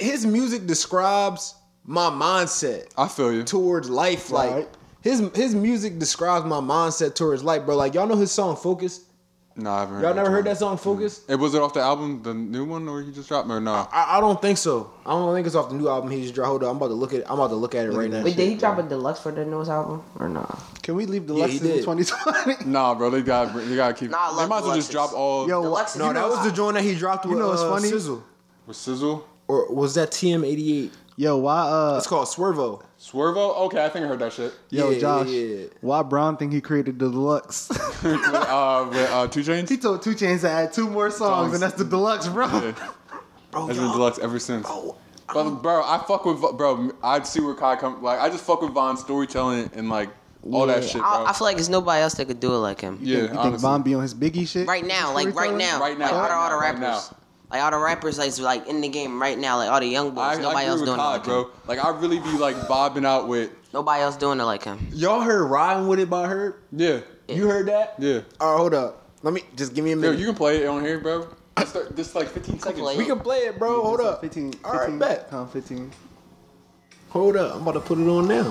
his music describes my mindset
I feel you.
towards life. Like
Right.
his his music describes my mindset towards life, bro. Like y'all know his song Focus.
Nah, I haven't heard
Y'all never heard
John.
that song Focus?
It was it off the album, the new one, or he just dropped it or nah?
I, I don't think so. I don't think it's off the new album. He just dropped. Hold up, I'm about to look at. I'm about to look at it right
at
now.
that
Wait, did he drop a deluxe for the newest album or not?
Can we leave the
Yeah, he
Lexus in
did.
2020?
Nah, bro, they got they gotta keep.
Nah, I
they
love
might as well just
Deluxes.
drop all
Yo,
Deluxe is
you
No, that
know,
was the joint that he dropped with
know what's
uh,
funny?
Sizzle,
with Sizzle,
or was that TM88?
yo, why, uh,
It's called Swervo.
Swervo. Okay, I think I heard that shit.
yo,
Yeah,
Josh,
yeah, yeah.
why Brown think he created the deluxe?
with, uh, with uh, Two Chains.
he told Two Chains to add two more songs, and that's the deluxe, bro.
Yeah.
Bro,
Has been
y'all-
deluxe ever since.
bro,
But, bro, I fuck with bro. I see where Kai come. Like I just fuck with Von's storytelling and like all that
Yeah,
shit,
I,
bro.
I feel like there's nobody else that could do it like him.
yeah,
you think
honestly.
Von be on his Biggie shit
Right now, like right
Storytelling?
now,
Right now,
like all the, all the
right now,
rappers,
right
like all the rappers, like, is, like in the game right now, like all the young boys,
I,
nobody
I agree
else
with
doing it
Kai,
like him.
bro. Like I really be like bobbing out with
Nobody else doing it like him.
Y'all heard "Riding with It" by Herb?
yeah,
You heard that?
yeah.
All right, hold up. Let me just give me a
Yo,
minute.
you can play it on here, bro. Just, start- just like 15 seconds.
play
we can play it, bro. Hold
It's a
up.
15. 15
All right, bet.
Pound 15.
Hold up. I'm about to put it on now.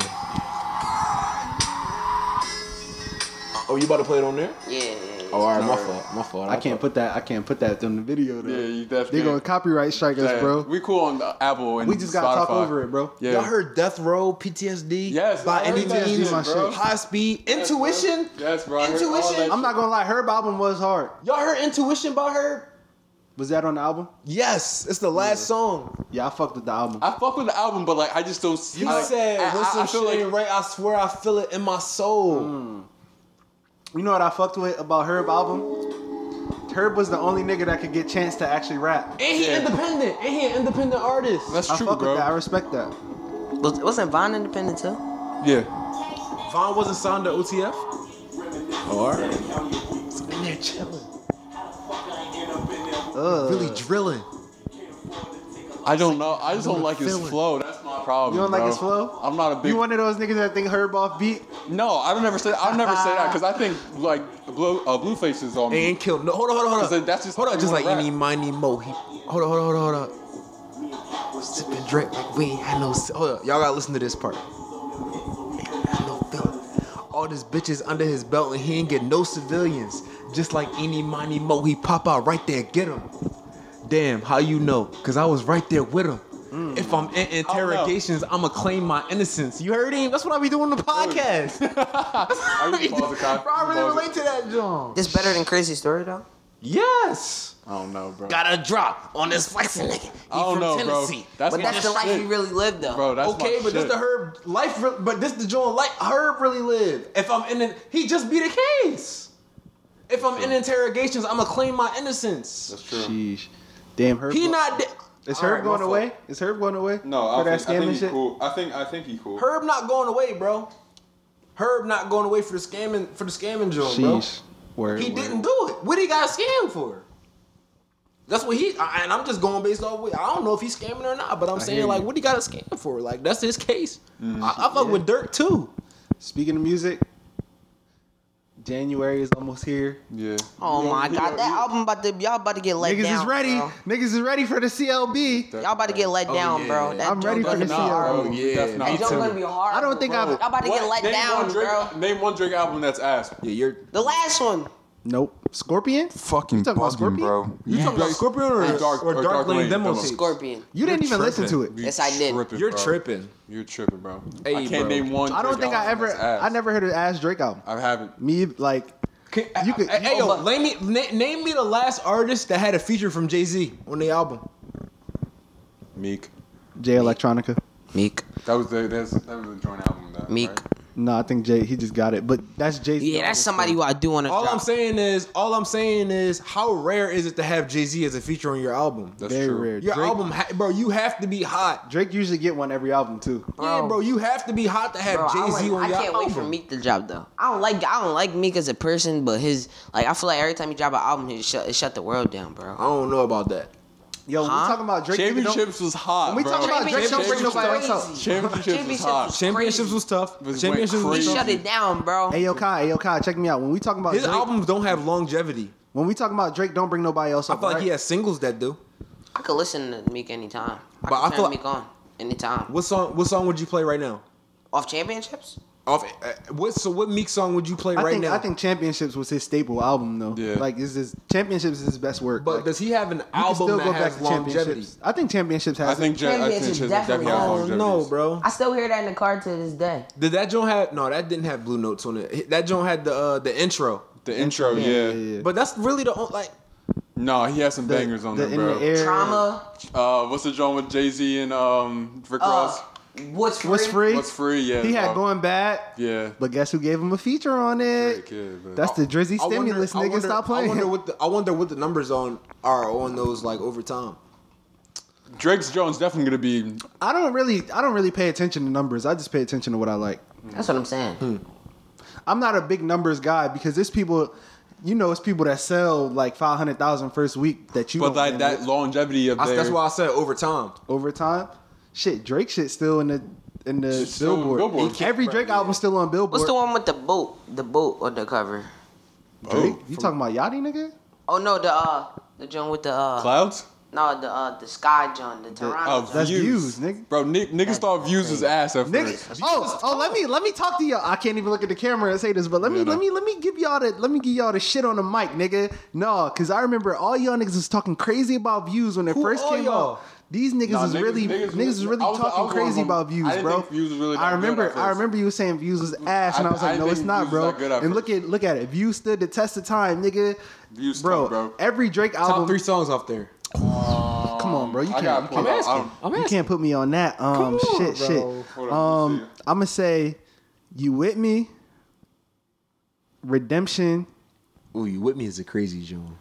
Oh, you about to play it on there?
Yeah, yeah, yeah.
Oh, all right. My fault. My fault.
I can't put that. I can't put that on the video though.
Yeah, you definitely.
they gonna copyright strike us,
Yeah,
bro.
We cool on the Apple and
We just gotta talk
Spotify.
over it, bro.
Yeah.
Y'all heard Death Row, PTSD?
Yes, I
By
heard
any
that
means,
shit,
my
bro.
shit.
High speed.
Yes, bro.
Intuition?
Yes, bro. I heard all
Intuition?
that
I'm not gonna lie. Herb album was hard.
Y'all heard Intuition by her?
Was that on the album?
Yes. It's the last song.
Yeah, I fucked with the album.
I fuck with the album, but like I just don't see.
You
like,
said,
I,
when
I-
some
I feel
shit ain't
like Mm,
right, I swear I feel it in my soul.
You know what I fucked with about Herb album? Herb was the only nigga that could get chance to actually rap.
And he
Yeah.
independent. And he an independent artist.
that's
I
true,
fuck with that. I
bro.
respect that.
Was, wasn't Von independent too?
Yeah,
Vaughn wasn't signed to OTF?
Oh,
Or? in there chilling.
Ugh.
Really drilling.
I don't know. I just don't
the
like his
feeling.
flow. That's my problem.
You don't like
bro.
his flow?
I'm not a big.
You one of those niggas that think Herb off beat?
no, I don't ever say. I'll never say that because I think like blue, uh, Blueface is on.
And kill. No, hold on, hold on, hold
'Cause
on.
that's just
hold on,
how
just
you
like
wanna
any miney mo. He, hold on, hold on, hold on, hold on. Sipping drink like we ain't had no. s- Hold on, y'all gotta listen to this part. Ain't had no feeling. All this bitches under his belt and he ain't get no civilians. Just like any miney mo, he pop out right there, get him. Damn, how you know? Cause I was right there with him.
Mm.
If
Oh,
I'm in interrogations, I'ma claim my innocence. You heard him? That's what I be doing on the podcast.
I really balls to Kai.
Bro, I really
Balls to-
relate to that, John.
It's better than Crazy Story though.
Yes.
I don't know, bro.
Got a drop on this flexing nigga. He
I don't
from
know, bro.
Tennessee.
That's
But
my
that's the life
shit.
he really lived though.
bro. That's my
okay, but this
shit.
the Herb life, re- but this the John life Herb really live. If I'm in, an, he just be the case. If I'm in interrogations, I'ma claim my innocence.
That's true.
Sheesh. Damn, Herb.
He
go-
not de-
Is
All
Herb
right, my
going
fault.
away? Is Herb going away?
No,
For
I
that
think, I
scamming
think he
shit?
cool. I think I think he cool.
Herb not going away, bro. Herb not going away for the scamming for the scamming John, bro.
Sheesh. Word,
He
word.
didn't do it. What he got scammed for? That's what he. I, and I'm just going based off. What, I don't know if he's scamming or not, but I'm
hear
saying like,
you.
what he got a scam for? Like that's his case. I, I fuck with Dirk too.
Speaking of music, January is almost here.
Yeah.
Oh my god, that album about to y'all about to get let
Niggas
down.
is ready.
bro.
Niggas is ready for the CLB.
Y'all about to get let down,
yeah.
bro. That
I'm
joint
ready for
gonna
the
be
CLB.
hard.
Oh,
Oh yeah.
yeah,
That joint gonna be hard.
I don't think
bro.
I've-
Y'all about to get let
name
down,
one Drake,
bro.
Name one Drake album that's ass.
Yeah, you're
The last one.
Nope. Scorpion?
Fucking
You talking about bugging, Scorpion? bro.
you talking about Scorpion or,
or Dark-
or
or
Dark
Dark
Lane
Lane
demo
demo. Uh,
tape?
Scorpion.
You didn't even listen to it.
Yes, I did.
You're tripping.
You're tripping, bro.
Hey,
I can't
bro.
name one.
I don't
Drake
think I
album
ever.
that's ass.
I never heard an Ass Drake album.
I haven't.
Me like. You could-
Hey, yo, name me na- name me the last artist that had a feature from Jay Z on the album.
Meek.
Jay Electronica.
Meek.
That was the that's, that was the joint album. Though,
Meek.
Right?
No, I think Jay. He just got it. But that's Jay.
Yeah, that's somebody who I do want to.
All I'm saying is, all I'm saying is, how rare is it to have Jay Z as a feature on your album?
That's
Very
true.
rare.
Your
Drake-
album, ha- bro, you have to be hot.
Drake usually get one every album too.
Yeah,
Bro.
bro, you have to be hot to
Bro,
have
I,
Jay Z
like-
on
I
your
can't
album.
wait for Meek to drop though. I don't like I don't like Meek as a person, but his like I feel like every time he drop an album, he shut it shut the world down,
I
bro.
don't know about that.
Yo, we
Huh?
talking about Drake. nigga, don't-
Championships was hot.
When we
bro.
talk about Drake, don't bring
Championships
nobody else
was-
up.
Championships was hot.
Championships was tough.
Was went
Championships was
crazy.
He
tough.
shut it down, bro.
Hey yo, Kai. Hey yo, Kai. Check me out. When we talking about
His
Drake,
albums don't have longevity.
when we talking about Drake, don't bring nobody else
I
up.
feel like
right?
he has singles that do.
I could listen to Meek anytime.
But
I could
I
turn
feel like-
Meek on anytime.
What song? What song would you play right now?
Off championships?
Off. Uh, what? So what Meek song would you play
I
right
think
now?
I think Championships was his staple album though.
Yeah.
Like is his Championships is his best work.
But
like,
does he have an
you can
album that has longevity?
Championships. I think Championships has.
I think
it.
Ja- I think
Championships
Championships
definitely
definitely
has
had
Oh
longevity.
no, bro.
I still hear that in the car to this day.
Did that joint have? No, that didn't have blue notes on it. That joint had the uh, the intro.
The intro, yeah.
Yeah, yeah, yeah.
But that's really the only like.
No, he has some bangers on
the,
there,
in
bro.
the air.
Trauma.
Uh, what's the joint with Jay Z and um Rick
Uh,
Ross?
what's free?
What's free?
What's free? Yeah,
He had
bro.
going bad.
Yeah,
But guess who gave him a feature on it?
Drake, yeah, bro.
That's the Drizzy
I wonder-
stimulus,
I
nigga.
wonder-
Stop playing.
I wonder what the I wonder what the numbers on are on those like over time.
Drake's Jones definitely gonna be.
I don't really I don't really pay attention to numbers. I just pay attention to what I like.
That's what I'm saying.
Hmm.
I'm not a big numbers guy because it's people you know it's people that sell like 500,000 first week that you
But
don't
like
end
that
with
longevity of
I,
their
that's why I said over time.
over time. Shit, Drake shit still in the in the
It's still on
Billboard.
Billboard. He
Every Drake album still on Billboard.
What's the one with the boat? The boat on the cover?
Drake?
Oh,
you
from
talking about Yachty nigga?
Oh no, the uh, the joint with the uh,
clouds?
no, the uh, the sky joint, the Toronto.
Oh,
joint.
That's views, nigga.
Bro, ni- niggas thought views was ass at
Nigga,
first.
oh, oh, let me let me talk to y'all. I can't even look at the camera and say this, but let me
Yeah, no.
let me let me give y'all the let me give y'all the shit on the mic, nigga. No, cause I remember all y'all niggas was talking crazy about views when it first
all
came
y'all?
out. These niggas
Nah,
is
niggas-
really
niggas
niggas,
was-
is really
I was- I was
talking
one of
crazy
them.
about views,
I didn't
bro.
think views was really that
I
good
remember
at
I
first.
remember you was saying views was ash, and I,
I-
was
I
like,
didn't
no, it's
think
not,
views was
bro.
that good at
And look
first.
at look at it, views stood the test of time, nigga.
Views
bro,
tough, bro.
Every Drake
Top
album,
three songs off there.
come on, bro, you
I
can't,
gotta
you
pull
can't
it up. I don't-
I'm
you
asking.
can't put me on that. Um,
Come on,
shit,
bro.
shit.
Hold on, let me
Um,
see.
I'm gonna say, you with me? Redemption.
Ooh, you with me is a crazy Joan.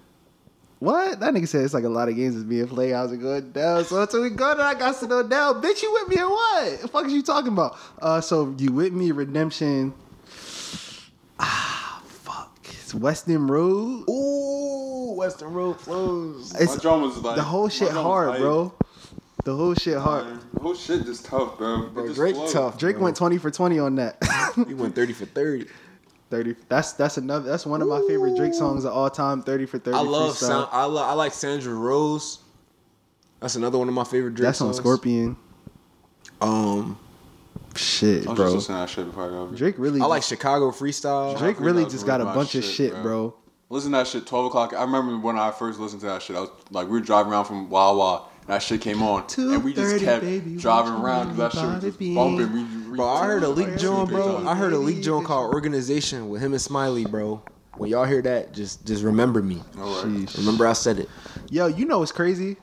What that nigga said? It's like a lot of games is being played. I was going down, so until we go down, I got to know down. Bitch, you with me or what? The fuck is you talking about? Uh, so you with me? Redemption. Ah, fuck. It's Weston Road.
Ooh, Western Road flows.
It's
my drum was like
the whole
my
shit
drum was
hard,
like-
bro. The whole shit hard.
Man, The whole shit just tough, bro. It
Bro,
just
Drake
flows.
tough.
Drake
bro.
went twenty for twenty on that.
He went thirty for thirty.
Thirty. That's that's another. That's one of my favorite Drake songs of all time. Thirty for thirty.
I love.
freestyle.
Sound, I lo- I like Sandra Rose. That's another one of my favorite Drake
That's on
songs.
Scorpion.
Um,
Shit,
I was
bro.
just listening to that shit before I got over. here.
Drake really.
I like Chicago freestyle.
Drake
Definitely
really
not
just
doing
got a
my
bunch of
shit,
shit, bro.
bro. Listen to that shit, 12 o'clock. I remember when I first listened to that shit. I was like, we were driving around from Wawa, and that shit came on. And we just
2:30,
kept
baby,
driving
what you
around because that shit
wanna
was just
be?
bumping. We, we,
Bro, I heard a leak
like,
joint,
two,
bro.
three
I
times.
heard a leak joint called Organization with him and Smiley, bro. When y'all hear that, just just remember me.
All right.
Sheesh.
Remember I said it.
Yo, you know what's crazy?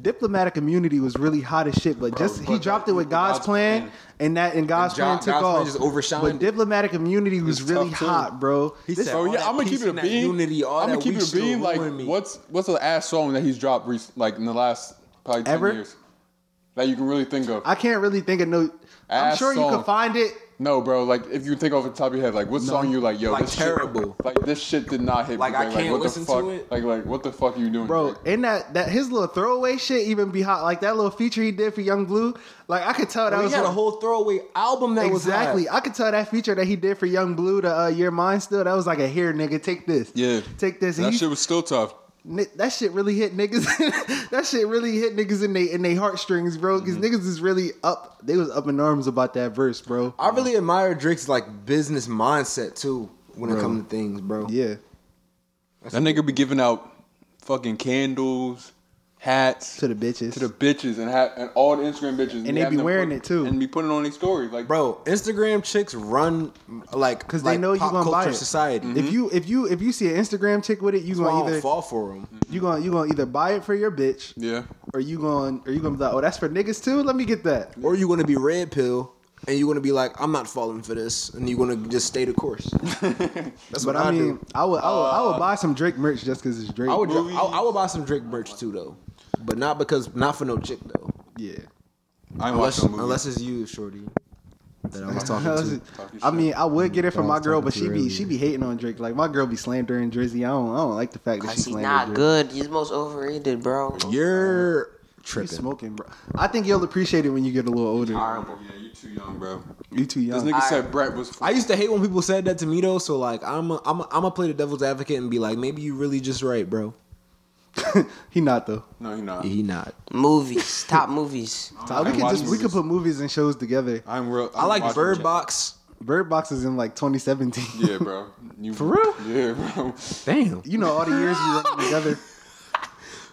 Diplomatic immunity was really hot as shit, but just he
but
dropped it with
that-
God's,
God's
plan,
plan.
and that and God's
Jo-
plan took
God's plan
off.
just overshined
but
it.
diplomatic immunity was,
was
really
tough, too.
hot, bro.
He
This-
said,
Bro,
all
yeah,
that
I'm gonna
peace
keep it a
and that
beam.
Unity, all
I'm
that
gonna keep
weak
it a
shit
beam. Like,
ruined me.
what's what's the ass song that he's dropped rec- like in the last probably ten
Ever?
years that you can really think of?
I can't really think of no. I'm
Ass
sure you can
song.
find it.
no, bro. Like, if you think off the top of your head, like, what song you like? Yo,
Like,
this
terrible.
Shit, like, this shit did not hit.
Like,
me.
I can't
what the
listen to
fuck-
it.
Like, like, what the fuck are you doing,
Bro,
Drake?
and that that his little throwaway shit even be hot. Like that little feature he did for Young Blue, like I could tell that
Oh,
Bro,
was
he had a
what-
whole throwaway album that was
exactly.
hot.
I could tell that feature that he did for Young Blue to uh, Your Mind Still. That was like a here, nigga, take this.
Yeah.
take this. And
That
he-
shit was still tough.
Ni- that shit really hit niggas. that shit really hit niggas in they in they heartstrings, bro. Because
Mm-hmm.
niggas is really up. They was up in arms about that verse, bro.
I really admire Drake's like business mindset too when it comes to things, bro.
Yeah,
That nigga be giving out fucking candles, hats
to the bitches.
to the bitches and ha- and all the Instagram bitches,
And they
having
be
them
wearing
put-
it, too.
and be putting it on these stories. Like,
Bro, Instagram chicks run like
'Cause
because
they know you gonna buy it.
society.
Mm-hmm.
if you if you if you see an Instagram chick with it, you
That's why I
gonna
don't
either
fall for them.
you gonna you gonna either buy it for your bitch,
yeah,
or you gonna or you gonna be like, oh, that's for niggas too. Let me get that.
Or you're gonna be red pill and you're gonna be like, I'm not falling for this, and you're gonna just stay the course.
But
That's what
I,
I,
mean,
do.
I would I would, I would buy some Drake merch just because it's Drake.
I would, dr-
movies.
I, I would buy some Drake merch too though, but not because not for no chick though.
yeah.
I ain't
Unless
watching movies.
unless it's you, shorty. That I was talking to.
Talking
I
shit.
mean, I would get it from
I
my
was
girl,
talking
but
to
she be
earlier.
she be hating on Drake. Like my girl be slandering Drizzy. I don't I don't like the fact that she
Cause he's
slandering.
not
Drizzy.
good. He's most overrated, bro.
You're
You
tripping.
smoking, bro. I think you'll appreciate it when you get a little older.
Horrible.
yeah, you too young, bro.
You too
This
young.
nigga said Brett was.
I used to hate when people said that to me though, so like I'm a, I'm a, I'm gonna play the devil's advocate and be like, maybe you really just right, bro.
he not though.
no, he not.
Yeah, he not.
Movies, top movies.
we
I
could
watch
just we could
movies.
put movies and shows together.
I'm real.
I
I'm
like
watching-
Bird Box.
Bird Box is in like 2017.
Yeah, bro. You, For
real?
Yeah, bro.
Damn,
You know all the years we running together.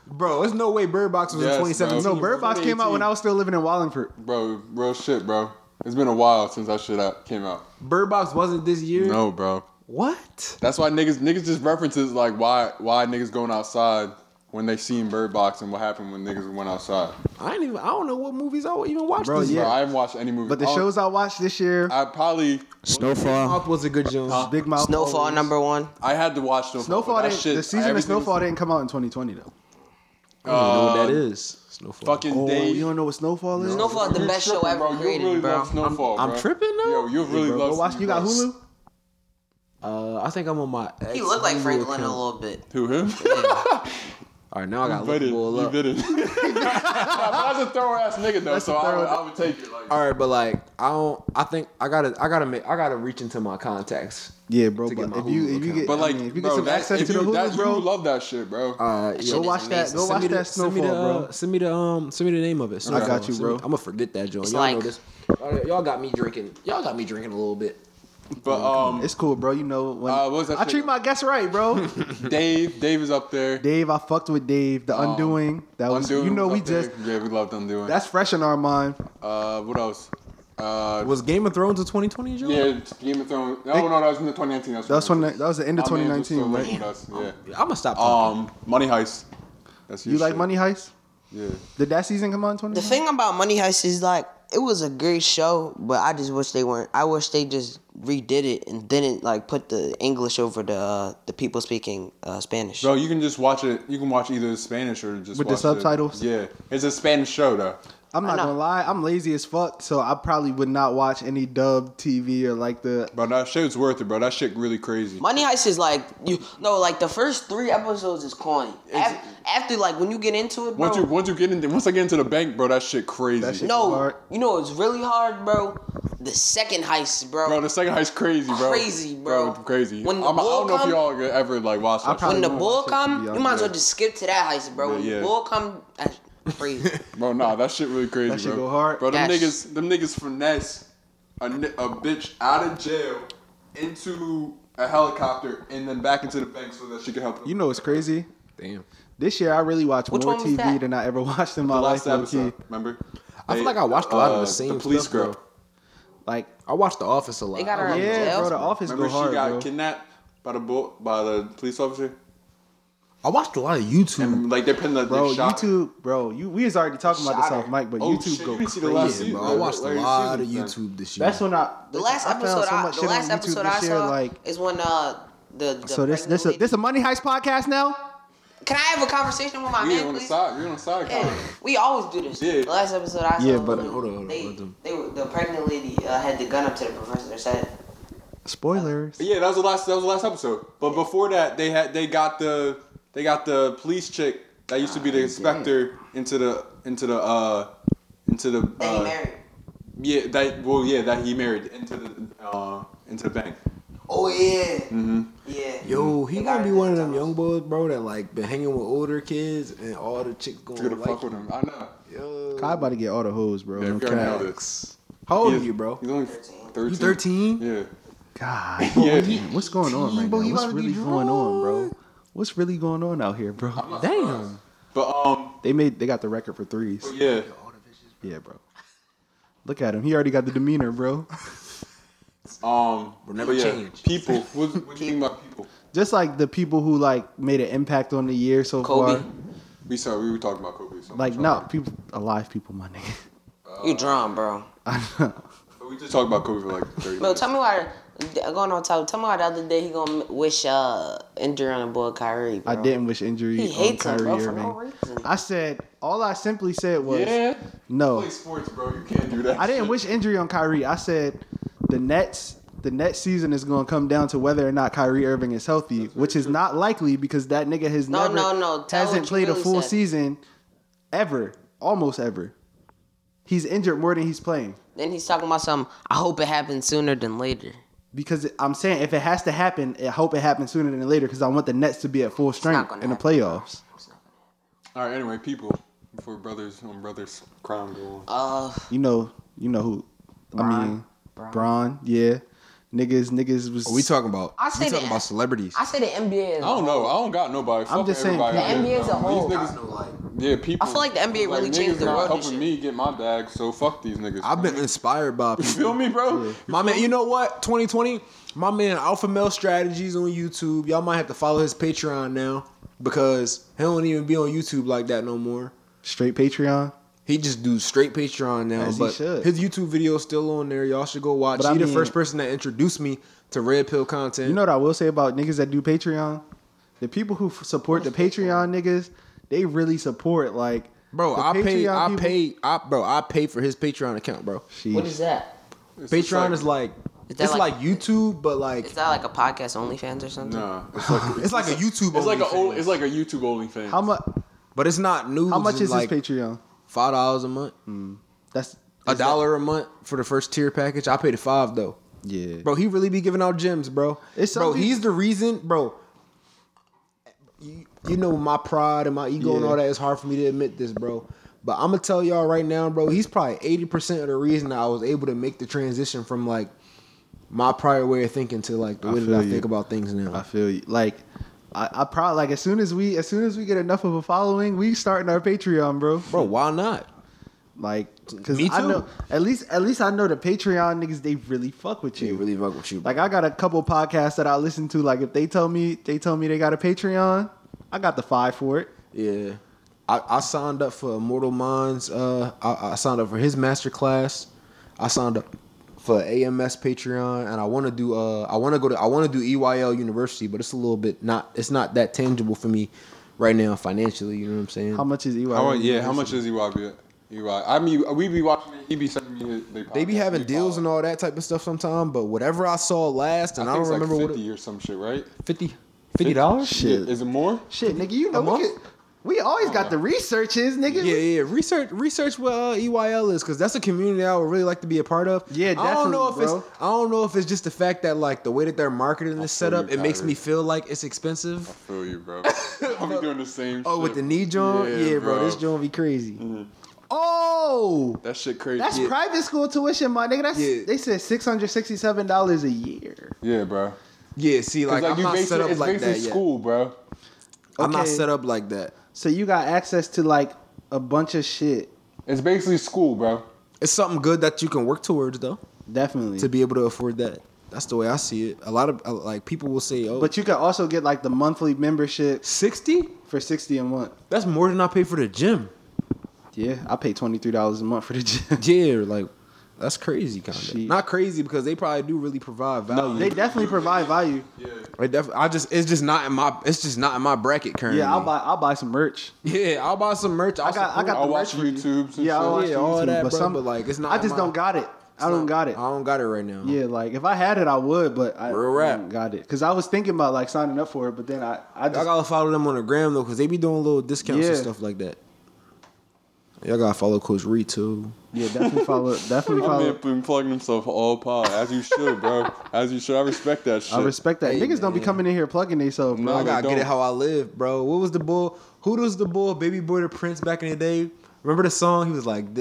bro, there's no way Bird Box was
Yes,
in
bro.
2017.
No, Bird Box came out when
2018.
I was still living in Wallingford.
Bro, real shit, bro. It's been a while since that shit out, came out.
Bird Box wasn't this year.
No, bro.
What?
That's why niggas niggas just references like why why niggas going outside when they seen Bird Box and what happened when niggas went outside.
I ain't even. I don't know what movies I would even watch.
Bro,
this
yeah.
Bro, I haven't watched any movie.
But the
Oh,
shows I watched this year,
I probably
year. Mouth was a good joint.
Big Mouth,
Snowfall
always.
number one.
I had to watch Snowfall.
Snowfall.
but that
Didn't,
shit,
the season of
everything-
Snowfall didn't come out in 2020 though. I don't even know what that
Uh,
is.
Snowfall.
Fucking
Oh,
Dave.
you don't know what Snowfall is?
Snowfall is the
You're
best show
tripping,
ever
bro. You
created,
really
bro.
Love Snowfall,
I'm
bro.
tripping now?
Yo, you really
Bro,
love.
go watch. You got
Snowfall.
Hulu?
Uh, I think I'm on my.
He looked like
ex-Hulu
Franklin a
account.
little bit.
Who him?
All right, now I got
You
to
did.
look
You
up.
did it. nah, but that's a thorough ass nigga though,
That's
so
a
I
thorough-
would, I would take it. Like,
All right, but like I don't. I think I gotta. I gotta make. I gotta reach into my contacts.
Yeah, bro.
To
But
get my
if you
Hulu
if you
account.
get
but
I
like,
mean, if you
bro,
get some
that,
access
if
to the
you, that,
Hulu,
you would
bro.
love that shit, bro.
Uh,
Go
shit
yo,
is
watch that.
amazing.
Go
Send
watch
send me
that
the- send me the,
Snowfall, bro.
uh, Send me the um. Send me the name of it.
I got you, bro.
I'm gonna forget that joint.
It's
Y'all know
like-
this. Y'all, y'all got me drinking. Y'all got me drinking a little bit.
but um,
It's cool, bro. You know when
Uh, what was that
I
shit?
treat my guests right, bro.
um, Dave, Dave is up there.
Dave, I fucked with Dave. The
Um,
Undoing. That was
Undoing
you know
was
we
up there.
just
yeah, we loved Undoing.
that's fresh in our mind.
uh, what else? Uh,
Was Game of Thrones a 2020 joint?
yeah, it's Game of Thrones. No, no, that was in the 2019.
That was when that was the end of
My man's
2019,
was still
right?
living with us,
I'm gonna stop.
Yeah.
talking.
Um, Money Heist. That's your
You like
shit.
Money Heist?
Yeah.
Did that season come out in 2019?
The thing about Money Heist is like it was a great show, but I just wish they weren't. I wish they just redid it and didn't like put the English over the uh, the people speaking uh, Spanish.
Bro, you can just watch it. You can watch either the Spanish or just
With the
watch
subtitles?
yeah, it's a Spanish show though.
I'm not
I know.
gonna lie, I'm lazy as fuck, so I probably would not watch any dub TV or like the.
Bro, that shit's worth it, bro. That shit really crazy.
Money Heist is like you no like the first three episodes is corny. Af- after like when you get into it, bro.
Once you once you get into once I get into the bank, bro, that shit crazy.
That shit-
no,
Hard.
you know it's really hard, bro. The second heist, bro.
bro, the second heist crazy, bro.
Crazy, bro.
crazy.
When the
I'm, I
bull
don't know if
come-
y'all ever like watched
I
that.
probably
when
shit.
the
won't
bull
watch it, to
come,
be
you
honest.
might as well just skip to that heist, bro. When
Yeah, yeah.
the bull come, that's crazy.
Bro, nah, that shit really crazy,
That shit
bro.
go hard.
Bro, them
That sh-
niggas, them niggas finesse a, ni- a bitch out of jail into a helicopter and then back into the bank so that she can help. Them.
You know what's crazy?
Damn.
This year I really watched
Which
more
one was
TV
that?
than I ever watched in my
the
life.
last
low-key.
episode, remember?
I feel
They-
like I watched a lot of the
uh,
same
police
stuff,
girl.
bro.
Like,
I watched The Office a lot.
They got
I
her
love
in
The
yeah,
jail?
bro, the office
Remember
go
she
hard,
got
bro.
kidnapped by the bull, by the police officer.
I watched a lot of YouTube.
And, like they're putting the
Bro,
they shot-
YouTube, bro, you we was already talking about this
Shot
off
her.
mic, but
Oh,
YouTube
shit,
go
you didn't see the
crazy.
last
yeah,
season.
bro. I watched a
Larry
lot of
Season, man.
YouTube this year.
That's when I.
The last
I found
episode,
so
I,
much
the
shit on
last
YouTube
episode
this
I
year,
saw
like.
is when uh the, the
So this
pregnant
this a,
lady-
this a money heist podcast now.
Can I have a conversation with my
Yeah,
man,
on the
please?
side. You're on the side.
Yeah,
Colin.
we always do this.
Yeah.
The last episode I saw.
Yeah, but-
when
Hold on, hold on,
They,
hold on.
they were, the pregnant lady uh, had the gun up to the professor's head.
Spoilers.
Yeah, that was the last. That was the last episode. But before that, they had they got the they got the police chick that used to be the inspector into the into the uh into the
That he
uh,
married.
yeah that well yeah that he married into the uh into the bank.
Oh yeah. Mm-hmm. Yeah.
Yo, he
They
might
got
be
it
one of
that
them
time.
young boys, bro, that like been hanging with older kids and all the chicks going
You're
to
gonna
like.
fuck with him. I know.
Yo.
Kai about to get all the hoes, bro.
Yeah,
No
we already know
cap.
this.
How old
He
are
is-
you, bro?
He's only
Thirteen.
thirteen.
You 13?
Yeah.
God,
Yeah.
man, what's going on right
Bro,
now?
you
What's
about to be
really going on, bro?
drunk.
What's really going on out here, bro?
Damn.
But um
They made they got the record for threes.
Oh, yeah.
Yeah, bro. Look at him. He already got the demeanor, bro.
Um
We'll never
but yeah,
change.
People. What, what do you think about people?
Just like the people who like made an impact on the year so
Kobe.
far.
We saw we were talking about Kobe. So
Like
much
no,
already.
people alive people, my nigga.
You drawn, bro.
I know.
But we just talked about Kobe for like thirty
Bro,
minutes.
tell me why. Going on top. Tell me why the other day he gonna wish uh injury on the boy Kyrie. Bro.
I didn't wish injury
He
on
hates him,
Kyrie
bro, for no
Irving.
reason.
I said all I simply said was
Yeah.
no.
Play sports, bro. You can't do that.
I didn't
shit.
wish injury on Kyrie. I said the Nets, the next season is going to come down to whether or not Kyrie Irving is healthy, which is not likely because that nigga has
No,
never
no, no. Tell
hasn't
what you
played a
really
full
said.
season ever, almost ever. He's injured more than he's playing
Then he's talking about something. I hope it happens sooner than later.
because I'm saying if it has to happen, I hope it happens sooner than later because I want the Nets to be at full strength
gonna
in the
happen.
playoffs.
All right. Anyway, people. Before brothers on brothers crime go on.
Uh,
You know, you know who? I mean, Braun. yeah. Niggas, niggas was.
What we talking about?
I
we
say
talking
that-
about celebrities.
I say the NBA is.
I don't know. I don't got nobody. Fuck
just saying
everybody.
people-
out
The
there,
NBA as a
bro.
whole.
These
I
niggas,
know, like,
yeah, people.
I feel like the NBA really
niggas
changed the
not
world and
helping
shit.
me get my bag, so fuck these niggas.
I've been
You
inspired by
feel
people.
me, bro?
My man, you know what? 2020, my man Alpha Male Strategies on YouTube. Y'all might have to follow his Patreon now because he don't even be on YouTube like that no more.
straight Patreon.
He just do straight Patreon now,
As he
but
should.
his YouTube video is still on there. Y'all should go watch.
But I
he the
mean-
first person that introduced me to red pill content.
You know what I will say about niggas that do Patreon? The people who f- support the Patreon niggas, they really support like
Bro,
the
I pay,
Patreon
I
people-
pay, I bro, I pay for his Patreon account, bro.
Sheesh.
What is that?
It's just
Patreon is like,
Is that
it's
like-
like, YouTube, but like,
Is that like a podcast OnlyFans or something?
Nah, it's like
it's like a YouTube.
it's like a old,
OnlyFans.
it's like a YouTube OnlyFans.
how much?
but it's not new.
How much is
like
his Patreon? Mm.
Five dollars a month,
That's
a
is that-
dollar a month for the first tier package. I paid a five though.
yeah,
Bro, he really be giving out gems, bro.
It's
bro,
something-
he's the reason, bro. You, you know my pride and my ego and
Yeah.
all that. It's hard for me to admit this, bro. But I'm gonna tell y'all right now, bro. He's probably eighty percent of the reason I was able to make the transition from like my prior way of thinking to like the
I
way that
feel
I
you.
think about things now.
I feel you. Like, I, I probably like as soon as we as soon as we get enough of a following, we starting our Patreon, bro.
bro, why not?
Like, cause
Me
I
too.
know at least at least I know the Patreon niggas they really fuck with you.
fuck with you.
Like I got a couple podcasts that I listen to. Like if they tell me they tell me they got a Patreon, I got the five for it.
Yeah. I, I signed up for Mortal Minds. Uh, I, I signed up for his master class. I signed up for AMS Patreon, and I want to do. Uh, I want to go to. I want to do EYL University, but it's a little bit not. It's not that tangible for me right now financially. You know what I'm saying?
How much is E EY?
How much? Yeah, how much is EY? EY. I mean, we be watching. it, He be sending me. They,
they be having deals and all that type of stuff sometime, but whatever I saw last, and I,
I, think
don't remember
like
what it,
fifty or some shit, right?
50 50 dollars.
Shit.
Is it more?
Shit, nigga, you know
A
we,
month?
could, we always got the researches, nigga.
Yeah, yeah. Research, research what uh, EYL is, because that's a community I would really like to be a part of.
Yeah,
I don't know if
definitely,
it's I don't know if it's just the fact that like the way that their marketing is set
feel
up,
you,
it makes me
Kyrie.
feel like it's expensive.
feel you, bro. I'll be doing the same.
Oh, with
shit.
the knee joint,
Yeah,
yeah, bro, This
bro.
joint be crazy.
Oh,
That shit crazy.
that's
Mm, yeah.
private school tuition, my nigga. That's
Yeah.
they said six hundred sixty-seven dollars a year.
yeah, bro.
Yeah, see, like,
Like, like
I'm
you
not
based
set up
it's
like
based in
that yet.
school, bro.
I'm not
Okay.
set up like that.
So you got access to like a bunch of shit.
It's basically school, bro.
It's something good that you can work towards though
Definitely.
to be able to afford that. That's the way I see it. A lot of uh, like people will say, "Oh,
but you can also get like the monthly membership
60?
for sixty a month.
That's more than I pay for the gym."
Yeah, I pay twenty three dollars a month for the gym.
Yeah, like that's crazy, kind of.
Shit.
Not crazy because they probably do really provide value.
they definitely provide value.
I def- I just it's just not in my it's just not in my bracket currently.
Yeah, I'll buy I'll buy some merch.
Yeah, I'll buy some merch. I'll
I got I got
I'll
the
watch
merch for you.
YouTubes and
Yeah, I'll watch
shit.
Yeah, all
YouTube,
that,
but
bro,
some
but, like, it's not
I just
my-
don't got it. I don't got it.
I don't got it right now.
Yeah, like if I had it, I would, but I,
Real
I
rap.
don't got it because I was thinking about like signing up for it, but then I I
Y'all
just
gotta follow them on the gram though, cause they be doing little discounts and
Yeah.
stuff like that. Y'all gotta follow Coach Reed too.
yeah definitely follow definitely
My man
follow.
been plugging himself all pod as you should, bro. As you should. I respect that shit.
I respect that
Hey,
niggas don't be
man.
coming in here plugging themselves, bro.
No,
I gotta
they
get it
don't.
how I live, bro. What was the bull? Who was the bull? Baby boy the Prince back in the day. Remember the song? He was like,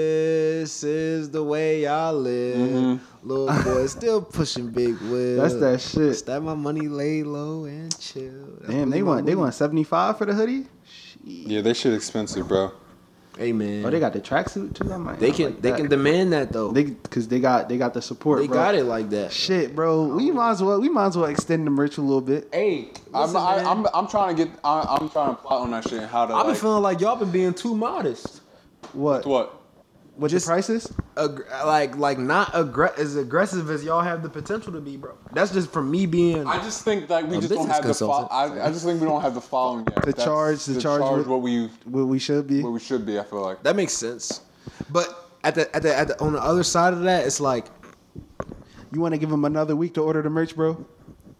"This is the way I live." Little boy still pushing big
Mm-hmm.
wheel.
That's that shit.
Stab my money, lay low and chill. That's
Damn, they
really my
want they
weed.
want seventy five for the hoodie. Shit.
Yeah, they shit expensive, bro.
Hey man,
Oh, they got the tracksuit too. I might
they
not
can
like
they
that.
can demand that though. They,
they because they got they got the support. bro.
got it like that.
Shit, bro. We might as well we might as well extend the merch a little bit.
Hey,
I'm, I, I'm, I'm trying to get. I, I'm trying to plot on that shit and how to.
have been
like,
feeling like y'all been being too modest.
What
what?
what
just-
the prices?
Ag- like like not aggr- as aggressive as y'all have the potential to be, bro. That's just from me being.
I just think like we
A
just don't
business
have the. Fo-
consultant.
I, I just think we don't have the following yet.
The
That's-
charge- the charge with-
what we
What we should be.
what we should be. I feel like.
That makes sense. But at the, at the at the on the other side of that, it's like
You want to give them another week to order the merch, bro?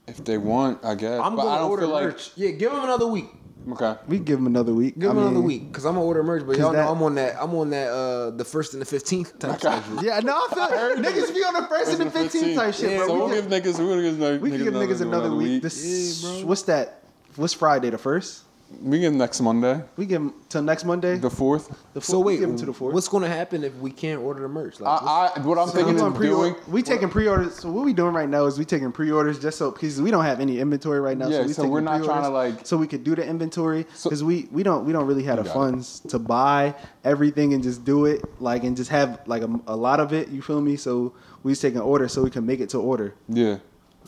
If they want, I guess.
I'm
but I
gonna
don't
order
feel like,
merch. Yeah, give them another week.
Okay.
We can give them another week.
Give
I
them another
mean-
week because I'm gonna order merch. But y'all
that-
know I'm on that. I'm on that. Uh, the first and the fifteenth type. schedule.
Yeah, no, I feel niggas be on the first and the fifteenth type shit,
Yeah,
bro.
so
we
we'll
can-
give niggas. We'll give niggas,
We can give niggas another, week. This what's that? What's Friday the first?
we give next Monday,
We give 'em till next Monday.
the fourth.
The
So
fourth- we
wait,
give 'em to the fourth.
what's gonna happen if we can't order the merch? Like, what's-
I, I what I'm
we,
thinking
doing
of
pre-order-
doing.
we taking pre-orders. So what we doing right now is we taking pre-orders just so because we don't have any inventory right now.
Yeah,
so, we
so
taking
we're not
pre-orders
tryna, like-
so we could do the inventory
So-
because we we don't we don't really have the
got it.
funds to buy everything and just do it like and just have like a, a lot of it. You feel me? So we just taking order so we can make it to order.
Yeah.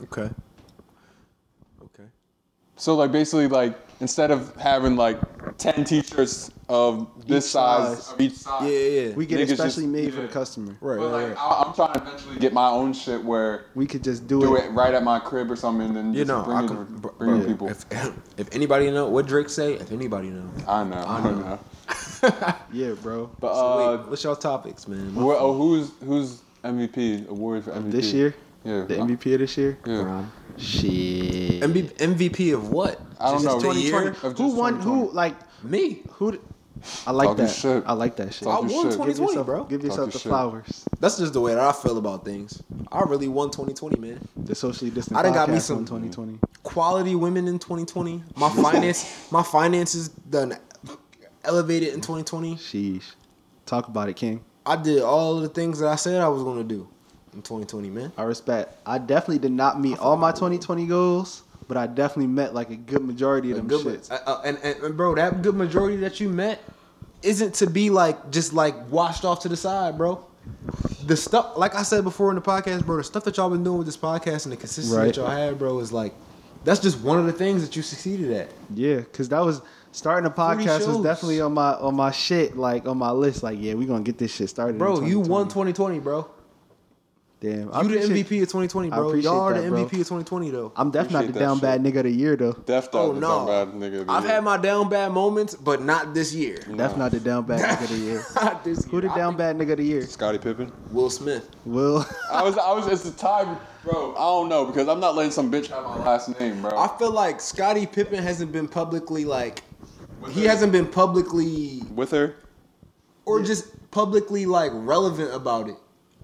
okay. Okay.
So like basically like instead of having like ten t-shirts of this
Each
size,
size.
of each size.
Yeah, yeah, yeah.
We get it
Niggas just-
specially made for the
yeah.
customer.
right,
But like,
right, right.
I, I'm trying to eventually get my own shit where
We could just do,
do
it.
it right at my crib or something, and then
You
just
know,
bring,
I
it,
can, bro,
bring
bro,
it people.
If, if anybody know what Drake say, if anybody know.
I know, I
know.
know.
Yeah, bro.
But
So
uh,
wait, what's y'all topics, man?
wh- oh, who's who's MVP award for MVP
This year,
Yeah,
the MVP of this year.
Yeah.
Bro.
Shit.
MB, MVP of what?
I don't
Just
know.
the year?
2020. Of
Who
just
won? Who
2020.
like?
Me.
Who? d- I like
Talking
that.
shit.
I like that shit.
I
Talking
won
shit. Give
2020,
yourself,
bro.
Give
Talk
yourself
your
the
shit.
flowers.
That's just the way that I feel about things. I really won 2020, man.
The socially distant.
I done got me
podcast
some-
on 2020.
Quality women in 2020. My finance, my finances done elevated in 2020.
Sheesh. Talk about it, King.
I did all of the things that I said I was gonna do in 2020, man.
I respect. I definitely did not meet all my 2020 goals, but I definitely met like a good majority of
A
them
good
shits.
ma- uh, uh, and, and, and bro, that good majority that you met isn't to be like just like washed off to the side, bro. The stuff, like I said before in the podcast, bro, the stuff that y'all been doing with this podcast and the consistency
Right.
that y'all had, bro, is like that's just one of the things that you succeeded at.
Yeah, because that was starting a podcast was
shows.
definitely on my on my shit like on my list. Like, yeah, we gonna get this shit started. in
Bro, you won
2020.
2020, bro.
Damn, I
You the
appreciate-
MVP of 2020,
I
bro.
appreciate
Y'all are the
that, bro.
MVP of 2020, though.
I'm definitely not the
Appreciate
down bad
that
nigga of the year though.
Def Dog
Oh
was talking about
no,
nigga. of the
I've
year.
had my down bad moments, but not this year.
Mm.
Definitely not the down bad nigga of the year.
Not this year.
Who the
I
down
think
bad nigga of the year?
Scottie Pippen.
Will Smith.
Will.
I was, I was, it's the time, bro. I don't know because I'm not letting some bitch have my last name, bro.
I feel like Scottie Pippen hasn't been publicly like
With
he
her-
hasn't been publicly
with her.
or just publicly like relevant about it.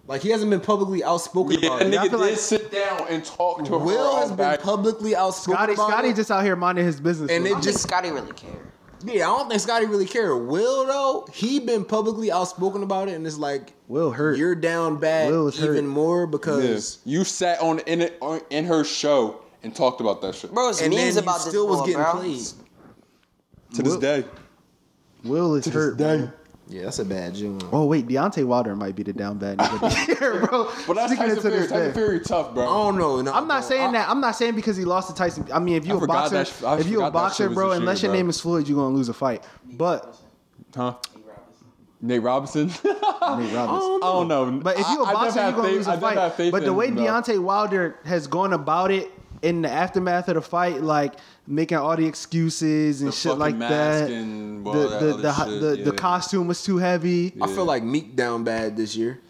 Like he hasn't been publicly outspoken
Yeah,
about
that
it.
I
nigga
feel
did
like-
sit down and talk to her.
Will
all
has been
back.
publicly outspoken
Scotty,
about
Scotty
it.
just out here minding his business.
And
with
it
it.
just
Scotty really care.
yeah, I don't think Scotty really cared. Will though, he been publicly outspoken about it, and it's like
Will hurt.
You're down bad
Will is
even
hurt.
more because
Yes. You sat on in it on, in her show and talked about that shit
Bro, it's
and
memes
then
about
he
this
still was
boy,
getting
bro.
played.
to this
Will-
day.
Will is hurt. bro.
Yeah, that's a bad joint.
Oh wait, Deontay Wilder might be the down bad nigga of the year, bro.
But that's
Sticking it
Tyson
to
Fury.
this
Tyson
day.
Fury tough, bro.
I
Oh.
don't know. nah,
I'm not
bro.
saying
I-
that. I'm not saying because he lost to Tyson. I mean, if you
I
a
forgot
boxer,
that sh- I
if you a
forgot that
boxer,
shit was
bro,
this year,
unless your
bro.
name is Floyd, you are gonna lose a fight. But
huh? Nate Robinson.
Nate Robinson.
I don't know.
But if you a
Oh, I- I
boxer,
never
you're
had
gonna
faith-
lose
I
a
never had
fight.
faith
But the
in
way
him, bro.
Deontay Wilder has gone about it in the aftermath of the fight, like making all the excuses and
The
shit
fucking
like
mask
that.
and all
the
that
the
other
the,
shit,
the, the
yeah.
costume was too heavy.
I feel like Meek down bad this year.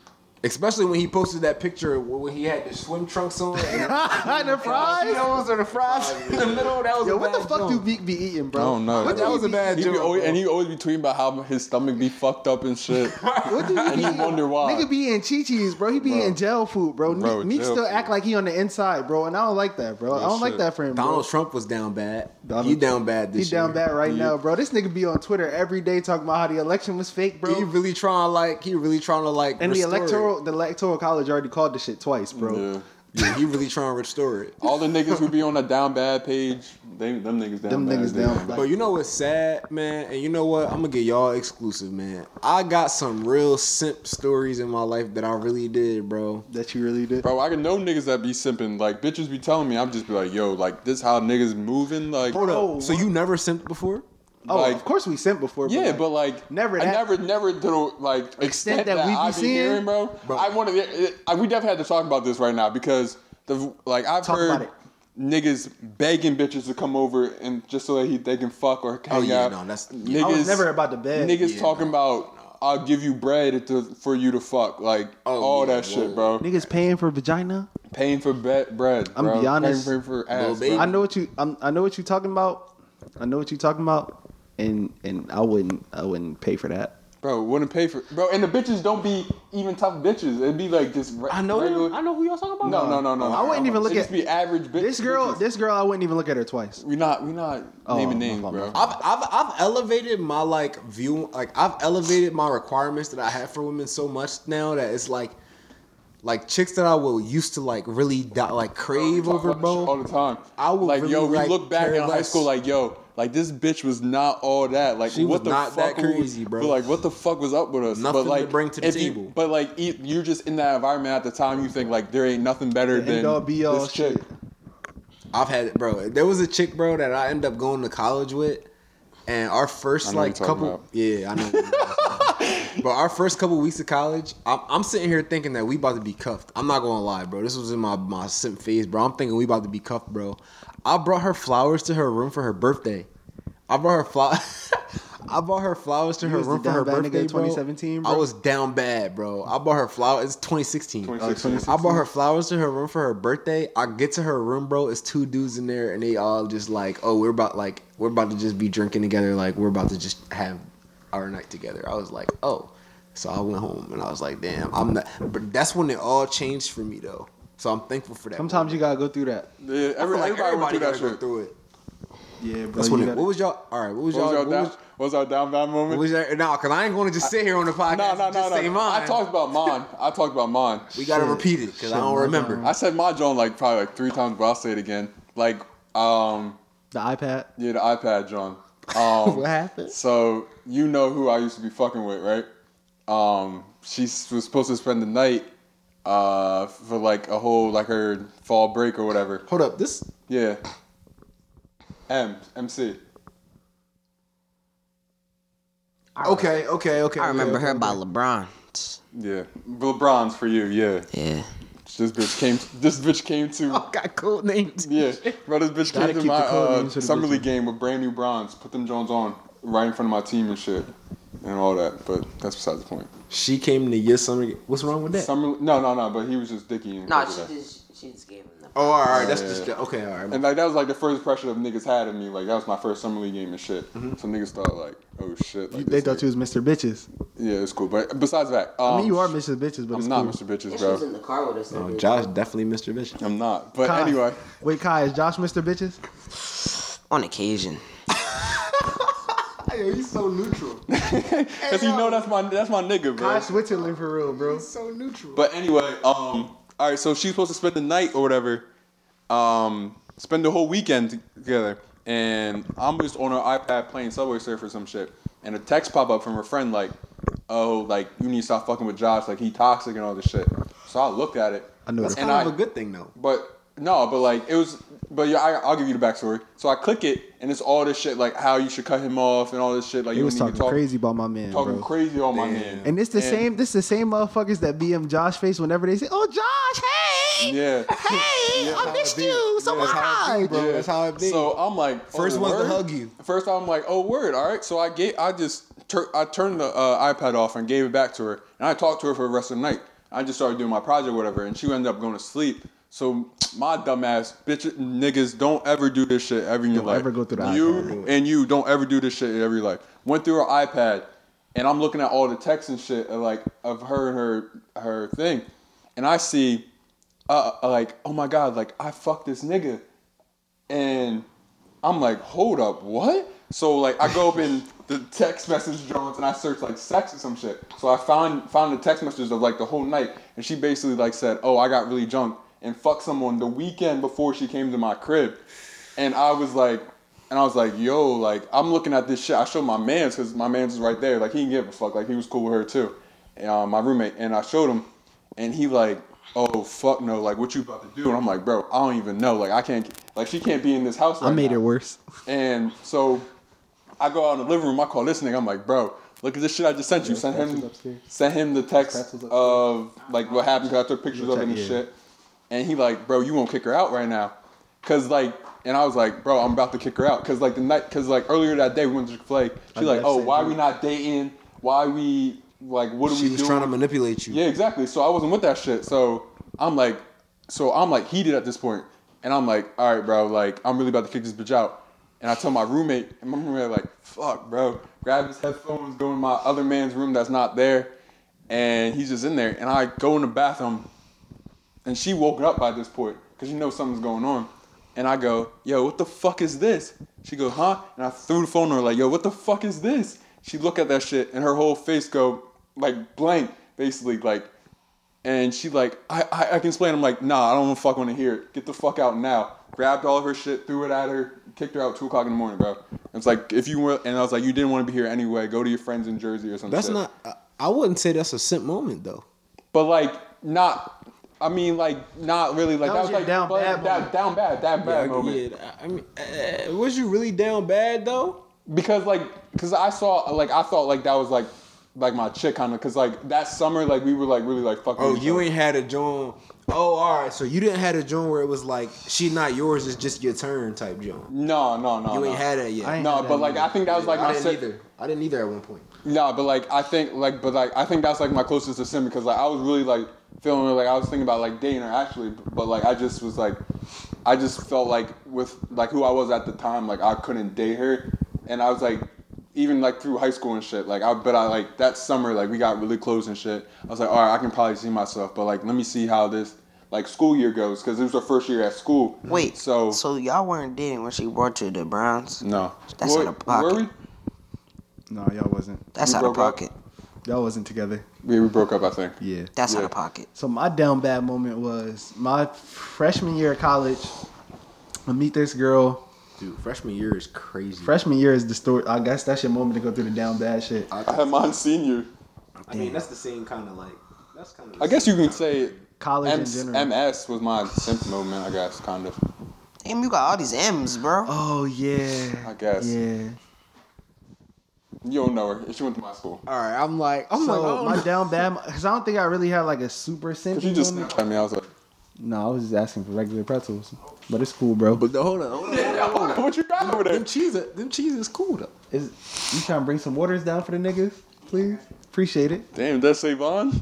Especially when he posted that picture when he had the swim trunks on and
the fries.
those are the fries in the middle. That was
Yo,
a
what
bad
the fuck do
joke.
Meek be eating, bro?
I don't know.
What do
That
he
was a
be
bad
eating?
He be always, and he always be tweeting about how his stomach be fucked up and shit.
What do
And
be
you
eating?
wonder why.
Nigga be eating chi chis, bro. He be
Bro.
eating jail food, bro.
Bro,
Meek, Meek
jail
still
food.
act like he on the inside, bro, and I don't like that, bro. I
Real
don't like
shit.
that for him. bro.
Donald Trump was down bad.
Donald
he down bad
He
this year.
down bad right now, bro. This nigga be on Twitter every day talking about how the election was fake, bro.
He really trying like he really trying to like
and the
restore it.
electoral the electoral college already called the shit twice, bro.
Yeah.
Yeah, he really trying to restore it.
All the niggas who be on the down bad page, they, them niggas down
Them
bad.
niggas
they-
down bad.
But you know what's sad, man, and you know what? I'm gonna get y'all exclusive, man. I got some real simp stories in my life that I really did, bro.
That you really did.
Bro, I can know niggas that be simping. Like bitches be telling me, I'm just be like, yo, like this how niggas moving. Like,
Hold up.
Oh,
so you never simped before?
oh,
like-
of course we sent before.
yeah, but like,
never
I
that-
never, never to the, like extent,
that
that,
we be
I be
seeing?
hearing, bro.
Bro.
I want to. We definitely had to talk about this right now because the like I've
Talk about
heard
it.
niggas begging bitches to come over and just so that he, they can fuck or hang
Oh, yeah,
out.
no, that's-
niggas,
I was never about to beg.
Niggas
Yeah,
talking about. I'll give you bread to, for you to fuck, like
Oh,
all
yeah,
that shit, bro.
whoa.
niggas paying for vagina.
Paying for be- bread.
I'm
bro.
be honest,
Paying for, for
Lil
ass,
Baby.
bro.
I know what you. I'm, I know what you talking about. I know what you talking about. And and I wouldn't. I wouldn't pay for that.
Bro, wouldn't pay for bro, and the bitches don't be even tough bitches. It'd be like just re- regular-
know who y'all talking about.
No, no, no,
Oh,
no.
I wouldn't even look
It just
at-
be average bitch.
This girl.
bitches.
This girl. I wouldn't even look at her twice.
we not we not
Oh,
naming
my
names,
fault, my
bro.
I've, I've I've elevated my like view like I've elevated my requirements that I have for women so much now that it's like like chicks that I will used to like really di- like crave
We talk
over
about this shit all
bro.
the time.
I would
like yo,
really
we
like
look back
care
in high
less.
school, like yo, like this bitch was not all that. Like
She
what
was
the
not
fuck
that
was-
crazy, bro.
But like what the fuck was up with us?
Nothing
but,
to
like,
bring to the
if you-
table.
but like e- you're just in that environment at the time. You think like there ain't nothing better
The
than
end-all, be-all
this chick.
shit.
I've had it, bro. There was a chick, bro, that I ended up going to college with, And our first
I know what
like
you're talking
couple,
about.
yeah, I know. what you're talking about. but our first couple weeks of college, I'm, I'm sitting here thinking that we about to be cuffed. I'm not gonna lie, bro. This was in my my simp phase, bro. I'm thinking we about to be cuffed, bro. I brought her flowers to her room for her birthday. I brought her flowers. I bought her flowers to her
was
room
the
for her
down bad nigga
birthday,
in
bro.
2017,
I
bro?
was down bad, bro. I bought her flowers. It's 2016.
Oh,
2016.
I bought her flowers to her room for her birthday. I get to her room, bro. It's two dudes in there, and they all just like, oh, we're about like we're about to just be drinking together. Like we're about to just have our night together. I was like, oh. So I went home and I was like, damn, I'm not. But that's when it all changed for me, though. So I'm thankful for that.
Sometimes you gotta go through that.
Yeah, every,
I feel
everybody,
like
went through
everybody
that
gotta go
shit.
through it.
Yeah, bro.
That's
you
when it,
gotta-
what was y'all? All right, what was
What
y'all?
was,
What
your down,
was,
what was our down bad moment?
what was y'all? No, cause I ain't going to just sit here on the podcast.
no, no,
and
no,
just
no.
Say mine.
I talked about mine. I talked about mine.
We gotta
Shit.
repeat it because I
Shit,
don't
my
remember.
I said my John like probably like three times, but I'll say it again. Like, um,
the iPad.
yeah, the iPad John. Um,
What happened?
So you know who I used to be fucking with, right? Um, she s- was supposed to spend the night uh, for like a whole like her fall break or whatever.
Hold up, this
Yeah. M MC.
Okay, okay, okay.
I remember her by LeBron.
Yeah, LeBron's for you. Yeah,
Yeah.
this bitch came. This bitch came to.
Got cool names.
Yeah, bro, this bitch
Gotta
came to
keep
my
the code
uh,
names for the
summer
bitches.
league game with brand new bronze. Put them Jones on right in front of my team and shit, and all that. But that's besides the point.
She came to your summer. ga- What's wrong with that?
Summer, no, no, no. But he was just dicky. and
No,
shit
she
like that.
just she just gave him the.
oh, all right. That's
Yeah.
just okay. All right.
And like that was like the first impression of niggas had of me. Like that was my first summer league game and shit. So niggas thought like, oh shit. Like,
They
this
thought Mm-hmm. you was Mr. Bitches.
nigga- Yeah, it's cool. But besides that, um,
I mean, you are Mr. Bitches, but
I'm
it's
not
cool.
Mr. Bitches,
She was
bro.
in the car with us.
Oh, Josh definitely Mr. Bitch.
I'm not. But
Kai.
anyway,
Wait, Kai, is Josh Mr. Bitches?
On occasion.
Hey, he's so neutral.
because you know that's my that's my nigga, bro.
Kai Switzerland for real, bro.
so neutral.
But anyway, um, all right. So she's supposed to spend the night or whatever, um, spend the whole weekend together, and I'm just on her iPad playing Subway Surf or some shit, and a text pop up from her friend like, "Oh, like you need to stop fucking with Josh, like he toxic and all this shit." So I looked at it.
I know
That's
that.
kind
And
of
I-
a good thing though.
But no, but like it was. But yeah, I, I'll give you the backstory. So I click it, and it's all this shit like how you should cut him off and all this shit. Like
He
you
was
don't need
talking
to talk,
crazy about my man,
talking
bro.
crazy on my man.
And it's the same. This the same motherfuckers that BM Josh face whenever they say, "Oh, Josh, hey,
Yeah.
hey,
Yeah,
I missed
be.
you so
Yeah, that's how it be,
much."
bro. That's how it be.
So I'm like,
First
oh,
ones to
word?
hug you.
First I'm like, oh word, all right. So I gave, I just, tur- I turned the uh, iPad off and gave it back to her, and I talked to her for the rest of the night. I just started doing my project, whatever, and she ended up going to sleep. So my dumbass bitch niggas don't ever do this shit ever in your
Don't
life.
ever go through the
You
iPad.
and you don't ever do this shit in every life. Went through her iPad, and I'm looking at all the texts and shit, uh, like of her and her her thing, and I see, uh, like, oh my god, like I fucked this nigga and I'm like, hold up, what? So like, I go up in the text message drones and I search like sex or some shit. So I found found the text messages of like the whole night, and she basically like said, oh, I got really drunk and fucked someone the weekend before she came to my crib, and I was like. And I was like, yo, like, I'm looking at this shit. I showed my man's because my man's was right there. Like, he didn't give a fuck. Like, he was cool with her too. And, uh, my roommate. And I showed him, and he, like, oh, fuck no. Like, what you about to do? And I'm like, bro, I don't even know. Like, I can't, like, she can't be in this house.
I
right
made
now.
it worse.
And so I go out in the living room. I call this nigga. I'm like, bro, look at this shit I just sent you. Send him, send him the text of like what happened. Cause I took pictures of it and
Yeah.
shit. And he like, bro, you won't kick her out right now, cause like. And I was like, bro, I'm about to kick her out, cause like the night, cause like earlier that day we went to Chick Fil A. She like,
that
oh,
same
why
thing.
we not dating? Why we like, what are
She
we
was
doing?
trying to manipulate you.
Yeah, exactly. So I wasn't with that shit. So I'm like, so I'm like heated at this point, and I'm like, all right, bro, like I'm really about to kick this bitch out. And I tell my roommate, and my roommate like, fuck, bro, grab his headphones, go in my other man's room that's not there, and he's just in there. And I go in the bathroom, and she woke up by this point because you know something's going on. And I go, yo, what the fuck is this? She go, huh? And I threw the phone on her like, yo, what the fuck is this? She look at that shit and her whole face go like blank, basically like. And she like, I I, I can explain. I'm like, nah, I don't want to fuck want to hear it. Get the fuck out now. Grabbed all of her shit, threw it at her, kicked her out two o'clock in the morning, bro. And it's like if you were, and I was like, you didn't want to be here anyway. Go to your friends in Jersey or something.
That's not. I- I wouldn't say that's a simp moment though.
But like not I mean like not really like
That
that
was
was,
your
like
down
but
bad
that
moment.
down bad that bad
Yeah,
moment.
eh, I mean, uh, was you really down bad though?
because like because I saw like I thought like that was like like my chick kind of because like that summer like we were like really like fucking.
Oh,
each
you
other.
ain't had a joint. Oh, all right. So you didn't had a joint where it was like she not yours. It's just your turn type joint.
No, no, no.
You ain't
no.
had that yet.
I ain't
No,
had that
but like
either.
I think that was like
I
my
didn't
si-
either. I didn't either at one point.
No, but like I think like but like I think that's like my closest to sin because like I was really like feeling like I was thinking about like dating her actually, but like I just was like I just felt like with like who I was at the time like I couldn't date her, and I was like even like through high school and shit like I but I like that summer like we got really close and shit. I was like all right I can probably see myself, but like let me see how this like school year goes because it was her first year at school.
Wait,
so
so so y'all weren't dating when she brought you to the Browns?
no,
That's
Were-
out of pocket.
were we?
No, y'all wasn't.
That's
You
out of
broke up?
pocket.
Y'all wasn't together.
Yeah, we broke up I think.
Yeah.
That's out
Yeah.
of pocket.
So my down bad moment was my freshman year of college. I meet this girl.
Dude, freshman year is crazy.
Freshman year is the story. I guess that's your moment to go through the down bad shit.
I had mine senior.
I mean, that's the same kind of like. That's kind of.
I guess you can say
College in
MS
general.
MS was my simp moment, I guess, kind of.
Damn, you got all these M's, bro.
oh yeah.
I guess.
Yeah.
You don't know her. She went to my school.
All right, I'm like, I'm like,
so
oh,
my down bad, because I don't think I really had like a super
Cause
sympathy
you just
moment.
snapped at me. I was like,
No, I was just asking for regular pretzels, but it's cool, bro.
But the- hold on, hold on, hold on, hold on.
"What you got over there?"
Them cheese, them cheese is cool though.
Is you trying to bring some waters down for the niggas, please? Appreciate it.
Damn, that's Savon.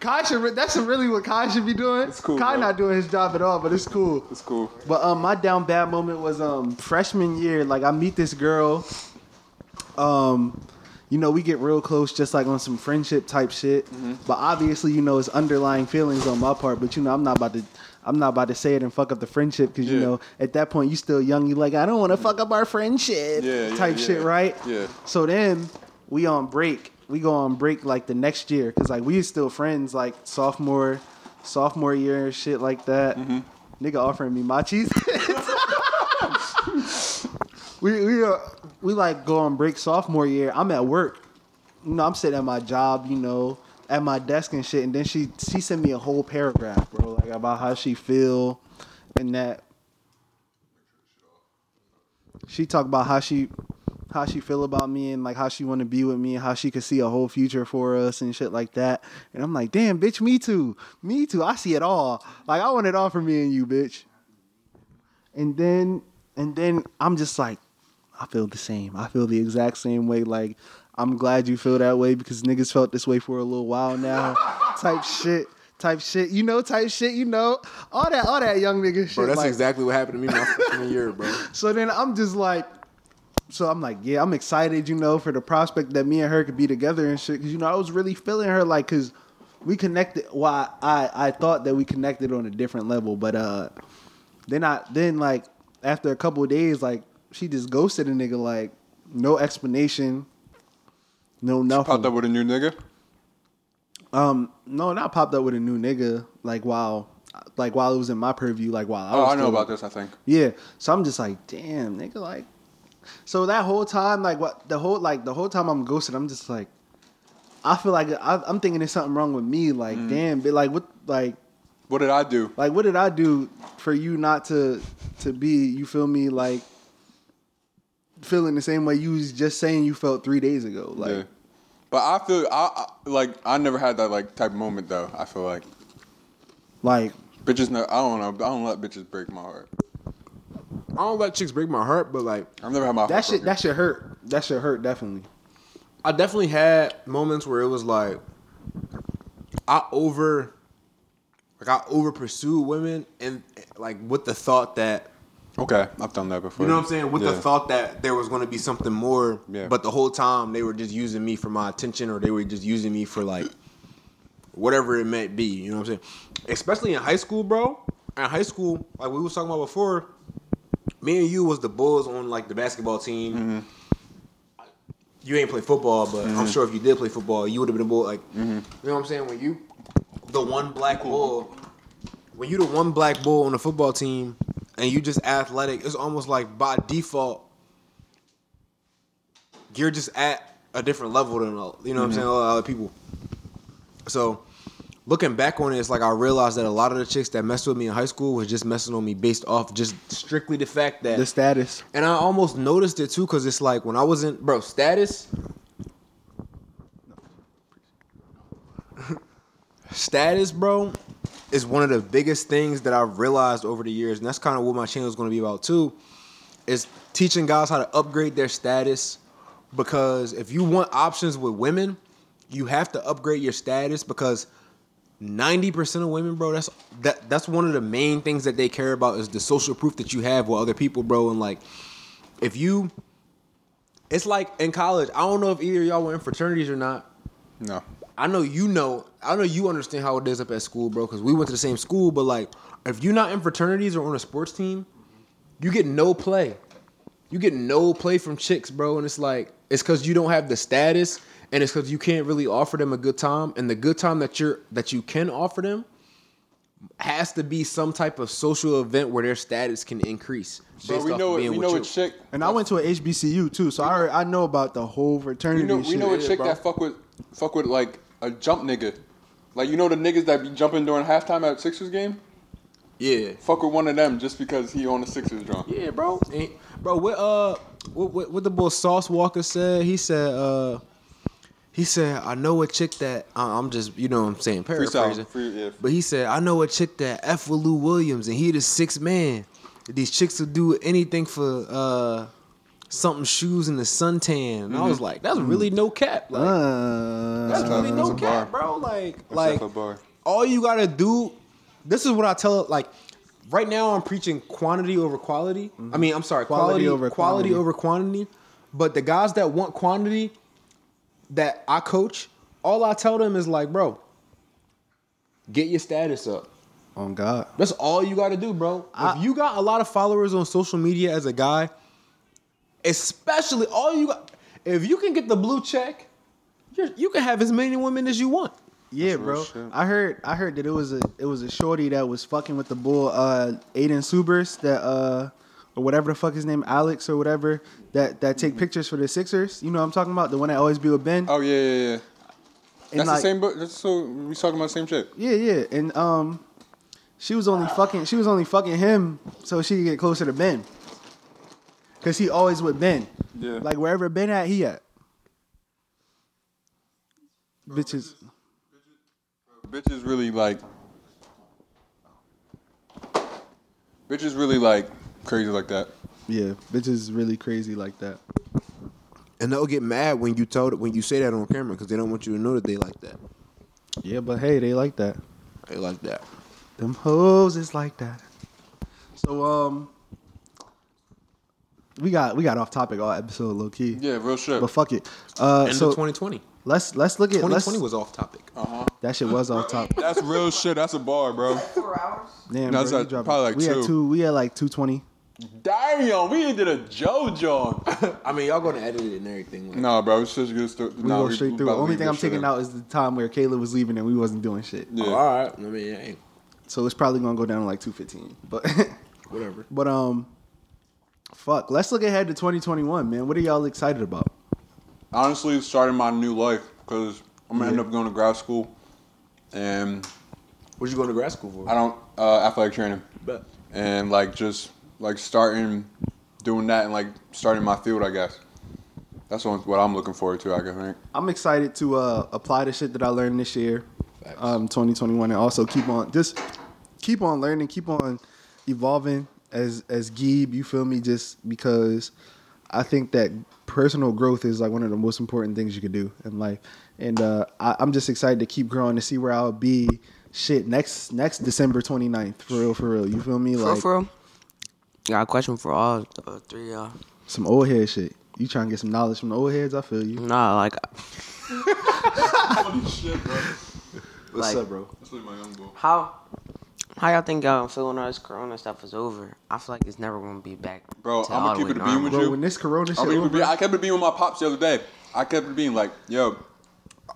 Kai should. re- That's really what Kai should be doing.
It's cool,
Kai
bro.
not doing his job at all, but it's cool.
It's cool.
But um, my down bad moment was um freshman year. Like I meet this girl. Um, you know we get real close, just like on some friendship type shit. But obviously, you know, it's underlying feelings on my part. But you know, I'm not about to. I'm not about to say it and fuck up the friendship because you
Yeah.
know at that point you still young. You like I don't want to fuck up our friendship
Yeah, yeah,
type
yeah.
shit, right?
Yeah.
So then we on break. We go on break like the next year because like we was still friends like sophomore, sophomore year and shit like that.
Mm-hmm.
Nigga offering me my cheese. we we uh, we like go on break sophomore year. I'm at work. You know, I'm sitting at my job. You know, at my desk and shit. And then she she sent me a whole paragraph, bro, like about how she feel and that she talked about how she how she feel about me and like how she want to be with me and how she could see a whole future for us and shit like that. And I'm like, damn, bitch, me too, me too. I see it all. Like I want it all for me and you, bitch. And then and then I'm just like, I feel the same. I feel the exact same way. Like I'm glad you feel that way because niggas felt this way for a little while now. type shit. Type shit, you know, type shit, you know, all that, all that young nigga shit.
Bro, that's
like-
exactly what happened to me my freshman year, bro.
so then I'm just like, so I'm like, yeah, I'm excited, you know, for the prospect that me and her could be together and shit. Cause you know, I was really feeling her, like, cause we connected. Why I I thought that we connected on a different level, but uh, then I then like after a couple of days, like she just ghosted a nigga, like no explanation, no nothing.
Popped up with a new nigga.
Um, no, not popped up with a new nigga. Like while, like while it was in my purview, like while I
Oh,
was
I know
still-
about this. I think.
yeah. So I'm just like, damn, nigga, like. So that whole time, like, what the whole like the whole time I'm ghosted, I'm just like, I feel like I, I'm thinking there's something wrong with me. Like,
Mm.
damn, but like, what, like,
What did I do?
like, what did I do for you not to to be? You feel me? Like, feeling the same way you was just saying you felt three days ago. Like,
yeah. But I feel I, I like I never had that like type of moment though. I feel like
like,
bitches. No, I don't know. I don't let bitches break my heart.
I don't let chicks break my heart, but like,
I've never had my
that
heart
shit,
broken.
that should hurt. That should hurt definitely.
I definitely had moments where it was like, I over, like I over pursued women, and like with the thought that
okay, I've done that before.
You know what I'm saying? With the
Yeah.
thought that there was going to be something more,
Yeah.
but the whole time they were just using me for my attention or they were just using me for like whatever it might be. You know what I'm saying? Especially in high school, bro. In high school, like we was talking about before, me and you was the Bulls on like the basketball team.
Mm-hmm.
You ain't play football, but I'm sure if you did play football, you would have been a bull. Like,
Mm-hmm.
you know what I'm saying? When you the one black bull, when you the one black bull on the football team and you just athletic, it's almost like by default you're Mm-hmm. just at a different level than all- you know what I'm saying. A lot of people. So looking back on it, it's like I realized that a lot of the chicks that messed with me in high school was just messing on me based off just strictly the fact that
The status.
and I almost noticed it too, cause it's like when I was in bro status. status, bro, is one of the biggest things that I've realized over the years, and that's kind of what my channel is going to be about too. Is teaching guys how to upgrade their status, because if you want options with women, you have to upgrade your status because. 90% of women, bro, that's that that's one of the main things that they care about is the social proof that you have with other people, bro. And like if you it's like in college, I don't know if either of y'all were in fraternities or not.
No.
I know you know, I know you understand how it is up at school, bro, because we went to the same school, but like if you're not in fraternities or on a sports team, you get no play. You get no play from chicks, bro, and it's like it's cause you don't have the status and it's cause you can't really offer them a good time. And the good time that you're that you can offer them has to be some type of social event where their status can increase.
So
based
we
off
know
of
it.
being
We
with
know a
you.
chick.
And I went to an HBCU too, so I already- I know about the whole
We
fraternity
know we
shit.
know a chick that fuck with fuck with like a jump nigga. Like you know the niggas that be jumping during halftime at Sixers game.
Yeah.
Fuck with one of them just because he on the Sixers drum.
Yeah, bro. And- bro, what uh what, what what the boy Sauce Walker said, he said uh he said, I know a chick that I- I'm just, you know what I'm saying, paraphrasing.
free- yeah.
But he said, I know a chick that F with Lou Williams and he the sixth man. These chicks will do anything for uh something shoes and the suntan. And I was like, that's really no cap. Like
Uh,
that's
tough.
really no
That's a bar.
cap, bro. Like
Except
like
for bar.
all you gotta do this is what i tell like right now i'm preaching quantity over quality i mean i'm sorry
Quality
quality,
over
over quality
quantity.
over quantity but the guys that want quantity that i coach all i tell them is like bro get your status up
on God.
that's all you got to do, bro. if you got a lot of followers on social media as a guy, especially all you got, if you can get the blue check, you're, you can have as many women as you want.
Yeah,
real
bro.
shit.
I heard I heard that it was a it was a shorty that was fucking with the bull uh Aiden Subers that uh or whatever the fuck his name Alex or whatever that that
Mm-hmm.
take pictures for the Sixers. You know what I'm talking about? The one that always be with Ben.
Oh yeah, yeah, yeah.
And, like-
That's the same. But that's so we talking about the same chick.
Yeah, yeah. And um she was only fucking she was only fucking him so she could get closer to Ben. Cause he always with Ben.
Yeah.
Like wherever Ben at, he at. Bitches.
Bitches really like. Bitches really like crazy like that.
Yeah, bitches really crazy like that.
And they'll get mad when you told when you say that on camera because they don't want you to know that they like that.
Yeah, but hey, they like that.
They like that.
Them hoes is like that. So um we got we got off topic all episode low key.
Yeah, real shit.
But fuck it. Uh
End
so
of 2020.
let's let's look at let's,
2020 was off topic.
that shit was off topic.
That's real shit. That's a bar, bro.
Damn,
No,
bro,
it's
you
like-
dropping-
probably like
we had
two.
two we had like two twenty.
Damn, we did a JoJo.
I mean, y'all gonna edit it and everything. Like,
no, bro, it's just good stuff.
We go straight through. Only thing I'm taking out is the time where Kayla was leaving and we wasn't doing shit.
Yeah.
All right. I mean, hey,
So it's probably gonna go down to like two fifteen. But
whatever.
but um fuck. Let's look ahead to twenty twenty one, man. What are y'all excited about?
honestly starting my new life because I'm gonna end up going to grad school, and
What you going to grad school for?
I don't uh, athletic training,
Bet.
and like just like starting doing that and like starting my field, I guess. That's what what I'm looking forward to. I guess. Right?
I'm excited to uh, apply the shit that I learned this year, um, 2021, and also keep on just keep on learning, keep on evolving as as Geeb. You feel me? Just because I think that personal growth is like one of the most important things you can do in life, and uh, I, I'm just excited to keep growing to see where I'll be. Shit, next next December 29th, for real, for real. You feel me?
For
Like
for real. Got a question for all uh, three of y'all.
some old head shit. You trying to get some knowledge from the old heads? I feel you.
Nah, like
What's
Like-
up, bro?
how how y'all think y'all gonna feel when all this corona stuff is over? I feel like it's never gonna be back.
Bro,
to
I'ma
all the
keep
way
it a beam with
normal.
Bro,
you-
when this corona shit
I, mean,
over,
I kept it being with my pops the other day. I kept it being like, yo,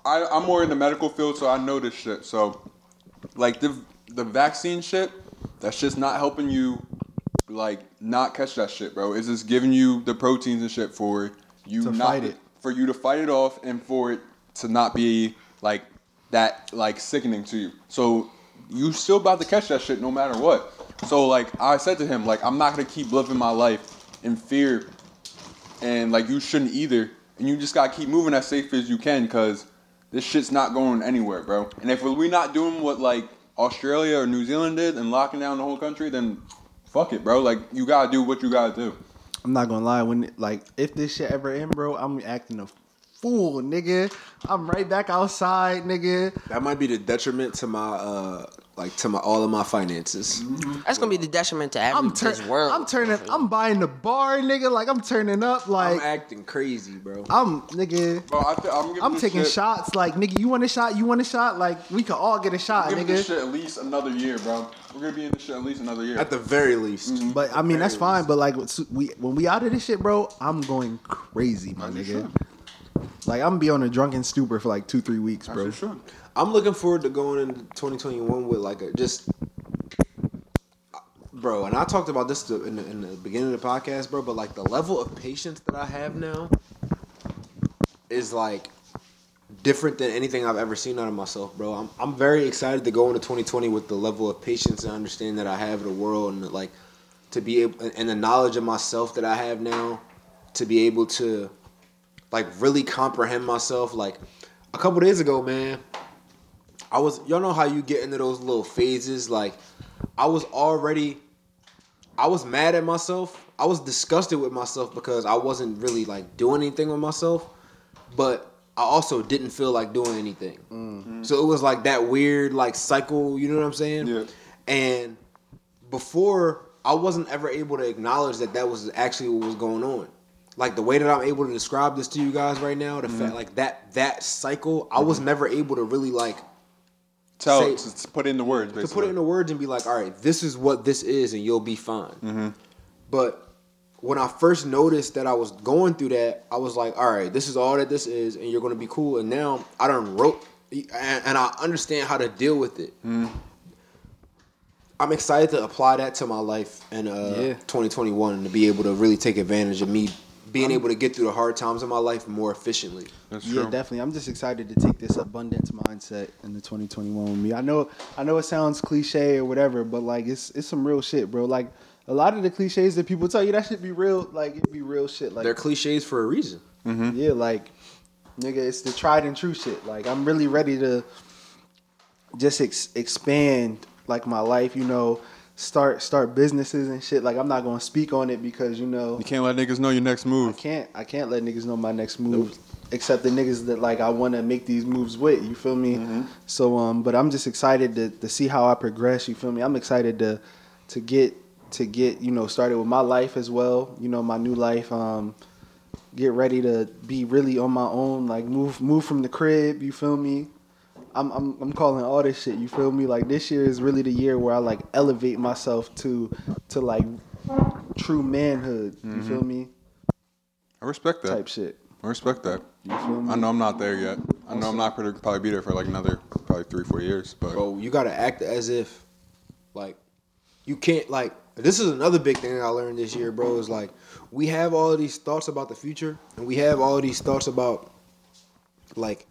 I, I'm more in the medical field, so I know this shit. So, like the the vaccine shit, that's just not helping you, like not catch that shit, bro. It's just giving you the proteins and shit for you
To
not
fight it.
for you to fight it off and for it to not be like that like sickening to you. So you still about to catch that shit no matter what. So like I said to him, like I'm not gonna keep living my life in fear, and like you shouldn't either. And you just gotta keep moving as safe as you can, cause this shit's not going anywhere, bro. And if we're not doing what like Australia or New Zealand did and locking down the whole country, then fuck it, bro. Like you gotta do what you gotta do.
I'm not gonna lie. When like if this shit ever end, bro, I'm acting a fool, nigga. I'm right back outside, nigga.
That might be the detriment to my uh like to my all of my finances.
That's gonna be the detriment to every
I'm
this
turning.
world.
I'm turning. I'm buying the bar, nigga. Like I'm turning up.
I'm
Like
acting crazy, bro.
I'm, nigga.
Bro, I th- I'm, giving
I'm
this
taking
shit-
shots. Like nigga, you want a shot? You want a shot? Like we could all get a shot,
Give this
nigga.
shit at least another year, bro. We're gonna be in this shit at least another year.
At the very least.
But I mean that's fine. But like s- we when we out of this shit, bro, I'm going crazy, my
As you
nigga. Like I'm gonna be on a drunken stupor for like two three weeks,
As you
bro.
should.
I'm looking forward to going into 2021 with like a just, bro. And I talked about this to- in the, in the beginning of the podcast, bro. But like the level of patience that I have now is like different than anything I've ever seen out of myself, bro. I'm I'm very excited to go into 2020 with the level of patience and understanding that I have in the world and like to be able and the knowledge of myself that I have now to be able to like really comprehend myself. Like a couple days ago, man, I was y'all know how you get into those little phases. Like I was already, I was mad at myself. I was disgusted with myself because I wasn't really like doing anything with myself, but I also didn't feel like doing anything. So it was like that weird like cycle. You know what I'm saying?
Yeah.
And before I wasn't ever able to acknowledge that that was actually what was going on. Like the way that I'm able to describe this to you guys right now, the fact like that that cycle, I was never able to really like
Tell
Say-
to, to put in the words, basically.
to put it into words and be like, all right, this is what this is, and you'll be fine. But when I first noticed that I was going through that, I was like, all right, this is all that this is, and you're going to be cool. And now I don't wrote, and, and I understand how to deal with it. I'm excited to apply that to my life in uh,
Yeah.
2021 and to be able to really take advantage of me being able to get through the hard times in my life more efficiently.
That's
yeah,
true.
definitely. I'm just excited to take this abundance mindset into 2021 with me. I know, I know it sounds cliche or whatever, but like it's it's some real shit, bro. Like a lot of the cliches that people tell you that should be real. Like it be real shit. Like
They're cliches for a reason.
yeah, like nigga, it's the tried and true shit. Like I'm really ready to just ex- expand like my life. You know, start start businesses and shit. Like I'm not gonna speak on it because you know
You can't let niggas know your next
I
move.
can't I can't let niggas know my next move except the niggas that like I want to make these moves with. You feel me? So um, but I'm just excited to to see how I progress. You feel me? I'm excited to to get to get you know started with my life as well. You know my new life. Um, get ready to be really on my own. Like move move from the crib. You feel me? I'm, I'm I'm calling all this shit. You feel me? Like this year is really the year where I like elevate myself to to like true manhood. You feel me?
I respect that.
Type shit.
I respect that.
You feel me?
I know I'm not there yet. I know I'm not gonna probably be there for like another probably three, four years. But
bro you gotta act as if like you can't like this is another big thing that i learned this year bro is like we have all these thoughts about the future and we have all these thoughts about like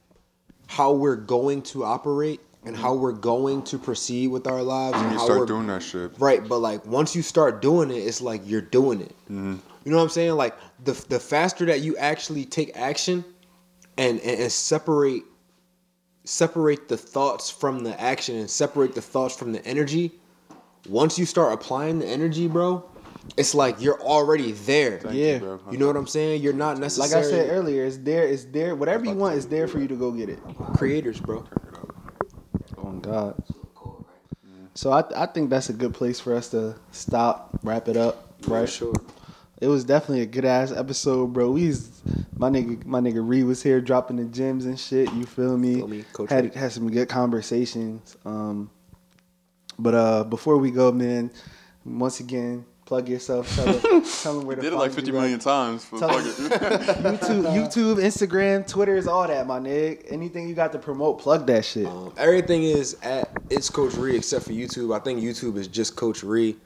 how we're going to operate and how we're going to proceed with our lives and
when you
how
start
we're-
doing that shit,
Right, but like once you start doing it, it's like you're doing it.
Mm-hmm.
You know what I'm saying? Like the the faster that you actually take action and, and and separate separate the thoughts from the action and separate the thoughts from the energy. Once you start applying the energy, bro, it's like you're already there.
you, Yeah. bro.
You know what I'm saying? You're not
Like
necessarily
I said earlier, it's there. It's there. Whatever you want is there for you to go get it.
creators, bro.
Oh God. So I I think that's a good place for us to stop, wrap it up, right?
For sure.
It was definitely a good ass episode, bro. We was, my nigga my nigga Reed was here dropping the gems and shit. You feel me?
Feel me, Coach
had
Reed.
had some good conversations. Um, but uh, before we go, man, once again, plug yourself. Tell, them- tell them where to
did it
find
like
you
50
at.
million times. But
Tell-
fuck it.
YouTube, YouTube, Instagram, Twitter is all that, my nigga. Anything you got to promote, plug that shit.
Um, everything is at it's Coach Ree except for YouTube. I think YouTube is just Coach Ree.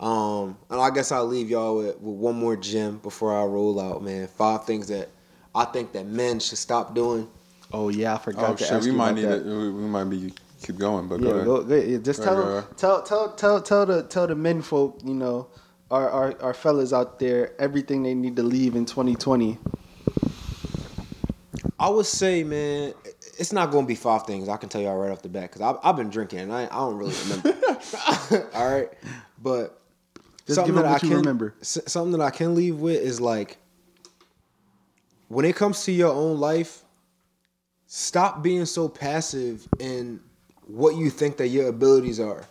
Um, and I guess I'll leave y'all with, with one more gem before I roll out, man. Five things that I think that men should stop doing.
Oh yeah, I forgot
Oh
to
shit,
ask
we
you
might
about
need
that.
to, we, we might be keep going, but
Yeah,
go ahead.
go, go, yeah, just
Go
tell,
ahead, go ahead.
tell tell tell tell the tell the men folk, you know, our, our our fellas out there, everything they need to leave in 2020.
I would say, man, it's not going to be five things. I can tell y'all right off the bat because I've, I've been drinking and I, I don't really remember. All right, but
Just give them what you
can
remember.
s- Something that I can leave with is like when it comes to your own life, stop being so passive in what you think that your abilities are.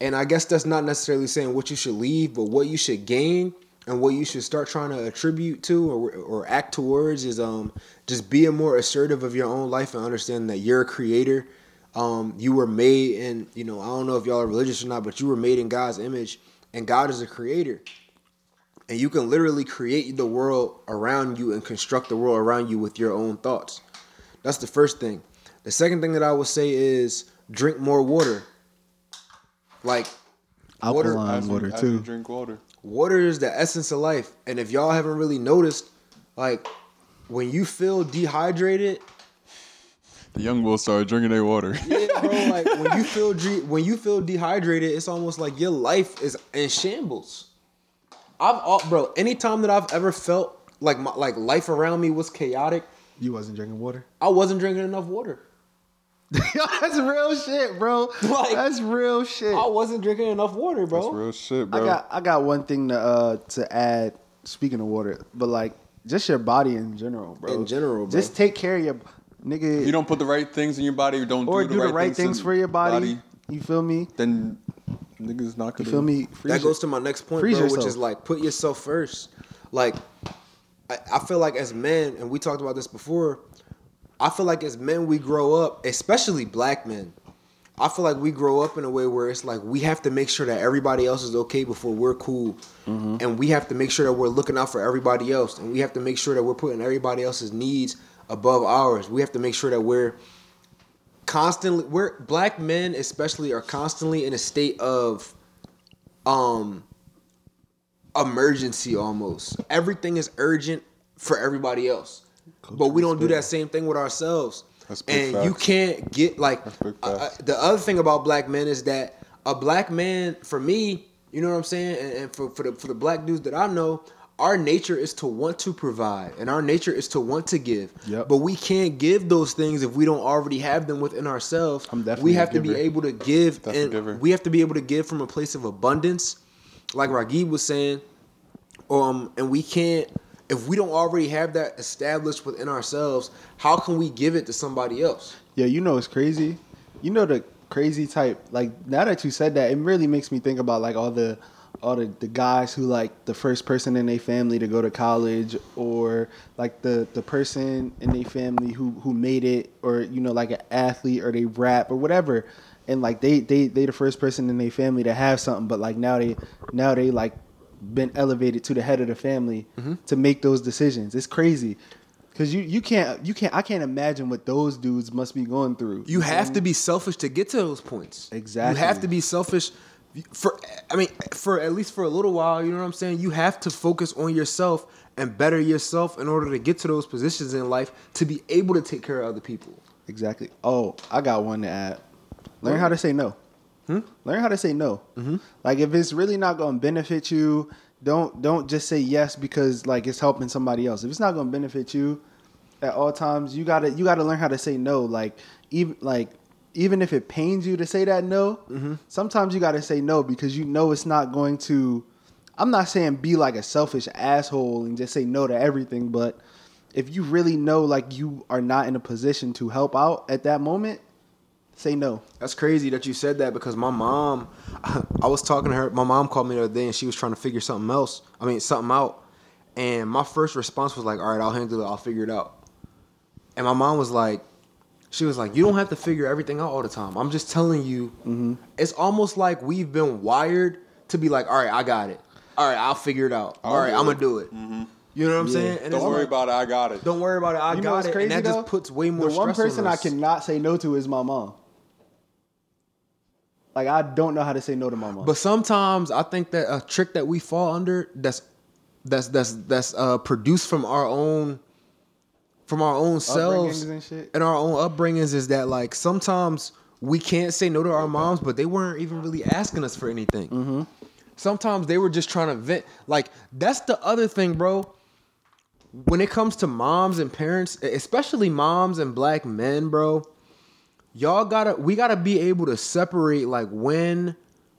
And I guess that's not necessarily saying what you should leave, but what you should gain and what you should start trying to attribute to or, or act towards is um just being more assertive of your own life and understanding that you're a creator. Um, you were made in, you know, I don't know if y'all are religious or not, but you were made in God's image and God is a creator and you can literally create the world around you and construct the world around you with your own thoughts. That's the first thing. The second thing that I would say is drink more water. Like water,
Alkaline water
As you
too.
drink water.
water is the essence of life. And if y'all haven't really noticed, like when you feel dehydrated,
The young will started drinking their water.
yeah, bro, like when you feel de- when you feel dehydrated, it's almost like your life is in shambles. I've all, bro, anytime that I've ever felt like my like life around me was chaotic,
You wasn't drinking water.
I wasn't drinking enough water.
Yo, that's real shit, bro.
Like-
that's real shit.
I wasn't drinking enough water, bro.
That's real shit,
I
bro.
got I got one thing to uh to add. Speaking of water, but like just your body in general, bro.
In general, bro.
just take care of your nigga.
you don't put the right things in your body. You don't
or
do the right,
things
in
for your body. You feel me?
Then niggas not
You
gonna
feel me?
that goes to my next point, bro,
Freeze
which
yourself.
is like put yourself first. Like I, I feel like as men, and we talked about this before, I feel like as men we grow up, especially black men. I feel like we grow up in a way where it's like we have to make sure that everybody else is okay before we're cool.
Mm-hmm.
And we have to make sure that we're looking out for everybody else. And we have to make sure that we're putting everybody else's needs above ours. We have to make sure that we're constantly we're black men especially are constantly in a state of um emergency almost. Everything is urgent for everybody else. But we don't do that same thing with ourselves.
That's big
And you
facts.
can't get like
big
uh, uh,
facts.
the other thing about black men is that a black man for me, you know what I'm saying, and, and for for the for the black dudes that I know, our nature is to want to provide and our nature is to want to give.
Yep.
But we can't give those things if we don't already have them within ourselves.
I'm definitely
we
a
have to be
giver.
able to give
Definitely a giver.
and we have to be able to give from a place of abundance. Like Ragib was saying, um, and we can't if we don't already have that established within ourselves. How can we give it to somebody else?
Yeah, you know it's crazy. You know the crazy type. Like now that you said that, it really makes me think about like all the all the, the guys who like the first person in their family to go to college or like the the person in their family who who made it or you know like an athlete or they rap or whatever and like they they they the first person in their family to have something but like now they now they like been elevated to the head of the family to make those decisions it's crazy Cause you you can't you can't I can't imagine what those dudes must be going through.
You have to be selfish to get to those points.
Exactly.
You have to be selfish for I mean for at least for a little while, you know what I'm saying? You have to focus on yourself and better yourself in order to get to those positions in life to be able to take care of other people.
exactly. Oh, I got one to add. Learn how to say no. Learn how to say no. Like if it's really not going to benefit you, don't don't just say yes because like it's helping somebody else. If it's not going to benefit you, at all times you gotta you gotta learn how to say no like even like even if it pains you to say that no sometimes you gotta say no because you know it's not going to i'm not saying be like a selfish asshole and just say no to everything but if you really know like you are not in a position to help out at that moment say no
That's crazy that you said that because my mom, I was talking to her. My mom called me the other day and she was trying to figure something else. I mean, something out. And my first response was like, "All right, I'll handle it. I'll figure it out." And my mom was like, "She was like, you don't have to figure everything out all the time. I'm just telling you.
Mm-hmm.
It's almost like we've been wired to be like, all right, I got it. All right, I'll figure it out. all right,
do
I'm
it.
gonna do it.
Mm-hmm.
You know what I'm saying? And
Don't
it's
worry
like,
about it. I got it.
Don't worry about it. I
you know
got
what's
it.
crazy
and that
though?
just puts way more.
the one
stress on
person i
us.
cannot say no to is my mom like i don't know how to say no to my mom
But sometimes I think that a trick that we fall under that's that's that's that's uh, produced from our own from our own selves
Upbringings and shit?
our own upbringings is that like sometimes we can't say no to our moms, but they weren't even really asking us for anything.
Mm-hmm.
Sometimes they were just trying to vent. Like that's the other thing, bro. When it comes to moms and parents, e-, especially moms and black men, bro, y'all gotta we gotta be able to separate like when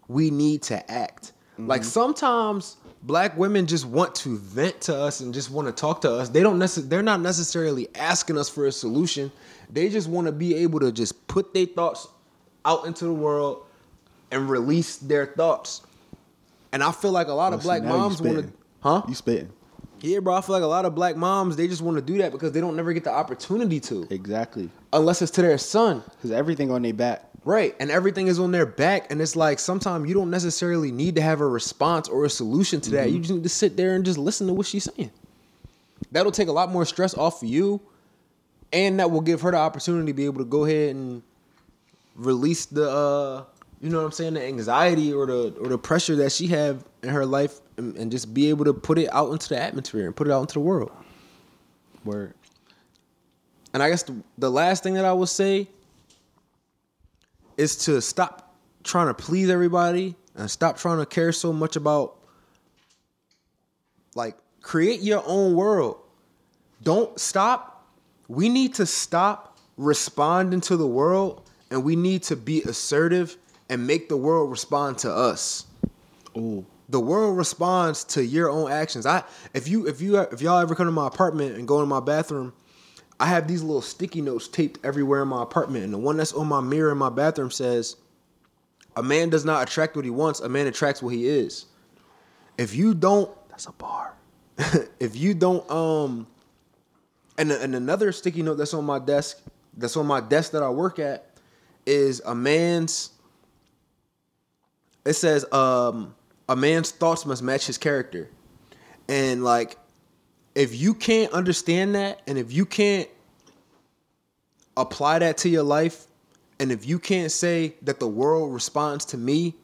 we need to act. Like sometimes black women just want to vent to us and just want to talk to us. They don't necess- they're not necessarily asking us for a solution. They just want to be able to just put their thoughts out into the world and release their thoughts. And I feel like a
Oh,
lot of black moms want to huh?
You spitting.
Yeah, bro, I feel like a lot of black moms they just want to do that because they don't never get the opportunity to
Exactly.
unless it's to their son.
Because everything on their back.
Right, and everything is on their back, and it's like sometimes you don't necessarily need to have a response or a solution to that. You just need to sit there and just listen to what she's saying. That'll take a lot more stress off of you, and that will give her the opportunity to be able to go ahead and release the, uh, you know what I'm saying, the anxiety or the or the pressure that she have in her life, and, and just be able to put it out into the atmosphere and put it out into the world.
Word.
And I guess the, the last thing that I will say is to stop trying to please everybody and stop trying to care so much about like create your own world. Don't stop. We need to stop responding to the world and we need to be assertive and make the world respond to us
Ooh.
the world responds to your own actions. I if you if you if y'all ever come to my apartment and go in my bathroom, I have these little sticky notes taped everywhere in my apartment, and the one that's on my mirror in my bathroom says, "A man does not attract what he wants; a man attracts what he is." If you don't, that's a bar. if you don't, um, and and another sticky note that's on my desk, that's on my desk that I work at, is a man's it says um a man's thoughts must match his character and like if you can't understand that and if you can't apply that to your life and if you can't say that the world responds to me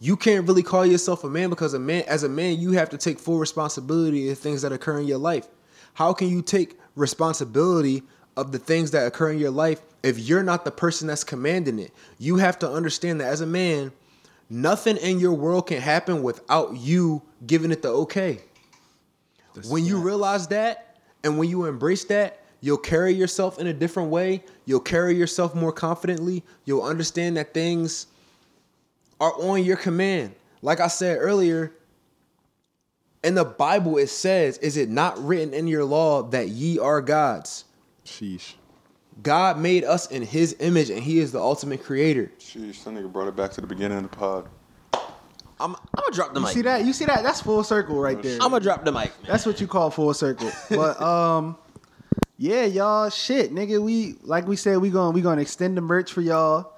you can't really call yourself a man because a man as a man you have to take full responsibility of things that occur in your life how can you take responsibility of the things that occur in your life if you're not the person that's commanding it you have to understand that as a man nothing in your world can happen without you giving it the okay. when you realize that and when you embrace that, you'll carry yourself in a different way. You'll carry yourself more confidently. You'll understand that things are on your command. Like I said earlier, in the Bible it says, Is it not written in your law that ye are gods?
Sheesh.
God made us in his image and he is the ultimate creator.
Sheesh, that nigga brought it back to the beginning of the pod.
I'm, I'm gonna drop the
You
mic.
see that? You see that? That's full circle right there.
I'm gonna drop the mic. Man.
That's what you call full circle. But um, yeah, y'all, shit, nigga, we like we said, we going we gonna extend the merch for y'all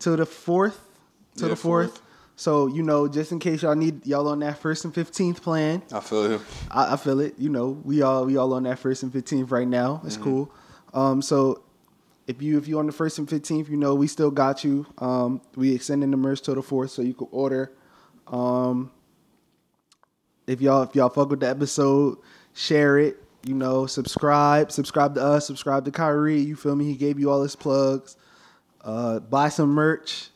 to the fourth, to
Yeah,
the fourth.
fourth.
So you know, just in case y'all need y'all on that first and fifteenth plan,
I feel you.
I, I feel it. You know, we all we all on that first and fifteenth right now. It's cool. Um, so if you if you on the first and fifteenth, you know we still got you. Um, we extending the merch till the fourth, so you can order. Um, if y'all if y'all fuck with the episode, share it. You know, subscribe, subscribe to us, subscribe to Kyrie. You feel me? He gave you all his plugs. Uh, buy some merch.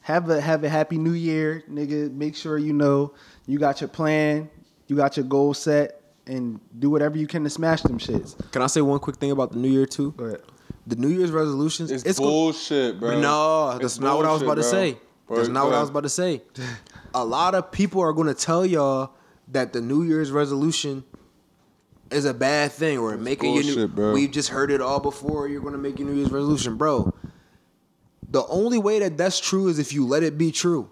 Have a have a happy new year, nigga. Make sure you know you got your plan, you got your goal set, and do whatever you can to smash them shits.
Can I say one quick thing about the new year too?
Go ahead.
The New Year's resolutions.
It's,
gonna-
bullshit, bro.
No, that's
It's
not what I was about to
bullshit, bro.
say.
Bro,
that's not
go
what I
ahead.
was about to say. A lot of people are going to tell y'all that the New Year's resolution is a bad thing or making you. New,
bullshit, bro.
We've just heard it all before. You're going to make your New Year's resolution, bro. The only way that that's true is if you let it be true.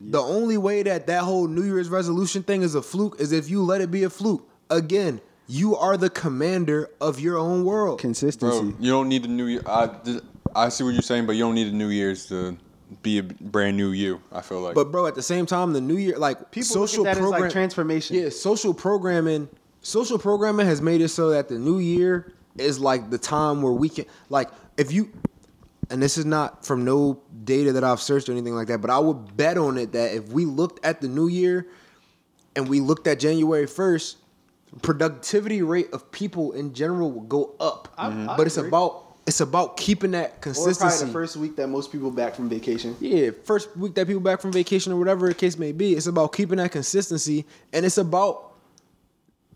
The only way that that whole New Year's resolution thing is a fluke is if you let it be a fluke. Again, you are the commander of your own world.
Consistency.
Bro, you don't need a new year. I, th- I see what you're saying, but you don't need a new year's to be a brand new you. I feel like.
But bro, at the same time, the new year, like
People look at
social
that as, like,
program
transformation.
Yeah, social programming, social programming has made it so that the new year is like the time where we can, like, if you, and this is not from no data that I've searched or anything like that, but I would bet on it that if we looked at the new year and we looked at January first, productivity rate of people in general will go up. Mm-hmm.
I- Mhm. I
But it's
agree.
about it's about keeping that
Or probably
consistency.
the first week that most people back from vacation.
Yeah, first week that people back from vacation or whatever the case may be, it's about keeping that consistency, and it's about,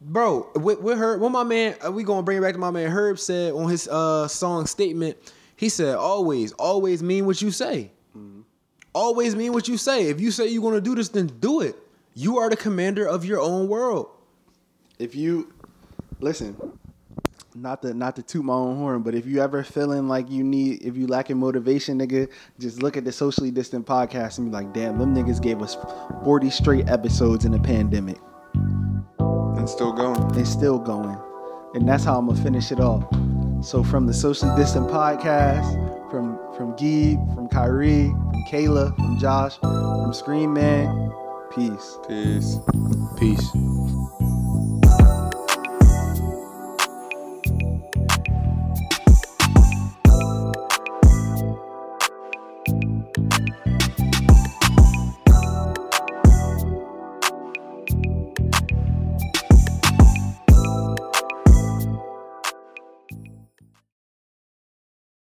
bro, with, with her, what my man, uh, we gonna bring it back to my man Herb said on his uh song statement. He said, "Always, always mean what you say. Always mean what you say. If you say you're gonna do this, then do it. You are the commander of your own world.
If you listen, not to not to toot my own horn, but if you ever feeling like you need, if you lacking motivation, nigga, just look at the socially distant podcast and be like, damn, them niggas gave us forty straight episodes in the pandemic.
And still going.
It's still going. And that's how I'm gonna finish it off. So from the socially distant podcast, from from Gabe, from Kyrie, from Kayla, from Josh, from Scream Man, peace.
Peace.
Peace."